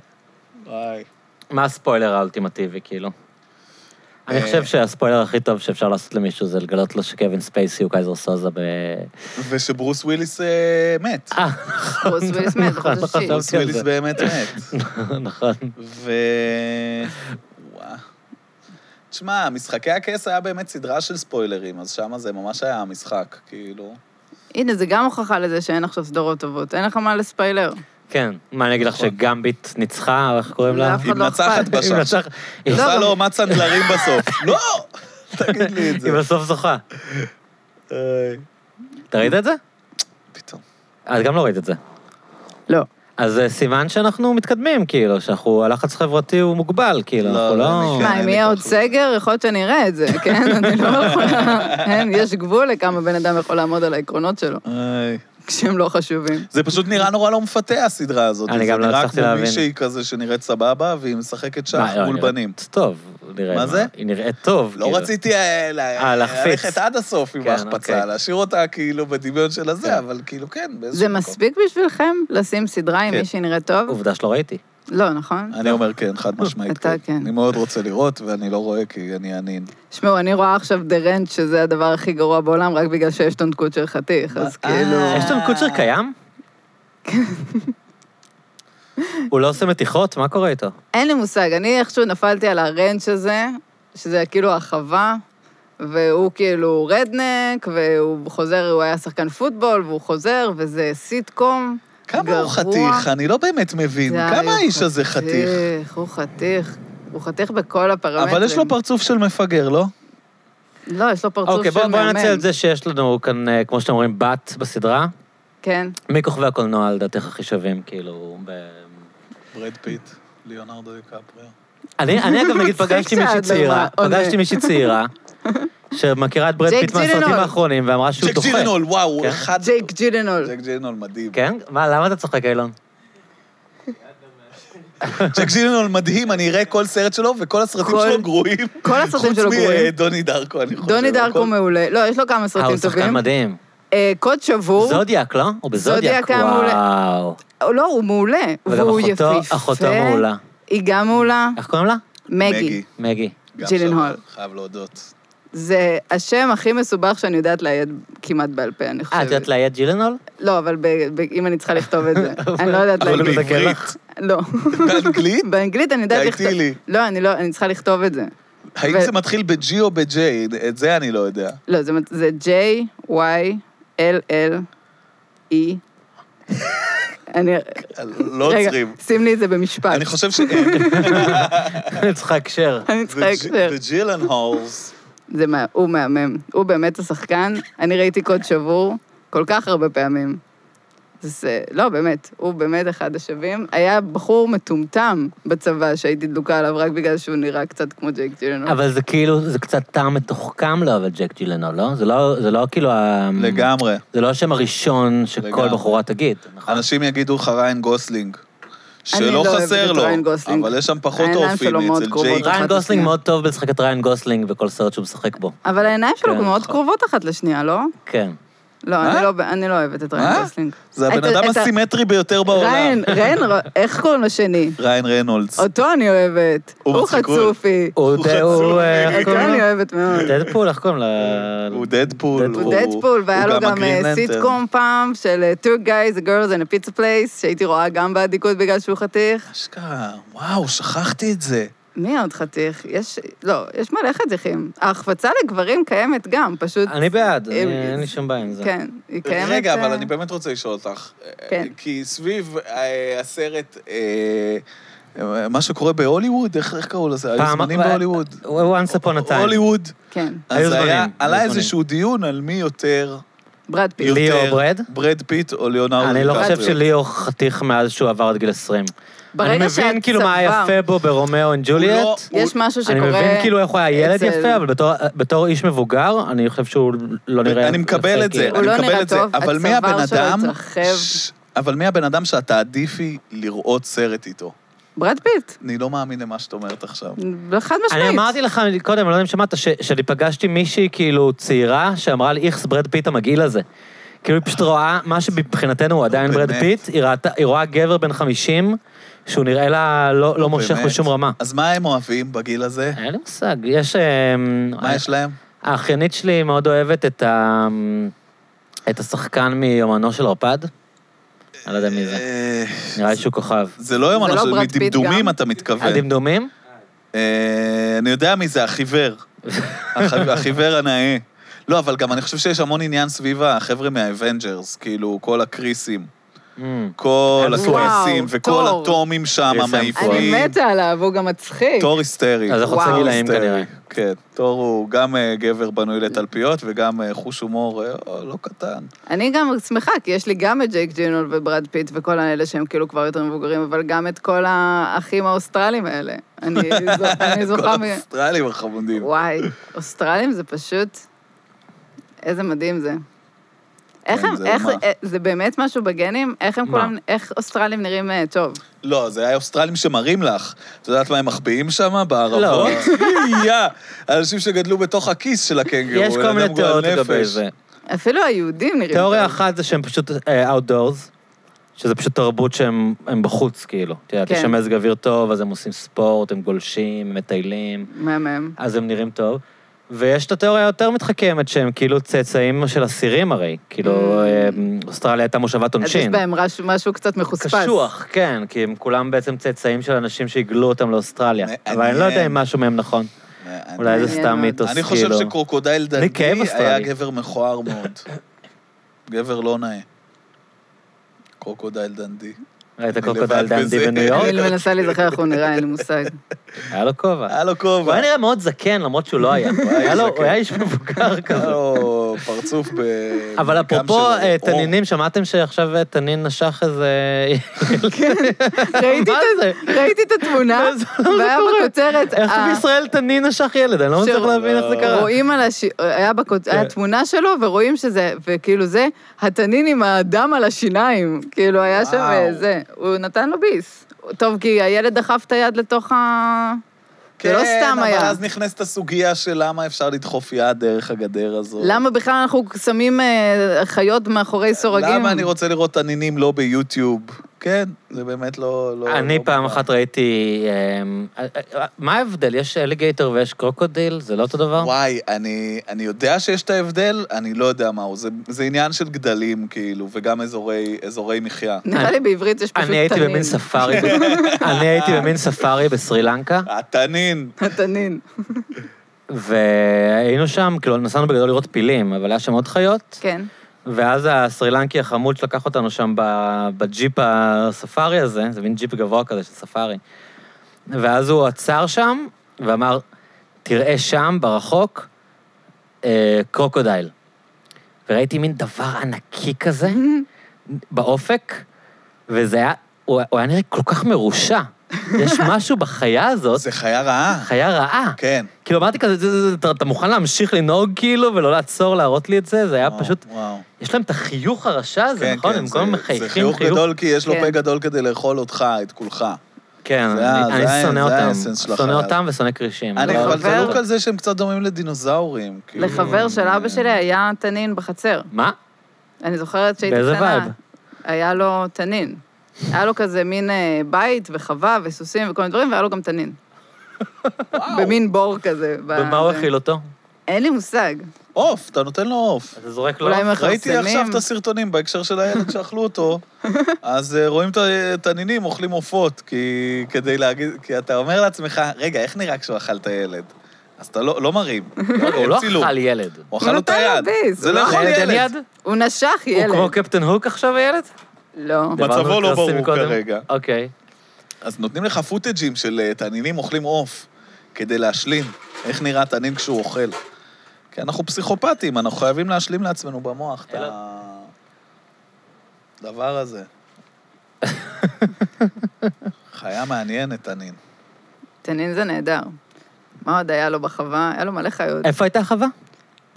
וואי.
מה הספוילר האולטימטיבי, כאילו? אני
אה.
חושב שהספוילר הכי טוב שאפשר לעשות למישהו זה לגלות לו שקווין ספייסי הוא קייזר סוזה ב...
ושברוס וויליס אה, מת.
אה,
ברוס וויליס מת,
נכון,
חוששי.
לא
ברוס
חשבתי על
וויליס
זה.
באמת מת.
נכון.
ו... וואו. תשמע, משחקי הכס היה באמת סדרה של ספוילרים, אז שם זה ממש היה המשחק, כאילו.
הנה, זה גם הוכחה לזה שאין עכשיו סדרות טובות. אין לך מה לספיילר.
כן, מה, אני אגיד לך
נכון.
שגמביט ניצחה, או איך קוראים לה?
לאף אחד
היא
לא
מנצחת
אכפת.
היא
בשער.
מנצחת-
היא
לא,
עושה
גם-
לו עומת סנדלרים בסוף. לא! תגיד לי את זה.
היא בסוף זוכה.
איי.
אתה ראית את זה?
פתאום.
את גם לא ראית את זה.
לא.
אז זה סימן שאנחנו מתקדמים, כאילו, שאנחנו, הלחץ החברתי הוא מוגבל, כאילו,
לא,
אנחנו
לא,
לא...
אני כן.
מה, אם
אני
יהיה עוד
ככה.
סגר, יכול להיות שאני אראה את זה, כן? אני לא יכולה... אין, יש גבול לכמה בן אדם יכול לעמוד על העקרונות שלו,
איי.
כשהם לא חשובים.
זה פשוט נראה נורא לא מפתה, הסדרה הזאת.
אני גם לא הצלחתי
זה נראה
להבין.
כמו מישהי כזה שנראית סבבה, והיא משחקת שח
מה, לא,
מול
נראית
בנים.
טוב, נראה.
מה זה?
היא נראית טוב.
לא
כאילו.
רציתי אה, ל-
אה, להחפיץ.
ללכת עד הסוף עם
כן,
ההחפצה,
אוקיי.
להשאיר אותה כאילו בדמיון של
כן.
הזה, אבל כאילו כן, באיזשהו
זה
מקום.
מספיק בשבילכם לשים סדרה עם
כן. אוקיי.
מישהי נראית טוב?
עובדה שלא ראיתי.
לא, נכון?
אני אומר כן, חד משמעית.
אתה כן.
אני מאוד רוצה לראות, ואני לא רואה כי אני ענין.
תשמעו, אני רואה עכשיו דה רנט, שזה הדבר הכי גרוע בעולם, רק בגלל שיש טון קוצ'ר חתיך, אז
אה,
כאילו...
אה.
יש לנו קוצ'ר קיים? הוא לא עושה מתיחות? מה קורה איתו?
אין לי מושג, אני איכשהו נפלתי על הרנץ' הזה, שזה כאילו החווה, והוא כאילו רדנק, והוא חוזר, הוא היה שחקן פוטבול, והוא חוזר, וזה סיטקום.
כמה הוא
גרוע.
חתיך? אני לא באמת מבין.
די,
כמה
הוא
האיש הזה חתיך?
הוא חתיך. הוא חתיך בכל הפרמטרים.
אבל יש לו פרצוף של מפגר, לא?
לא, יש לו פרצוף
אוקיי,
של מאמן.
בואו ננצל את זה שיש לנו כאן, אה, כמו שאתם אומרים, בת בסדרה.
כן.
מי כוכבי הקולנוע לדעתך הכי שווים, כאילו? ב-
ברד פיט, ליאונרדו דיקפריו.
אני אני, אגב, נגיד, פגשתי
קצת
מישהי
לא
צעירה,
עונה.
פגשתי מישהי צעירה, שמכירה את ברד
ג'ייק
פיט מהסרטים
ג'ילנהול.
האחרונים, ואמרה שהוא
ג'ק
דוחה.
ג'ילנול, וואו,
כן.
אחד...
ג'ייק ג'ילנול.
ג'ק ג'ילנול מדהים.
כן? מה, למה אתה צוחק, אילון?
ג'ק ג'ילנול מדהים, אני אראה כל סרט שלו, וכל הסרטים
כל-
שלו גרועים.
כל הסרטים שלו
חוץ
גרועים.
מדוני דרקו, אני חושב.
דוני דרקו
הכל-
מעולה. לא, יש לו כמה
אה,
סרטים
הוא שחקן
טובים.
מדהים.
אה, קוד שבור.
זודיאק, לא? הוא בזודיאק,
זודיאק היה מעולה.
וואו.
לא, הוא מעולה.
וגם
והוא
אחותו-
יפהפה.
אחותו מעולה.
היא גם מעולה.
אה,
איך קוראים לה?
מגי.
מגי. אה,
גם
ג'ילנהול.
שם, חייב להודות.
זה השם הכי מסובך שאני יודעת לאייד כמעט בעל פה, אני
אה,
חושבת.
את יודעת לאיית ג'ילנול?
לא, אבל ב- ב- אם אני צריכה לכתוב את זה. אני לא יודעת
אבל
הוא
להגיד.
מתקן לך.
לא.
באנגלית?
באנגלית אני יודעת
די,
לכתוב...
תהילי.
לא, אני לא, אני צריכה לכתוב את זה.
האם
ו-
זה מתחיל ב-G או ב-J? את זה אני לא יודע.
לא, זה מת- זה J, Y, L, L, E. אני...
לא
רגע,
עוצרים.
שים לי את זה במשפט.
אני חושב ש...
כן.
אני צריכה הקשר.
אני צריכה
The
הקשר.
G- The Gyllenhaals
זה, מה- הוא מהמם. הוא באמת השחקן. אני ראיתי קוד שבור כל כך הרבה פעמים. אז אה, לא, באמת, הוא באמת אחד השווים. היה בחור מטומטם בצבא שהייתי דלוקה עליו רק בגלל שהוא נראה קצת כמו ג'ייק ג'ילנוב.
אבל זה כאילו, זה קצת טעם מתוחכם לו, אבל ג'ק ג'ילנו, לא? זה לא, זה לא כאילו ה...
לגמרי.
נכון.
זה לא השם הראשון שכל
לגמרי.
בחורה תגיד, נכון?
אנשים יגידו לך ריין גוסלינג.
אני
שלא
לא אוהבת
חסר
את
לו,
ריין גוסלינג.
אבל יש שם פחות
העיניים שלו
אופי
מאוד
אצל
קרובות.
ג'ייק.
אחת
ריין גוסלינג
לשנייה.
מאוד טוב בלשחק את ריין גוסלינג בכל סרט שהוא משחק בו.
אבל העיניים שלו
כן,
גם מאוד קרובות אחת לשנייה, לא?
כן.
לא,
מה?
אני לא, אני לא אוהבת את ריין
אה?
מה?
גוסלינג.
זה הבן
את-
אדם
את ה-
הסימטרי ביותר בעולם.
ריין, ריין, ר- איך קוראים לו שני?
ריין ריינולדס.
אותו אני אוהבת.
הוא
הוא
מצחיקון.
חצופי.
הוא,
הוא
די-
חצוף,
הוא, אה, איך
אותו
קוראים
אני
לו?
אוהבת מאוד.
דדפול, איך קוראים לו?
הוא דדפול.
הוא
הוא דדפול, והיה
הוא
לו גם
הגרין
אה,
לנטרן.
סיטקום פעם של אה, two guys, a girls and a pizza place, שהייתי רואה גם באדיקות בגלל שהוא חתיך.
אשכרה, וואו, שכחתי את זה.
מי עוד חתיך? יש, לא, יש מלא חתיכים. ההחפצה לגברים קיימת גם, פשוט,
אני בעד,
אה,
אני- אין לי שום בעיה עם זה.
כן, היא קיימת...
רגע, אבל
אה,
אני באמת רוצה לשאול אותך. אה,
כן.
כי סביב אה, הסרט, אה, מה שקורה בהוליווד, איך איך קראו לזה? היו
פעם- אה,
זמנים בהוליווד.
once upon a time.
הוליווד.
כן,
אז
זמנים,
היה-
היו
עלה
זמנים.
איזשהו דיון על מי יותר...
ברד פיט.
ליאו
יותר
ברד?
ברד פיט או ליאונרד
אני לא
דיקפריו.
חושב שליאו חתיך מאז שהוא עבר את גיל 20. אני
ברגע
מבין
שאת
כאילו מה
צבא-
יפה בו ברומאו אנד
לא-
ג'וליאט.
יש משהו
אני
שקורה...
מבין כאילו איך הוא היה ילד
אצל-
יפה, אבל בתור- בתור איש מבוגר, אני חושב שהוא לא נראה...
אני מקבל
יפה,
את זה,
כאילו.
הוא
אני
לא
מקבל
נראה
את זה.
טוב,
אבל מי
הצוואר
הבן
שלו
אדם...
התרחב.
ש- אבל מי הבן אדם שאת תעדיפי לראות סרט איתו?
ברד פיט,
אני לא מאמין למה שאת אומרת עכשיו.
חד משמעית.
אני אמרתי לך קודם, אני לא יודע אם שמעת, ש- שאני פגשתי מישהי כאילו צעירה שאמרה לי איכס ברד פיט המגעיל הזה. כאילו היא פשוט רואה, מה שמבחינתנו הוא עדיין ברד
אה. באמת.
פיט, היא ראתה- היא רואה גבר בן 50, שהוא נראה לה לא לא מושך
אה, באמת.
בשום רמה.
אז מה הם אוהבים בגיל הזה?
אין לי מושג, יש... אמ,
מה יש להם?
האחיינית שלי מאוד אוהבת את ה... את השחקן מיומנו של ערפד. אני לא יודע מי זה.
אה,
נראה לי שהוא כוכב.
זה לא יום
זה לא
אנשים,
ברד פיט
מדמדומים
גם?
אתה מתכוון.
הדמדומים?
אה, אני יודע מי זה, החיוור. הח- החיוור הנאה. לא, אבל גם אני חושב שיש המון עניין סביב החבר'ה מהאבנג'רס, כאילו, כל הקריסים.
אמ.
כל
וואו,
הקריסים וכל
תור.
הטומים שם,
קריס
המעיפים.
אני מתה עליו, הוא גם מצחיק.
תור היסטרי.
אז אנחנו
וואו.
חוצי
תור
גילאים
היסטרי.
כנראה.
כן, תור הוא גם אה, גבר בנוי לתלפיות וגם אה, חוש הומור אה, לא קטן.
אני גם שמחה, כי יש לי גם את ג'ייק ג'ינול וברד פיט וכל האלה שהם כאילו כבר יותר מבוגרים, אבל גם את כל האחים האוסטרלים האלה. אני זו- אני זוכה מ...
כל האוסטרלים החמודים.
וואי, אוסטרלים זה פשוט... איזה מדהים זה. איך
כן,
הם,
זה
איך,
מה.
אה, זה באמת משהו בגנים? איך הם
מה?
כולם, איך אוסטרלים נראים אה, טוב?
לא, זה היה אוסטרלים שמראים לך. את יודעת מה הם מחביאים שם בערבות?
לא.
יא! אנשים שגדלו בתוך הכיס של הקנגרו.
יש כל
אדם
מיני
גועל
תיאוריות
נפש.
לגבי זה.
אפילו היהודים נראים
תיאוריה
טוב.
אחת זה שהם פשוט אה, outdoors, שזה פשוט תרבות שהם הם בחוץ, כאילו. את יודעת,
כן.
יש שם מזג אוויר טוב, אז הם עושים ספורט, הם גולשים, הם מטיילים,
מהמם.
אז הם נראים טוב. ויש את התיאוריה היותר מתחכמת, שהם כאילו צאצאים של אסירים הרי. כאילו,
Mm.
אה, אוסטרליה הייתה מושבת
אז יש
עונשין.
בהם רש- משהו קצת מחוספס.
קשוח, כן, כי הם כולם בעצם צאצאים של אנשים שהגלו אותם לאוסטרליה.
מעניין.
אבל אני לא יודע אם משהו מהם נכון. אולי זה
מעניין
סתם
מאוד.
מיתוס,
אה, אני
כאילו.
חושב שקרוקודייל
לי כאב
דנדי היה
אוסטרלי.
גבר מכוער מאוד. גבר לא נאה. קרוקודייל דנדי.
ראית
אני
קרוקודל
לבד בזה.
דנדי בניו יורק?
אני מנסה להיזכר איך הוא נראה, אין לי מושג.
היה לו כובע.
היה לו
הוא
כובע.
היה נראה מאוד זקן, למרות שהוא לא היה. היה לו-
זקן.
הוא היה איש מבוגר
היה
כזה.
לו פרצוף ב...
אבל
גם
אפרופו
של
אה,
אור.
תנינים, שמעתם שעכשיו אה, תנין נשך איזה...
ראיתי
מה
את אה.
זה?
ה- ראיתי את התמונה,
זה לא מה
והיה
שקורה.
בכותרת...
איך
ה-
בישראל תנין נשך ילד? אני לא מצליח
שרוא-
להבין איך זה קרה. כן.
רואים על הש... היה, בכות... היה תמונה שלו, ורואים שזה, וכאילו זה, התנין עם הדם על השיניים. כאילו, היה שם
וואו.
אה, זה. הוא נתן לו ביס. טוב, כי הילד דחף את היד לתוך ה... זה לא סתם
כן, אבל
היה.
אז נכנסת הסוגיה של למה אפשר לדחוף יד דרך הגדר הזו.
למה בכלל אנחנו שמים אה, חיות מאחורי סורגים?
למה אני רוצה לראות תנינים לא ביוטיוב? כן, זה באמת לא... לא-
אני
לא
פעם
מובן.
אחת ראיתי... אמ, אה, אה, מה ההבדל? יש אליגייטר ויש קרוקודיל? זה לא אותו דבר?
וואי, אני, אני יודע שיש את ההבדל, אני לא יודע מהו. זה, זה עניין של גדלים, כאילו, וגם אזורי, אזורי מחיה.
נראה לי בעברית יש פשוט
אני הייתי
תנין.
במין ספארי, ב- אני הייתי במין ספארי בסרי לנקה,
התנין.
התנין.
והיינו שם, כאילו נסענו בגדול לראות פילים, אבל היה שם עוד חיות,
כן.
ואז הסרילנקי החמוד שלקח אותנו שם ב- בג'יפ הספארי הזה, זה מין ג'יפ גבוה כזה של ספארי. ואז הוא עצר שם ואמר, תראה שם ברחוק, אה, קרוקודייל. וראיתי מין דבר ענקי כזה באופק, וזה היה, הוא הוא היה נראה כל כך מרושע. יש משהו בחיה הזאת,
זה חיה רעה.
חיה רעה.
כן.
כאילו, אמרתי כזה, "זה- זה- זה- אתה- אתה מוכן להמשיך לנהוג כאילו, ולא לעצור להראות לי את זה? זה היה
וואו,
פשוט...
וואו.
יש להם את החיוך הרשע הזה,
כן,
נכון?
כן,
הם
זה-
כל הזמן מחייכים
זה חיוך גדול, כי יש לו
כן.
פה גדול כדי לאכול אותך, את כולך.
כן,
זה ה-
אני-
זה ה-
אני שונא
זה
אותם.
האסנס של
שונא
החיה.
אותם ושונא כרישים.
אני
לא-
אבל
לחבר-
זרוק על זה שהם קצת דומים לדינוזאורים. כאילו.
לחבר של אבא שלי היה תנין בחצר.
מה?
אני זוכרת שהייתי
באיזה
קטנה.
וייב?
היה לו תנין. היה לו כזה מין אה, בית וחווה וסוסים וכל מיני דברים, והיה לו גם תנין. במין בור כזה. ב-
במה הוא לא-
זה.
הכיל אותו?
אין לי מושג.
עוף, אתה נותן לו עוף.
אתה זורק לו? לא,
אולי הם
ראיתי עכשיו
מכרסמים.
את הסרטונים בהקשר של הילד שאכלו אותו, אז אה, רואים את התנינים, אוכלים עופות, כי כדי להגיד, כי אתה אומר לעצמך, רגע, איך נראה כשהוא אכל את הילד? אז אתה לא לא מרים.
הוא לא
אין צילום.
אכל ילד.
הוא אכל לו את
נתן לו
היד.
ביס,
זה
הוא
לא
לא
יכול
הילד אין
ילד.
יד?
הוא נשך ילד.
הוא כמו קפטן הוק עכשיו הילד?
לא.
מצבו לא
דיברנו על
ברור
קרסים קודם.
כרגע.
אוקיי.
אז נותנים לך פוטג'ים של אה, תנינים אוכלים עוף, כדי להשלים איך נראה תנין כשהוא אוכל. כי אנחנו פסיכופטים, אנחנו חייבים להשלים לעצמנו במוח את
אלא-
הדבר הזה. חיה מעניינת, תנין.
תנין זה נהדר. מה עוד היה לו בחווה? היה לו מלא חיות.
איפה הייתה החווה?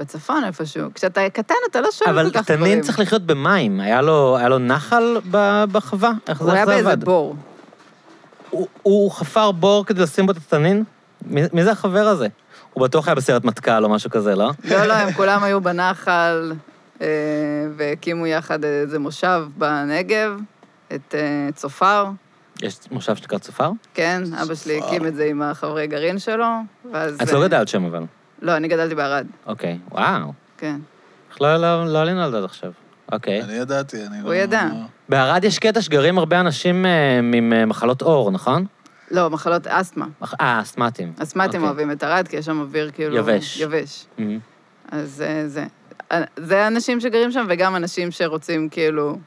בצפון איפשהו. כשאתה קטן אתה לא שואל כל
אבל
כך דברים.
תנין צריך לחיות במים. היה לו היה לו נחל ב- בחווה? איך
הוא
זה
היה
איך זה
באיזה
עבד?
בור.
הוא- הוא חפר בור כדי לשים בו את התנין? מי מי זה החבר הזה? הוא בטוח היה בסרט מטכ"ל או משהו כזה, לא?
לא, לא, הם כולם היו בנחל, אה, והקימו יחד איזה מושב בנגב, את אה, צופר.
יש מושב שנקרא צופר?
כן, אבא שלי הקים את זה עם החברי גרעין שלו, ואז...
את לא
אה,
גדלת שם אבל.
לא, אני גדלתי בערד,
אוקיי, וואו.
כן.
איך לא- לא לא עלינו על זה עד עכשיו. אוקיי.
אני ידעתי, אני לא...
הוא ידע.
בערד יש קטע שגרים הרבה אנשים אה, עם אה, מחלות עור, נכון?
לא, מחלות אסתמה.
מח- אה, אסתמטים.
אסתמטים
אוקיי.
אוהבים את ערד, כי יש שם אוויר כאילו...
יבש.
יבש.
אמ.
אז אה, זה. אה, זה האנשים שגרים שם, וגם אנשים שרוצים כאילו...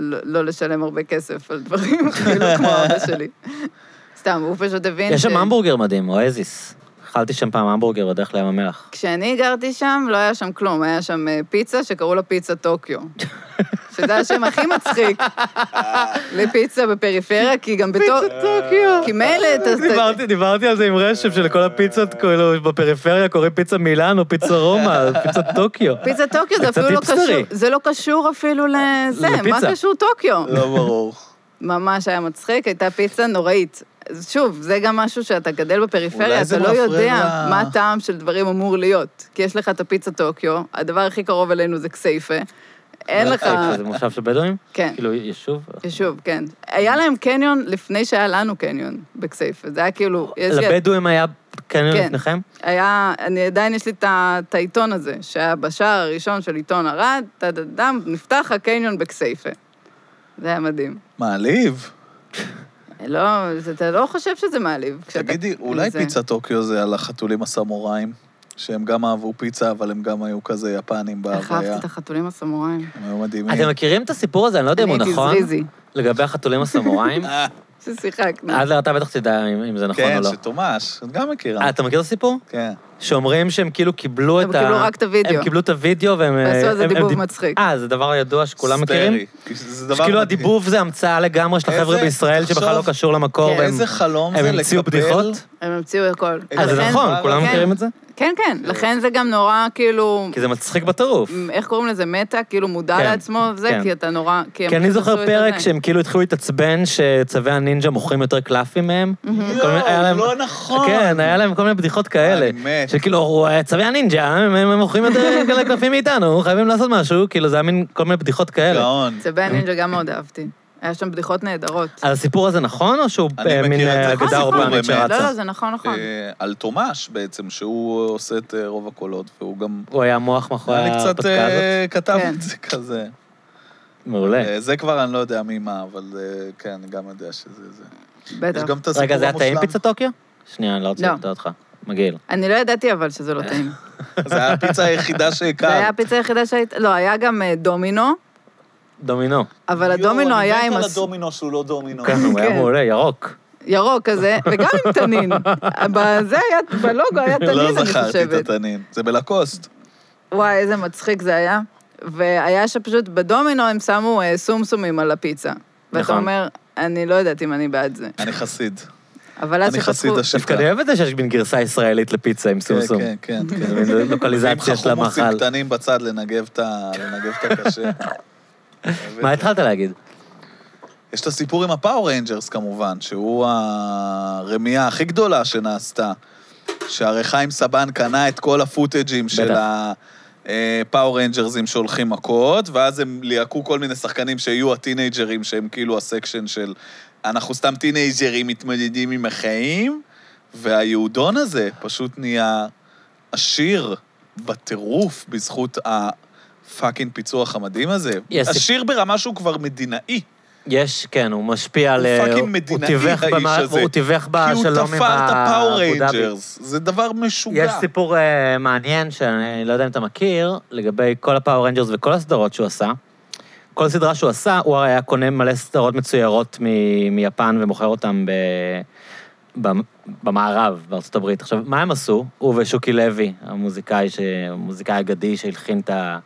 לא לא לשלם הרבה כסף על דברים, כאילו, כמו אבא שלי. סתם, הוא פשוט הבין
יש שם המבורגר מדהים, אואזיס. אכלתי שם פעם המבורגר בדרך לים המלח.
כשאני גרתי שם, לא היה שם כלום, היה שם אה, פיצה שקראו לה פיצה טוקיו. שזה השם הכי מצחיק לפיצה בפריפריה, כי גם בתור...
טוקיו.
כי מילא אתה...
דיברתי, דיברתי על זה עם רשב שלכל הפיצות, כאילו, בפריפריה קוראים פיצה מילאן או פיצה רומא, פיצה טוקיו.
פיצה טוקיו זה
זה קצת
אפילו לא
היפסטרי.
קשור, זה לא קשור אפילו לזה, מה
לפיצה.
קשור טוקיו?
לא ברור.
ממש היה מצחיק, הייתה פיצה נוראית. אז שוב, זה גם משהו שאתה גדל בפריפריה,
אולי זה
אתה לא
מפריע
יודע
ל-
מה הטעם של דברים אמור להיות. כי יש לך את הפיצה טוקיו, הדבר הכי קרוב אלינו זה כסייפה. אין לך...
זה מושב של בדואים?
כן.
כאילו, יישוב?
יישוב, כן. היה להם קניון לפני שהיה לנו קניון בכסייפה. זה היה כאילו... יש לי-
לבדואים היה קניון
כן.
לפניכם?
היה, אני עדיין יש לי את ה- את העיתון הזה, שהיה בשער הראשון של עיתון ערד, טה דה דם, נפתח הקניון בכסייפה. זה היה מדהים.
מעליב.
לא, זה- אתה לא חושב שזה מעליב. כשאתה-
תגידי, אולי
זה-
פיצה טוקיו זה על החתולים הסמוראים? שהם גם אהבו פיצה, אבל הם גם היו כזה יפנים
איך
בהוויה.
אהבתי את החתולים הסמוראים.
הם היו מדהימים.
אתם מכירים את הסיפור הזה? אני לא יודע אם
Mm-hmm. אני
הוא
הייתי
נכון.
זריזי,
לגבי החתולים הסמוראים?
אה.
ששיחקנו.
אדלר, אתה בטח תדע אם אם זה נכון
כן,
או לא.
שתומש, את גם מכירה.
אה, אתה מכיר את הסיפור?
כן.
שאומרים שהם כאילו קיבלו את
הם
ה...
קיבלו רק את הוידאו.
הם קיבלו את הוידאו והם...
ועשו על זה
הם- הם
דיבוב
דיב-
מצחיק.
אה, זה דבר ידוע שכולם מכירים?
היסטרי. זה דבר
שכאילו
מדהים.
הדיבוב זה כאילו המצאה לגמרי של
איזה-
החבר'ה בישראל שבכלל לא
תחשוב,
קשור למקור.
כן.
והם-
איזה חלום
הם
זה
המציאו
לקבל...
בדיחות?
הם המציאו הכל.
אה,
אה, זה
לכן-
נכון,
אבל-
כולם
כן.
מכירים את זה?
כן, כן, לכן זה גם נורא, כאילו...
כי זה מצחיק בטירוף.
איך קוראים לזה? מטה? כאילו מודע
כן,
לעצמו? זה
כן.
כי אתה נורא... הם
כי אני זוכר
כן עשו את
פרק
הזה.
שהם כאילו התחילו להתעצבן שצווי הנינג'ה מוכרים יותר קלפים מהם. כל מיני- היה
יואו,
להם-
לא נכון.
כן, היה להם כל מיני בדיחות כאלה.
אני מת.
שכאילו, הוא, אה, צווי הנינג'ה, הם הם מוכרים יותר כאלה קלפים מאיתנו, חייבים לעשות משהו, כאילו זה היה מין כל מיני בדיחות כאלה.
גאון.
צבי הנינג'ה גם מאוד אהבתי. היה שם בדיחות נהדרות.
אז הסיפור הזה נכון, או שהוא
אני
אה,
מכיר
מין
את אה, זה.
אה,
נכון,
אגדה
סיפור
אורבנית
באמת.
לא,
שרצה?
לא, זה נכון, נכון.
אה, על תומש בעצם, שהוא עושה את אה, רוב הקולות, והוא גם...
הוא היה מוח מאחורי
אני קצת
ההרפתקה הזאת.
אה, כתב
כן.
את זה כזה.
מעולה.
אה, זה כבר אני לא יודע מי מה, אבל אה, כן, אני גם יודע שזה זה.
בטח.
יש גם את הסיפור המושלם.
רגע, זה היה טעים פיצה טוקיו? שנייה, אני לא רוצה
לא.
לקטוע אותך. מגעיל.
אני לא ידעתי אבל שזה
אה,
לא טעים.
זה היה הפיצה היחידה
זה היה
שהכרת.
הפיצה היחידה שהייתה... לא, היה גם אה, דומינו,
דומינו.
אבל
יואו,
הדומינו היה עם...
אני מת על
הס-
הדומינו שהוא לא דומינו.
כן, הוא היה מעולה, ירוק.
ירוק כזה, וגם עם תנין. בזה היה, בלוגו היה
לא
תנין, אני
זכרתי את
חושבת.
התנין. זה בלקוסט.
וואי, איזה מצחיק זה היה. והיה שפשוט בדומינו הם שמו אה, סומסומים על הפיצה. ואתה
נכון.
אומר, אני לא יודעת אם אני בעד זה.
אני חסיד.
אבל אז
אני חסיד
שפתחו...
השקה.
דווקא אני אוהב את זה שיש מין גרסה ישראלית לפיצה
כן,
עם סומסום.
כן, כן. כן.
זה מין לוקליזציה של
חמוסים
המאכל.
קטנים בצד לנגב את ה- לנגב את הקשה.
מה התחלת להגיד?
יש את הסיפור עם הפאור ריינג'רס כמובן, שהוא הרמייה הכי גדולה שנעשתה. שהרי חיים סבן קנה את כל הפוטג'ים של הפאור ריינג'רסים שהולכים מכות, ואז הם ליהקו כל מיני שחקנים שיהיו הטינג'רים שהם כאילו הסקשן של אנחנו סתם טינג'רים מתמודדים עם החיים, והיהודון הזה פשוט נהיה עשיר בטירוף בזכות ה... פאקינג פיצוח המדהים הזה.
יש-
עשיר ברמה שהוא כבר מדינאי.
יש, כן, הוא משפיע על...
הוא פאקינג מדינאי,
תיווך
האיש
במה-
הזה.
הוא תיווך
כי הוא
בשלום עם
תפר את הפאור
אבו דאבי.
ריינג'רס. זה דבר משוגע.
יש סיפור אה, מעניין שאני לא יודע אם אתה מכיר, לגבי כל הפאור רנג'רס וכל הסדרות שהוא עשה. כל סדרה שהוא עשה, הוא הרי היה קונה מלא סדרות מצוירות מ- מיפן ומוכר אותן ב... במ- במערב, בארצות הברית. עכשיו, מה הם עשו? הוא ושוקי לוי, המוזיקאי, ש... המוזיקאי האגדי שהלחין את ה...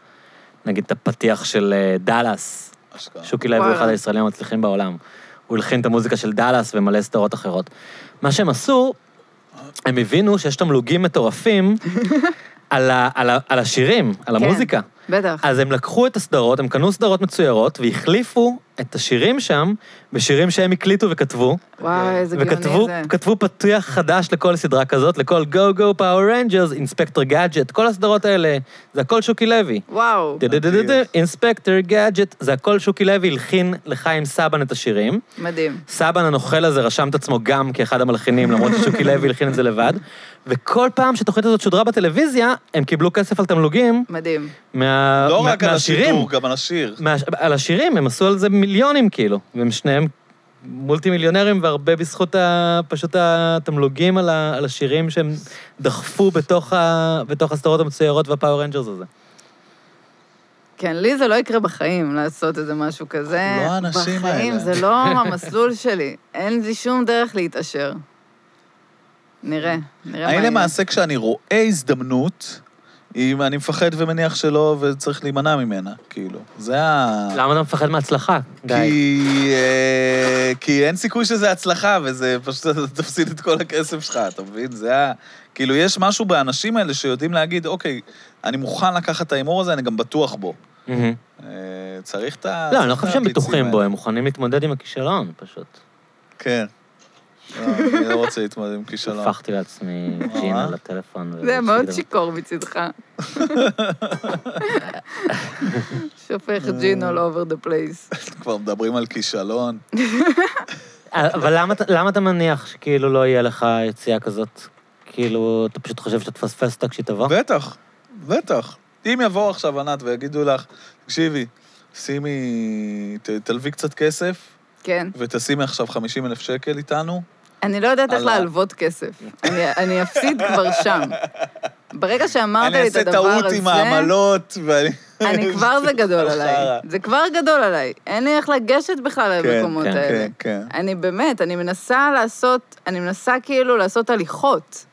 נגיד את הפתיח של אה, דאלאס,
אשכרה.
שוקי לוי הוא
וואלה.
אחד הישראלים המצליחים בעולם. הוא הלחין את המוזיקה של דאלאס ומלא סדרות אחרות. מה שהם עשו, הם הבינו שיש תמלוגים מטורפים על, ה, על, ה, על השירים, על
כן.
המוזיקה.
בטח.
אה,
אז הם לקחו את הסדרות, הם קנו סדרות מצוירות, והחליפו את השירים שם בשירים שהם הקליטו וכתבו.
וואי, איזה גאוני
וכתבו
זה.
כתבו פתיח חדש לכל סדרה כזאת, לכל גו גו פאוור רנג'רס, אינספקטור גאדג'ט, כל הסדרות האלה, זה הכל שוקי לוי.
וואו,
דדדדדד,
אוקיי.
אינספקטור גאדג'ט, זה הכל שוקי לוי הלחין לחיים סבן את השירים.
מדהים.
סבן הנוכל הזה רשם את עצמו גם כאחד המלחינים, למרות ששוקי לוי הלחין את זה לבד. וכל פעם שהתוכנית הזאת שודרה בטלוויזיה, הם קיבלו כסף על תמלוגים
מדהים.
מה-
לא
מה-
רק על
מהשירים.
השידור, גם על השיר.
מה- על השירים, הם עשו על זה מיליונים כאילו, והם שניהם מולטי מיליונרים, והרבה בזכות ה- פשוט התמלוגים על ה- על השירים שהם דחפו בתוך ה- בתוך הסדרות המצוירות והפאוור רנג'רס הזה.
כן, לי זה לא יקרה בחיים לעשות איזה משהו כזה.
לא האנשים
בחיים
האלה.
זה לא המסלול שלי. אין לי שום דרך להתעשר. נראה, נראה מה
אני
יהיה.
למעשה, כשאני רואה הזדמנות, אם אני מפחד ומניח שלא, וצריך להימנע ממנה, כאילו. זה ה...
למה אתה מפחד מהצלחה? גיא?
כי, אה, כי אין סיכוי שזה הצלחה, וזה פשוט, אתה תפסיד את כל הכסף שלך, אתה מבין? זה ה... כאילו, יש משהו באנשים האלה שיודעים להגיד, אוקיי, אני מוכן לקחת את ההימור הזה, אני גם בטוח בו.
מהמם.
אה, צריך את ה...
לא, אני לא
צריך את
חושב שהם
הביצים
בטוחים בו,
האלה.
הם מוכנים להתמודד עם הכישלון, פשוט.
כן. לא, אני לא רוצה להתמודד עם כישלון.
הפכתי לעצמי ג'ין
אה.
על הטלפון. כאילו.
זה
ושקדתי.
מאוד שיכור מצידך. שופך
אה.
ג'ין all over the place.
כבר מדברים על כישלון.
אה, אבל למה אתה- למה אתה מניח שכאילו לא יהיה לך יציאה כזאת? כאילו, אתה פשוט חושב שתפספס אותה כשהיא
לא?
תבוא?
בטח, בטח. אם יבואו עכשיו, ענת, ויגידו לך, תקשיבי, שימי, ת- תלווי קצת כסף,
כן.
ותשימי עכשיו 50 אלף שקל איתנו,
אני לא יודעת איך
עלה.
להלוות כסף. אני- אני אפסיד כבר שם. ברגע שאמרת
אני
לי את
אעשה
הדבר הזה...
טעות עם העמלות, ואני...
אני כבר, זה גדול
חרא.
עליי. זה כבר גדול עליי. אין לי איך לגשת בכלל
כן,
למקומות
כן,
האלה.
כן, כן.
אני באמת, אני מנסה לעשות, אני מנסה כאילו לעשות הליכות.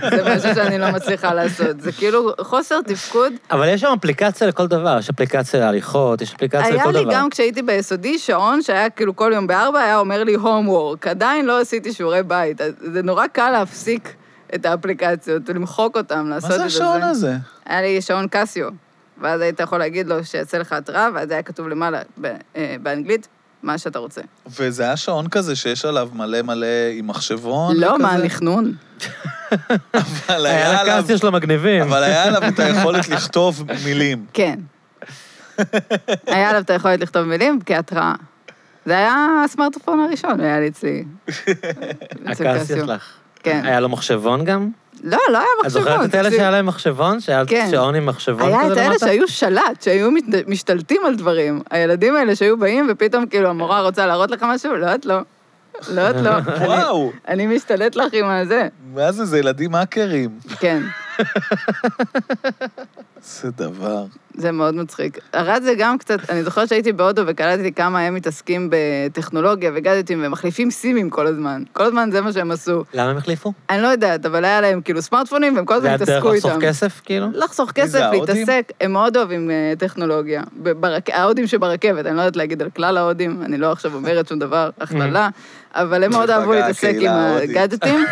זה משהו שאני לא מצליחה לעשות. זה כאילו חוסר תפקוד.
אבל יש שם אפליקציה לכל דבר, יש אפליקציה להליכות, יש אפליקציה
היה
לכל
לי
דבר.
גם כשהייתי ביסודי שעון שהיה כאילו כל יום בארבע, היה אומר לי homework. עדיין לא עשיתי שיעורי בית. אז זה נורא קל להפסיק את האפליקציות, למחוק אותן, לעשות
מה
את
זה השעון הזה?
היה לי שעון קסיו, ואז היית יכול להגיד לו שיצא לך התראה, ואז היה כתוב למעלה ב- אה, באנגלית, מה שאתה רוצה.
וזה היה שעון כזה שיש עליו מלא מלא עם מחשבון
לא,
וכזה?
מה, נכנון?
אבל היה
היה לה
עליו...
קאסיה של המגניבים.
אבל היה עליו את היכולת לכתוב מילים.
כן. היה עליו את היכולת לכתוב מילים כהתראה. זה היה הסמארטפון הראשון, היה לי אצלי. אצל
הקאסיה
קסיו.
שלך.
כן.
היה לו מחשבון גם?
לא, לא היה
את
מחשבון.
זוכרת את אלה
זה-
שהיה להם מחשבון? שהיה
כן.
שעון עם מחשבון כזה
היה
למטה?
את אלה שהיו שלט, שהיו מת- משתלטים על דברים. הילדים האלה שהיו באים, ופתאום כאילו המורה רוצה להראות לך משהו, לא, את לא. לא, את לא. אני-
וואו,
אני משתלט לך עם הזה.
מה זה, זה ילדים האקרים.
כן.
איזה דבר.
זה מאוד מצחיק. ערד זה גם קצת, אני זוכרת שהייתי בהודו וקלטתי כמה הם מתעסקים בטכנולוגיה וגדג'טים, והם מחליפים סימים כל הזמן. כל הזמן זה מה שהם עשו.
למה הם החליפו?
אני לא יודעת, אבל היה להם כאילו סמארטפונים, והם כל
זה
הזמן
היה דרך
התעסקו
לחסוך
איתם.
כסף, כאילו?
לחסוך
מי
כסף,
זה, ההודים?
להתעסק, הם מאוד אוהבים אה, טכנולוגיה. ב- ברק- ההודים שברכבת, אני לא יודעת להגיד על כלל ההודים, אני לא עכשיו אומרת שום דבר, הכללה, אבל הם מאוד
מפלגה,
אהבו להתעסק עם
הקהילה ההודית.
הגאדג'טים.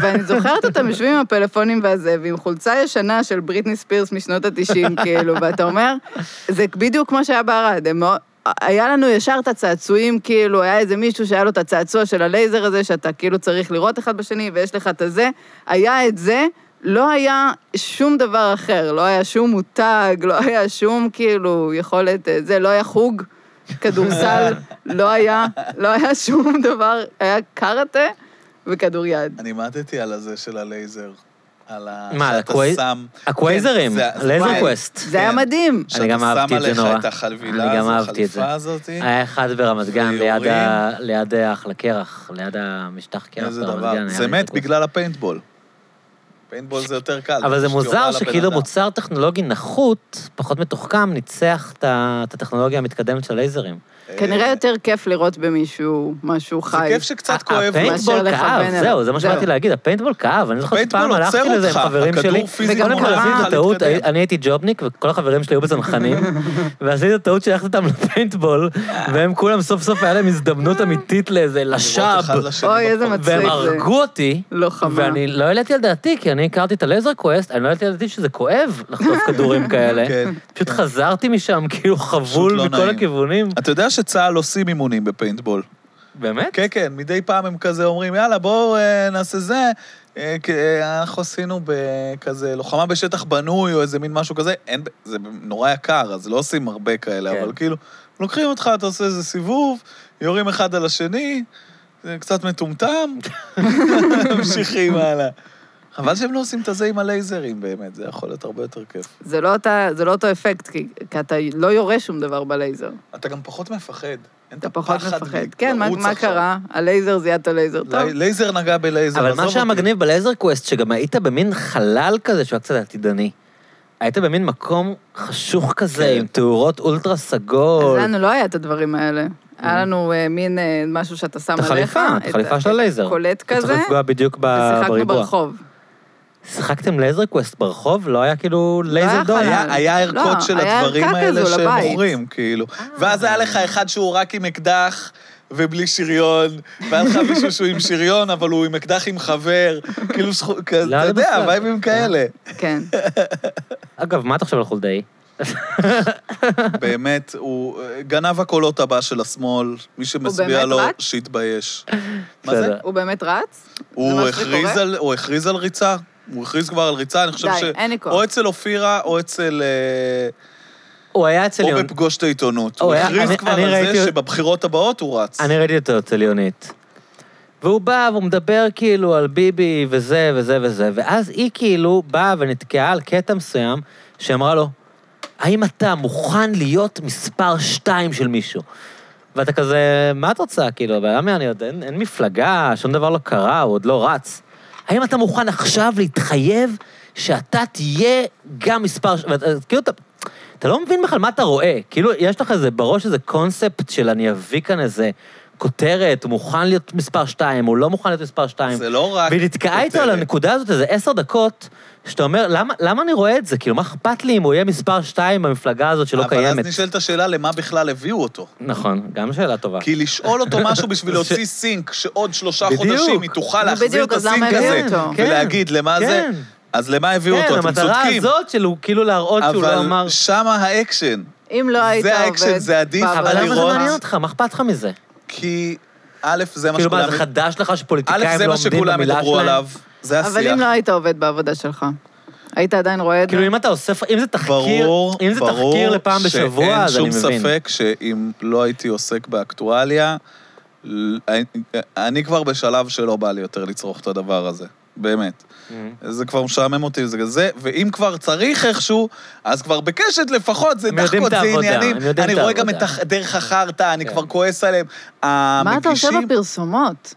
ואני זוכרת אותם יושבים עם הפלאפונים והזה, ועם חולצה ישנה של בריטני ספירס משנות ה-90, כאילו, ואתה אומר, זה בדיוק כמו שהיה בערד, הם מאוד... היה לנו ישר את הצעצועים, כאילו, היה איזה מישהו שהיה לו את הצעצוע של הלייזר הזה, שאתה כאילו צריך לראות אחד בשני, ויש לך את הזה. היה את זה, לא היה שום דבר אחר, לא היה שום מותג, לא היה שום כאילו יכולת, אה, זה, לא היה חוג כדורסל, לא היה, לא היה שום דבר, היה קארטה וכדוריד.
אני מתתי על הזה של הלייזר. על ה...
מה, על
שאתה
הקווי-
שם-
הקווייזרים,
כן, זה-
לייזר
כן.
קווסט.
זה היה
כן.
מדהים.
אני גם אהבתי את זה
שאתה שם
נורא.
עליך את החבילה
אני גם
הזאת,
אהבתי את זה. אה,
החליפה הזאת.
היה אחד ברמת גן, ליד
ויורים.
ה- ליד האחלה קרח, ליד המשטח קרח
איזה
ברמת
דבר.
גן. היה
זה מת
התנגדות.
בגלל הפיינטבול. פיינטבול זה יותר קל.
אבל זה
פשוט יורה
מוזר
על הבן
שכאילו
אדם.
מוצר טכנולוגי נחות, פחות מתוחכם, ניצח את ה- את הטכנולוגיה המתקדמת של לייזרים.
אה,
כנראה יותר כיף לראות במישהו משהו
זה
חי.
כיף
אה,
שקצת כואב.
מאשר
הפיינטבול
לכוון
כאב,
אליו.
זהו, זה מה
זהו.
שבאתי להגיד, הפיינטבול כאב. אני לא זוכר
הפיינטבול
שפעם
עוצר
הלכתי לזה עם
אותך,
חברים
הכדור
שלי.
פיזית
וגם
קודם כל
מונע
עשיתי
לך
את הטעות,
להתקדם.
אני הייתי ג'ובניק, וכל החברים שלי היו בצנחנים, ועשיתי את הטעות שהלכתי איתם לפיינטבול, והם כולם סוף סוף היה להם הזדמנות אמיתית לאיזה
לראות אחד
לשאב,
לשני
אוי, איזה
בפרצוף.
מצחיק
והם
זה.
הרגו אותי.
לוחמה.
ואני לא העליתי על דעתי, כי אני הכרתי את הלייזר קווסט, אני לא העליתי על דעתי שזה כואב לחטוף כדורים כאלה.
כן.
פשוט חזרתי משם כאילו חבול
לא
מכל
נעים.
הכיוונים.
אתה יודע שצה"ל עושים אימונים בפיינטבול.
באמת?
כן, כן, מדי פעם הם כזה אומרים, יאללה, בואו אה, נעשה זה. אה, כ- אה, אנחנו עשינו בכזה לוחמה בשטח בנוי או איזה מין משהו כזה, אין, ב- זה נורא יקר, אז לא עושים הרבה כאלה,
כן.
אבל כאילו, לוקחים אותך, אתה עושה איזה סיבוב, יורים אחד על השני, זה קצת מטומטם, ממשיכים הלאה. חבל שהם לא עושים את הזה עם הלייזרים באמת, זה יכול להיות הרבה יותר כיף.
זה לא אותה- זה לא אותו אפקט, כי כי אתה לא יורה שום דבר בלייזר.
אתה גם פחות מפחד. אין את
אתה פחות
הפחד
מפחד. כן, מה-
לרוץ
מה
עכשיו.
קרה? הלייזר זיהה את הלייזר. טוב,
לי- לייזר נגע בלייזר,
אבל
עזוב
מה
אותי.
שהיה מגניב בלייזר קווסט, שגם היית במין חלל כזה שהוא היה קצת עתידני. היית במין מקום חשוך כזה,
כן.
עם תאורות אולטרה
אז
סגול.
לנו לא היה את הדברים האלה. היה לנו אה, מין אה, משהו שאתה שם
את
עליך.
החליפה, את החליפה של הלייזר.
קולט
אתה
כזה,
צריך לפגוע בדיוק ב-
ושיחקנו
בריבוע.
ברחוב.
שיחקתם לייזר קווסט ברחוב? לא היה כאילו לייזר
היה
דור?
חלל.
היה, היה ערכות
לא,
של
היה
הדברים
ערכה
האלה
כזו
שהם
לבית. אה.
מוכרים, כאילו. ואז היה לך אחד שהוא רק עם אקדח ובלי שריון, והיה לך מישהו שהוא עם שריון, אבל הוא עם אקדח עם חבר, כאילו, שחו- כזה,
לא,
אתה
לא
יודע,
בסדר.
וייבים כאלה.
כן.
אגב, מה אתה חושב על חולדאי?
באמת, הוא אה, גנב הקולות הבא של השמאל, מי שמצביע
באמת
לו,
רץ?
שיתבייש. מה זה?
בסדר.
הוא באמת רץ?
הוא
מה
הכריז
שקורה?
על- הוא הכריז על ריצה. הוא הכריז כבר על ריצה, אני חושב
די,
ש...
אין לי כוח.
או אצל אופירה, או אצל... אה,
הוא היה אצל
או
יונ...
בפגוש את העיתונות.
או,
הוא
היה-
הכריז
אני-
כבר
אני
על
ראיתי-
זה שבבחירות הבאות הוא רץ.
אני ראיתי אותו אצל יונית. והוא בא והוא מדבר כאילו על ביבי וזה וזה וזה, ואז היא כאילו באה ונתקעה על קטע מסוים, שאמרה לו, האם אתה מוכן להיות מספר שתיים של מישהו? ואתה כזה, מה את רוצה? כאילו, הבן אדם אני עוד, אין, אין מפלגה, שום דבר לא קרה, הוא עוד לא רץ. האם אתה מוכן עכשיו להתחייב שאתה תהיה גם מספר... ש- ואתה- כאילו, אתה, אתה לא מבין בכלל מה אתה רואה. כאילו, יש לך איזה, בראש איזה קונספט של אני אביא כאן איזה כותרת, הוא מוכן להיות מספר שתיים, הוא לא מוכן להיות מספר שתיים.
זה לא רק...
והיא נתקעה איתו על
כותרת.
הנקודה הזאת איזה עשר דקות, שאתה אומר, למה, למה אני רואה את זה? כאילו, מה אכפת לי אם הוא יהיה מספר שתיים במפלגה הזאת שלא
אבל אז
לא קיימת?
נשאלת השאלה למה בכלל הביאו אותו.
נכון, גם שאלה טובה.
כי לשאול אותו משהו בשביל להוציא סינק, שעוד שלושה
בדיוק.
חודשים היא תוכל להחזיר
בדיוק,
את
אז למה
הסינק הזה,
הביאו אותו?
כן,
ולהגיד למה
כן.
זה... אז למה הביאו
כן,
אותו? אתם
המטרה
צודקים.
הזאת של הוא כאילו להראות שהוא לא אמר...
אבל שמה האקשן.
אם לא היית עובד...
זה האקשן, זה עדיף,
בא-
אבל למה זה
לראות-
מעניין אותך? מה אכפת לך מזה?
כי א', זה מה
כאילו מה,
שכולם...
זה חדש לך
א',
שפוליטיקאים
זה
לא
מה
עומדים
שכולם
במילה
ידברו
שלהם?
עליו. זה השיח.
אבל אם לא היית עובד בעבודה שלך, היית עדיין רואה את זה?
כאילו, אם אתה אוסף... אם זה תחקיר...
ברור,
אם זה
ברור
תחקיר לפעם בשבוע, אז אני מבין.
שאין שום ספק שאם לא הייתי עוסק באקטואליה, ל- אני כבר בשלב שלא בא לי יותר לצרוך את הדבר הזה. באמת.
Mm-hmm.
זה כבר משעמם אותי, זה כזה, ואם כבר צריך איכשהו, אז כבר בקשת לפחות, זה
הם יודעים
דחקות,
את
זה
העבודה,
עניינים.
הם יודעים
אני
את
רואה גם את
העבודה.
הח- דרך החרטא, אני
כן.
כבר כועס עליהם.
מה אתה עושה
המגישים...
בפרסומות?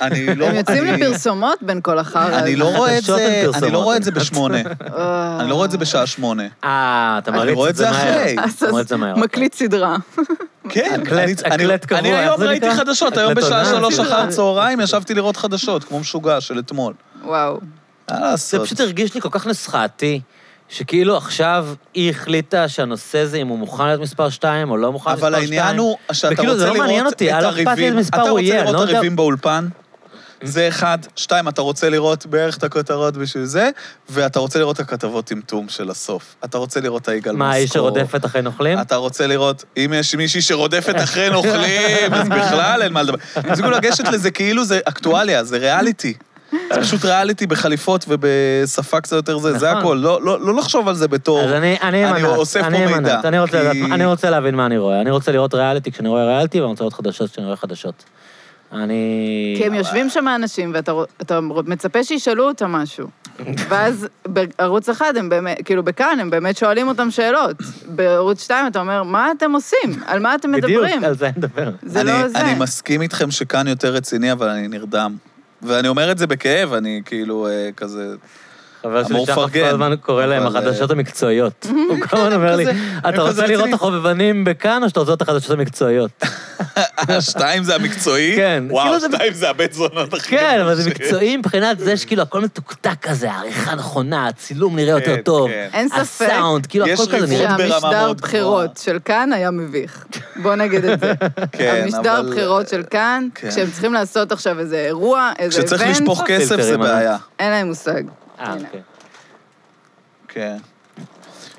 אני לא...
הם יוצאים
אני-
לפרסומות בין כל החרא.
אני לא
הזה.
רואה את
חדשות
זה,
הן
אני לא רואה את זה
פרסומות.
בשמונה.
אה.
אני לא רואה את זה בשעה שמונה.
אה, אתה
אני
מריץ
רואה
את זה מהר.
אחרי.
אתה מריץ את זה מהר.
מקליט סדרה.
כן,
אקלט-
אני- אני-
אקלט קבוע,
אני
איך
היום
זה
ראיתי
נקרא? אה?
חדשות, היום
אקלט
בשעה
עונה?
שלוש
סדרה.
אחר צהריים ישבתי לראות חדשות, כמו משוגע של אתמול.
וואו.
מה
זה
לעשות?
פשוט הרגיש לי כל כך נוסחתי, שכאילו עכשיו היא החליטה שהנושא זה אם הוא מוכן להיות מספר 2 או לא מוכן להיות מספר
אבל
2.
העניין הוא שאתה
וכאילו, זה
רוצה
לא מעניין
לראות את
אותי, אה, לא אכפת לי איזה
הריבים,
מספר
אתה
הוא יהיה,
רוצה
אני לא
לראות את
יודע-
הריבים באולפן, זה אחד. שתיים, אתה רוצה לראות בערך את הכותרות בשביל זה, ואתה רוצה לראות את הכתבות טמטום של הסוף. אתה רוצה לראות את היגאל
מה, האיש שרודפת אחרי נוכלים?
אתה רוצה לראות, אם יש מישהי שרודפת אחרי נוכלים, אז בכלל אין מה לדבר. הם הפסיקו לגשת לזה כאילו זה אקטואליה, זה ריאליטי. זה פשוט ריאליטי בחליפות ובשפה קצת יותר זה, זה
נכון.
הכל. לא- לא לא לחשוב על זה בתור...
אז אני אני
אני
אמנת,
אוסף פה
אני
מידע,
אמנת, אני רוצה
כי-
לדעת- אני רוצה להבין מה אני רואה. אני רוצה לראות ריאליטי כשאני רואה ריאליטי, ואני רוצה לראות חדשות כשאני רואה חדשות. אני...
כי הם יושבים שם האנשים, ואתה רוא- אתה מצפה שישאלו אותם משהו. ואז בערוץ אחד הם באמת, כאילו בכאן הם באמת שואלים אותם שאלות. בערוץ שתיים אתה אומר, מה אתם עושים? על מה אתם מדברים?
בדיוק, על זה אני מדבר.
זה
אני,
לא זה.
אני מסכים איתכם שכאן יותר רציני, אבל אני נרדם. ואני אומר את זה בכאב, אני כאילו אה, כזה...
חבר שלי
אמור
שחר כל
לפרגן,
הזמן קורא להם
אבל,
החדשות המקצועיות. הוא כל הזמן אומר לי,
כזה-
אתה
הם
רוצה
כזה
לראות את
רציניים."
החובבנים בכאן, או שאתה רוצה לראות את החדשות המקצועיות?
השתיים זה המקצועי?
כן, כאילו
וואו,
זה-
שתיים זה הבית זונות הכי...
כן,
גדול
אבל זה
שיש.
מקצועי מבחינת זה שכאילו הכל מתוקתק כזה, העריכה נכונה, הצילום נראה יותר
כן,
טוב.
כן.
אין ספק.
הסאונד, כאילו
יש
הכל כזה
ריווח.
נראה...
מאוד ברמה
שהמשדר
מאוד
בחירות
גבוהה.
של כאן היה מביך. בוא נגיד את זה.
כן,
המשדר
אבל-
הבחירות של כאן,
כן.
כשהם צריכים לעשות עכשיו איזה אירוע, איזה
כשצריך
איבנט,
לשפוך כסף זה
פילטרים,
בעיה.
אין להם מושג.
אה, אוקיי.
כן.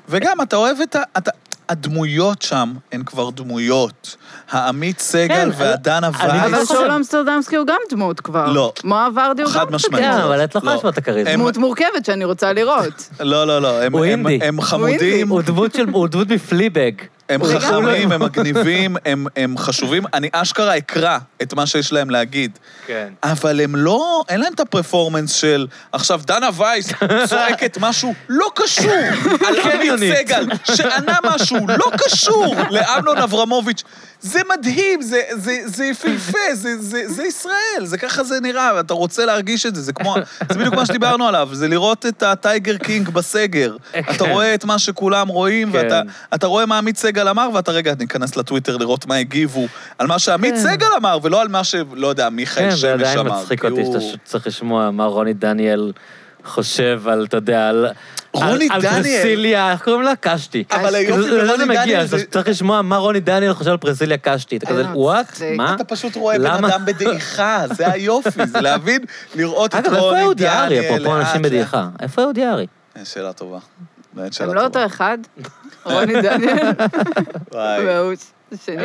וגם, אתה אוהב את ה... אתה... הדמויות שם הן כבר דמויות. העמית
כן,
סגל והדנה
אני- אני
אבל
חושב-
וייס,
שלום אמסטרדמסקי הוא גם דמות כבר.
לא.
מואב ורדי הוא גם
חד משמעית.
כן, אבל את לא יכולה
לא.
לשמוע את הכריזמה.
הם-
דמות מורכבת שאני רוצה לראות.
לא, לא, לא, הם-
הוא
הם-
אינדי.
הם
אינדי.
חמודים,
הוא דמות של... הוא דמות מפליבג.
הם
הוא-
חכמים, הם מגניבים, הם- הם חשובים. אני אשכרה אקרא את מה שיש להם להגיד.
כן.
אבל הם לא, אין להם את הפרפורמנס של עכשיו דנה וייס צועקת משהו לא קשור על עמית
קניונית.
סגל, שענה משהו לא קשור לאמנון אברמוביץ'. זה מדהים, זה, זה, זה יפהפה, זה, זה, זה ישראל, זה ככה זה נראה, ואתה רוצה להרגיש את זה, זה כמו, זה בדיוק מה שדיברנו עליו, זה לראות את הטייגר קינג בסגר. אתה
כן.
רואה את מה שכולם רואים,
כן.
ואתה אתה רואה מה עמית סגל אמר, ואתה רגע, ניכנס לטוויטר לראות מה הגיבו, על מה שעמית סגל אמר, ולא על מה ש... לא יודע, מיכאל
כן,
שמש
זה
אמר.
עדיין מצחיק
כי
אותי
הוא-
שאתה ש- צריך לשמוע מה רוני דניאל חושב על, אתה יודע, על...
רוני
על- על
דניאל.
פרסיליה, איך קוראים לה? קשתי.
אבל היופי
כאילו,
ברוני
לזה זה מגיע,
דניאל זה-
שאתה צריך לשמוע מה רוני דניאל חושב על פרסיליה קשתי. אתה כזה,
אה,
וואט?
מצחיק.
מה?
אתה פשוט רואה בן
למה?
אדם בדעיכה, זה היופי, זה להבין, לראות את
אגב,
רוני דניאל. אה,
איפה אהוד יערי? אפרופו
לאט,
אנשים
לאט.
בדעיכה. איפה אהוד יערי?
אה, שאלה טובה. באמת
הם
שאלה
לא
טובה.
אותו אחד? רוני דניאל
וואי.
והוא השני.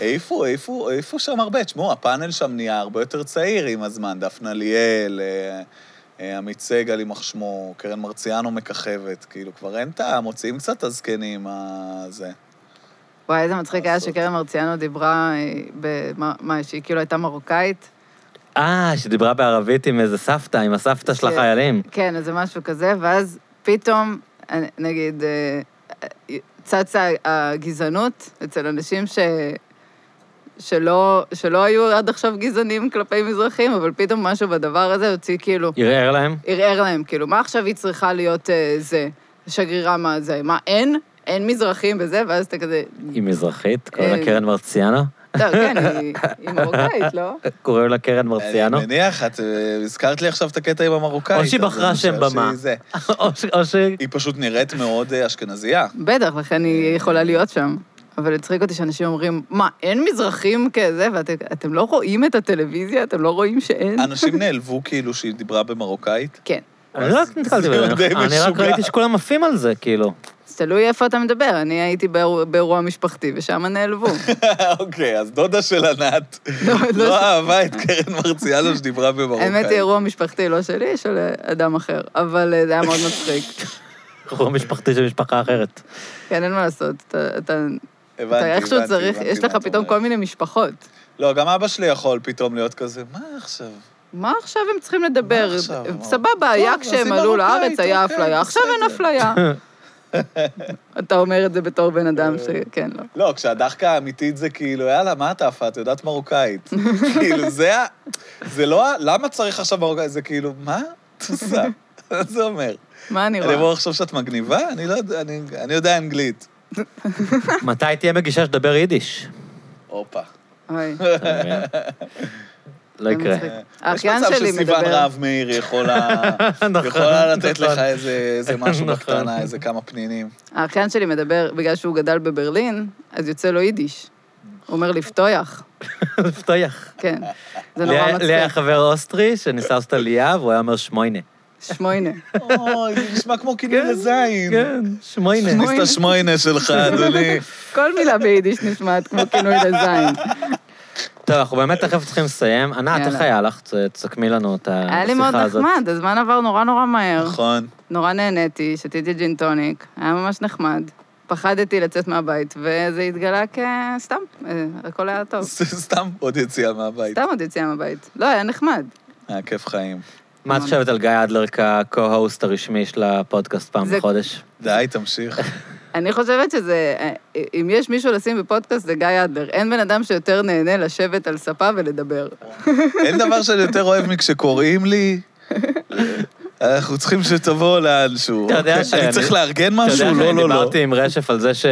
העיפו, העיפו, העיפו שם הרבה. תשמעו, הפאנל שם נהיה הרבה יותר צעיר עם הזמן. דפנה ליאל, אה, אה, עמית סגל, יימח שמו, קרן מרציאנו מככבת. כאילו, כבר אין את ה... מוציאים קצת את הזקנים, ה- זה.
וואי, איזה מצחיק היה
לעשות.
שקרן מרציאנו דיברה, אה, במה- מה, שהיא כאילו הייתה מרוקאית?
אה, שדיברה בערבית עם איזה סבתא, עם הסבתא של
כן.
החיילים.
כן, איזה משהו כזה, ואז פתאום, אה, נגיד, אה, אה, צצה הגזענות אצל אנשים ש... שלא, שלא היו עד עכשיו גזענים כלפי מזרחים, אבל פתאום משהו בדבר הזה הוציא כאילו,
ערער להם?
ערער להם, כאילו, מה עכשיו היא צריכה להיות אה, זה, שגרירה מה זה, מה, אין? אין מזרחים וזה, ואז אתה כזה,
היא מזרחית, קוראים לה
אה.
קרן מרציאנו.
טוב, כן, היא, היא מרוקאית, לא?
קוראים לה קרן מרציאנו.
אני מניח, את אה, הזכרת לי עכשיו את הקטע עם המרוקאית.
או שהיא
אז
בחרה
אני
שם
חושב
במה.
שהיא זה.
או ש- או ש...
היא פשוט נראית מאוד אה, אשכנזייה.
בטח, לכן היא יכולה להיות שם. אבל הצחיק אותי שאנשים אומרים, מה, אין מזרחים כזה? ואתם לא רואים את הטלוויזיה? אתם לא רואים שאין?
אנשים נעלבו כאילו שהיא דיברה במרוקאית.
כן.
אני לא
אז
נתקלתי
זה
בזה,
די
אני רק
משוגע.
ראיתי שכולם עפים על זה, כאילו.
אז תלוי איפה אתה מדבר. אני הייתי באירוע- באירוע משפחתי, ושם נעלבו.
אוקיי, אז דודה של ענת
לא,
לא
לא-
אהבה את קרן מרציאלו שדיברה במרוקאית.
האמת היא אירוע משפחתי, לא שלי, של אדם אחר. אבל אה, זה היה מאוד מצחיק.
אירוע משפחתי של משפחה אחרת.
כן, אין מה לעשות. אתה- אתה
הבנתי,
אתה איכשהו
הבנתי,
צריך,
הבנתי
יש
מה
לך
את
פתאום
אומרת.
כל מיני משפחות.
לא, גם אבא שלי יכול פתאום להיות כזה, מה עכשיו?
מה עכשיו הם צריכים לדבר?
עכשיו?
סבבה, היה
טוב, אז
כשהם
היא
עלו
מרוקאית,
לארץ, היה
אוקיי,
אפליה, עכשיו אין
בסדר.
אפליה. אתה אומר את זה בתור בן אדם שכן, לא.
לא, כשהדחקה האמיתית זה כאילו, יאללה, מה את עפה? את יודעת מרוקאית. כאילו, זה ה... זה לא ה... למה צריך עכשיו מרוקאית? זה כאילו, מה את עושה? מה זה אומר?
מה אני
אני
רואה?
אמור עכשיו שאת מגניבה? אני לא יודע, אני- אני יודע אנגלית.
מתי תהיה בגישה שתדבר יידיש?
הופה.
אוי,
אתה מבין? לא יקרה.
מצחיק.
יש
האחיין
מצב
שלי
שסיוון
מדבר...
רהב מאיר יכולה
נכון,
יכולה לתת
נכון.
לך איזה איזה משהו
נכון.
בקטנה, איזה כמה פנינים.
האחיין שלי מדבר, בגלל שהוא גדל בברלין, אז יוצא לו יידיש. הוא אומר לפתוח,
פתוח.
כן. זה נורא
לי- לי היה
מצחיק.
חבר אוסטרי שניסה לעשות עלייה, והוא היה אומר שמוינה.
שמוינה.
אוי, זה נשמע כמו כינוי לזין.
כן, שמוינה.
תכניס את השמוינה שלך, אדוני.
כן.
כל מילה ביידיש נשמעת כמו כינוי לזין.
אה, טוב, אנחנו באמת תכף צריכים לסיים. ענת, איך
יאללה.
היה לך? ת- תסכמי לנו את השיחה הזאת.
היה לי מאוד נחמד, הזמן עבר נורא נורא מהר.
נכון.
נורא נהניתי, שתיתי ג'ין טוניק, היה ממש נחמד. פחדתי לצאת מהבית, וזה התגלה כסתם, אה, הכל היה טוב.
זה סתם עוד יציאה מהבית.
סתם עוד יציאה מהבית. לא, היה נחמד.
היה כיף חיים.
מה את חושבת על גיא אדלר כ-co-host הרשמי של הפודקאסט פעם
זה-
בחודש?
די, תמשיך.
אני חושבת שזה, אה, אם יש מישהו לשים בפודקאסט זה גיא אדלר. אין בן אדם שיותר נהנה לשבת על ספה ולדבר.
אין דבר שאני יותר אוהב מכשקוראים לי. אנחנו צריכים שתבוא לאנשהו.
אתה יודע
אוקיי?
שאני-
אני צריך לארגן
אתה יודע
משהו? לא,
שאני
לא, לא.
דיברתי עם רשף על זה ש...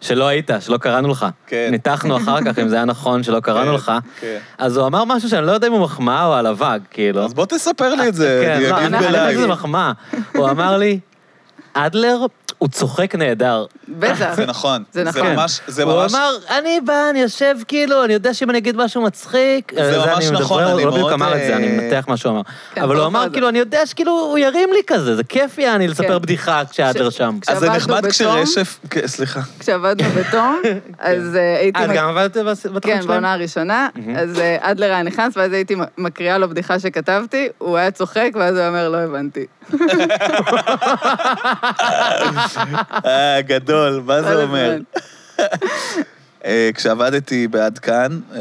שלא היית, שלא קראנו לך.
כן.
ניתחנו אחר כך אם זה היה נכון שלא קראנו
כן,
לך.
כן.
אז הוא אמר משהו שאני לא יודע אם הוא מחמאה או העלבה, כאילו.
אז בוא תספר לי את זה,
כן,
אני אגיד
לא, אני אני חושב
בלייב.
שזה מחמאה. הוא אמר לי, אדלר, הוא צוחק נהדר. כן.
בטח.
זה נכון.
זה נכון.
זה ממש, זה
הוא
ממש,
אמר, אני בא, אני יושב, כאילו, אני יודע שאם אני אגיד משהו מצחיק...
זה ממש
אני
נכון,
מדבר,
אני
הוא לא בדיוק
מאוד,
אמר את זה,
אה,
אני מנתח מה שהוא אמר.
כן,
אבל הוא אמר,
פרפרזה.
כאילו, אני יודע שכאילו, הוא ירים לי כזה, זה כיף יעני לספר
כן.
בדיחה כשאדלר
ש-
שם.
כש-
אז זה
כשעבדנו
נחמד
בתום-
כשרשף, כן, סליחה.
כשעבדנו בתום,
כן.
אז אה, הייתי...
אה, את
מק-
גם עבדת בתחום
כן,
שלהם?
בעונה הראשונה, אז אה, אדלר היה נכנס, ואז הייתי מקריאה לו בדיחה שכתבתי, הוא היה צוחק, ואז הוא אומר, לא הבנתי.
אה, גדול, מה
כל
זה אומר?
הזמן.
אה, כשעבדתי בעד כאן, אה,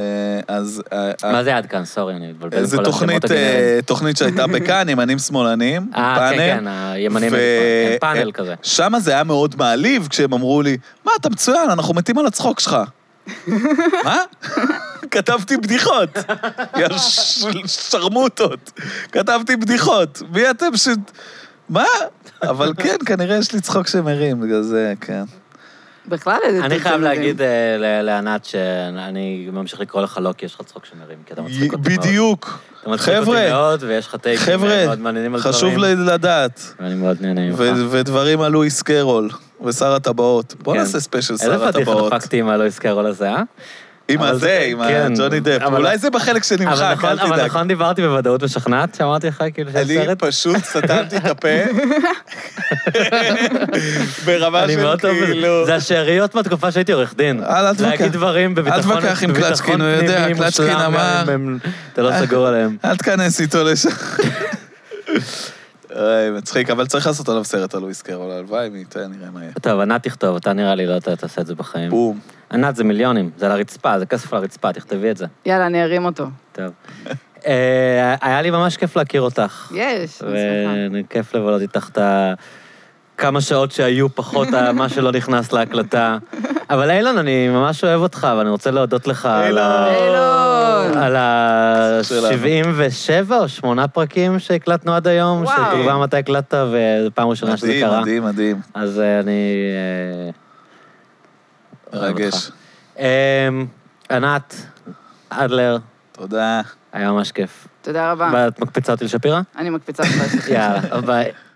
אז... אה,
מה זה עד כאן? סורי, אני מתבלבל. עם
זו
כל השמות
תוכנית,
הגנריים.
אה, תוכנית שהייתה בכאן, ימנים שמאלנים,
אה, כן,
פאנל.
כן, הימנים,
ו-
כן, פאנל כזה.
שם זה היה מאוד מעליב כשהם אמרו לי, מה, אתה מצוין, אנחנו מתים על הצחוק שלך. מה? כתבתי בדיחות. יש שרמוטות. כתבתי בדיחות. מי אתם ש... מה? אבל כן, כנראה יש לי צחוק שמרים, בגלל זה, כן.
בכלל איזה...
אני חייב
צמצום
להגיד אה, ל- לענת שאני ממשיך לקרוא לך לא כי יש לך צחוק שמרים, כי אתה מצחיק אותי מאוד.
בדיוק.
אתה מצחיק אותי
חבר'ה,
מאוד, ויש לך טייקים אה,
חבר'ה,
מאוד מעניינים על דברים.
חשוב ל- לדעת.
ואני מאוד נהנה ממך.
ו- ודברים על לואיס קרול ושר הטבעות. בוא
כן.
נעשה ספיישל שר
איזה פתיח
הטבעות.
דפקתי עם הלא יזכרו לזה, אה?
עם
אבל
הזה,
זה-
עם
כן.
ג'וני דפ.
אבל-
אולי זה בחלק שנמחק,
אבל נכון-
אל
אבל
תדאג.
נכון דיברתי בוודאות משכנעת שאמרתי לך כאילו שיש
אני
סרט?
פשוט סתמתי את הפה. ברמה
אני
של
מאוד טוב
כאילו...
בזה. זה השאריות מהתקופה שהייתי עורך דין.
אה, אל תתווכח.
להגיד דברים בביטחון
אל תתווכח עם
בביטחון
קלצ'קין, הוא יודע,
פנימי
קלצ'קין
מושלם, גם
אמר.
אם הם- אתה לא סגור עליהם.
אל תיכנס איתו לשם. אוי, מצחיק, אבל צריך לעשות עליו סרט על לואיס קרול, הלוואי, מי ייתן, נראה מה יהיה.
טוב, ענת תכתוב, אתה נראה לי לא ת- תעשה את זה בחיים.
בום.
ענת זה מיליונים, זה על הרצפה, זה כסף על הרצפה, תכתבי את זה.
גדול. יאללה, אני ארים אותו.
טוב. אה, היה לי ממש כיף להכיר אותך.
יש, אני שמחה.
וכיף לבלות איתך את ה... כמה שעות שהיו, פחות ה- מה שלא נכנס להקלטה. אבל אילון, אני ממש אוהב אותך, ואני רוצה להודות לך על ה...
אילון!
על
שלנו.
ה-77 או 8 פרקים שהקלטנו עד היום,
וואו.
שכמובן אתה הקלטת, וזו פעם ראשונה שזה
מדהים,
קרה.
מדהים, מדהים.
אז אה, אני... אה, אוהב
מרגש.
אותך. אמ, ענת, אדלר,
תודה.
היה ממש כיף.
תודה רבה. אה.
ואת מקפיצה אותי לשפירא?
אני מקפיצה אותך.
יאללה, ביי.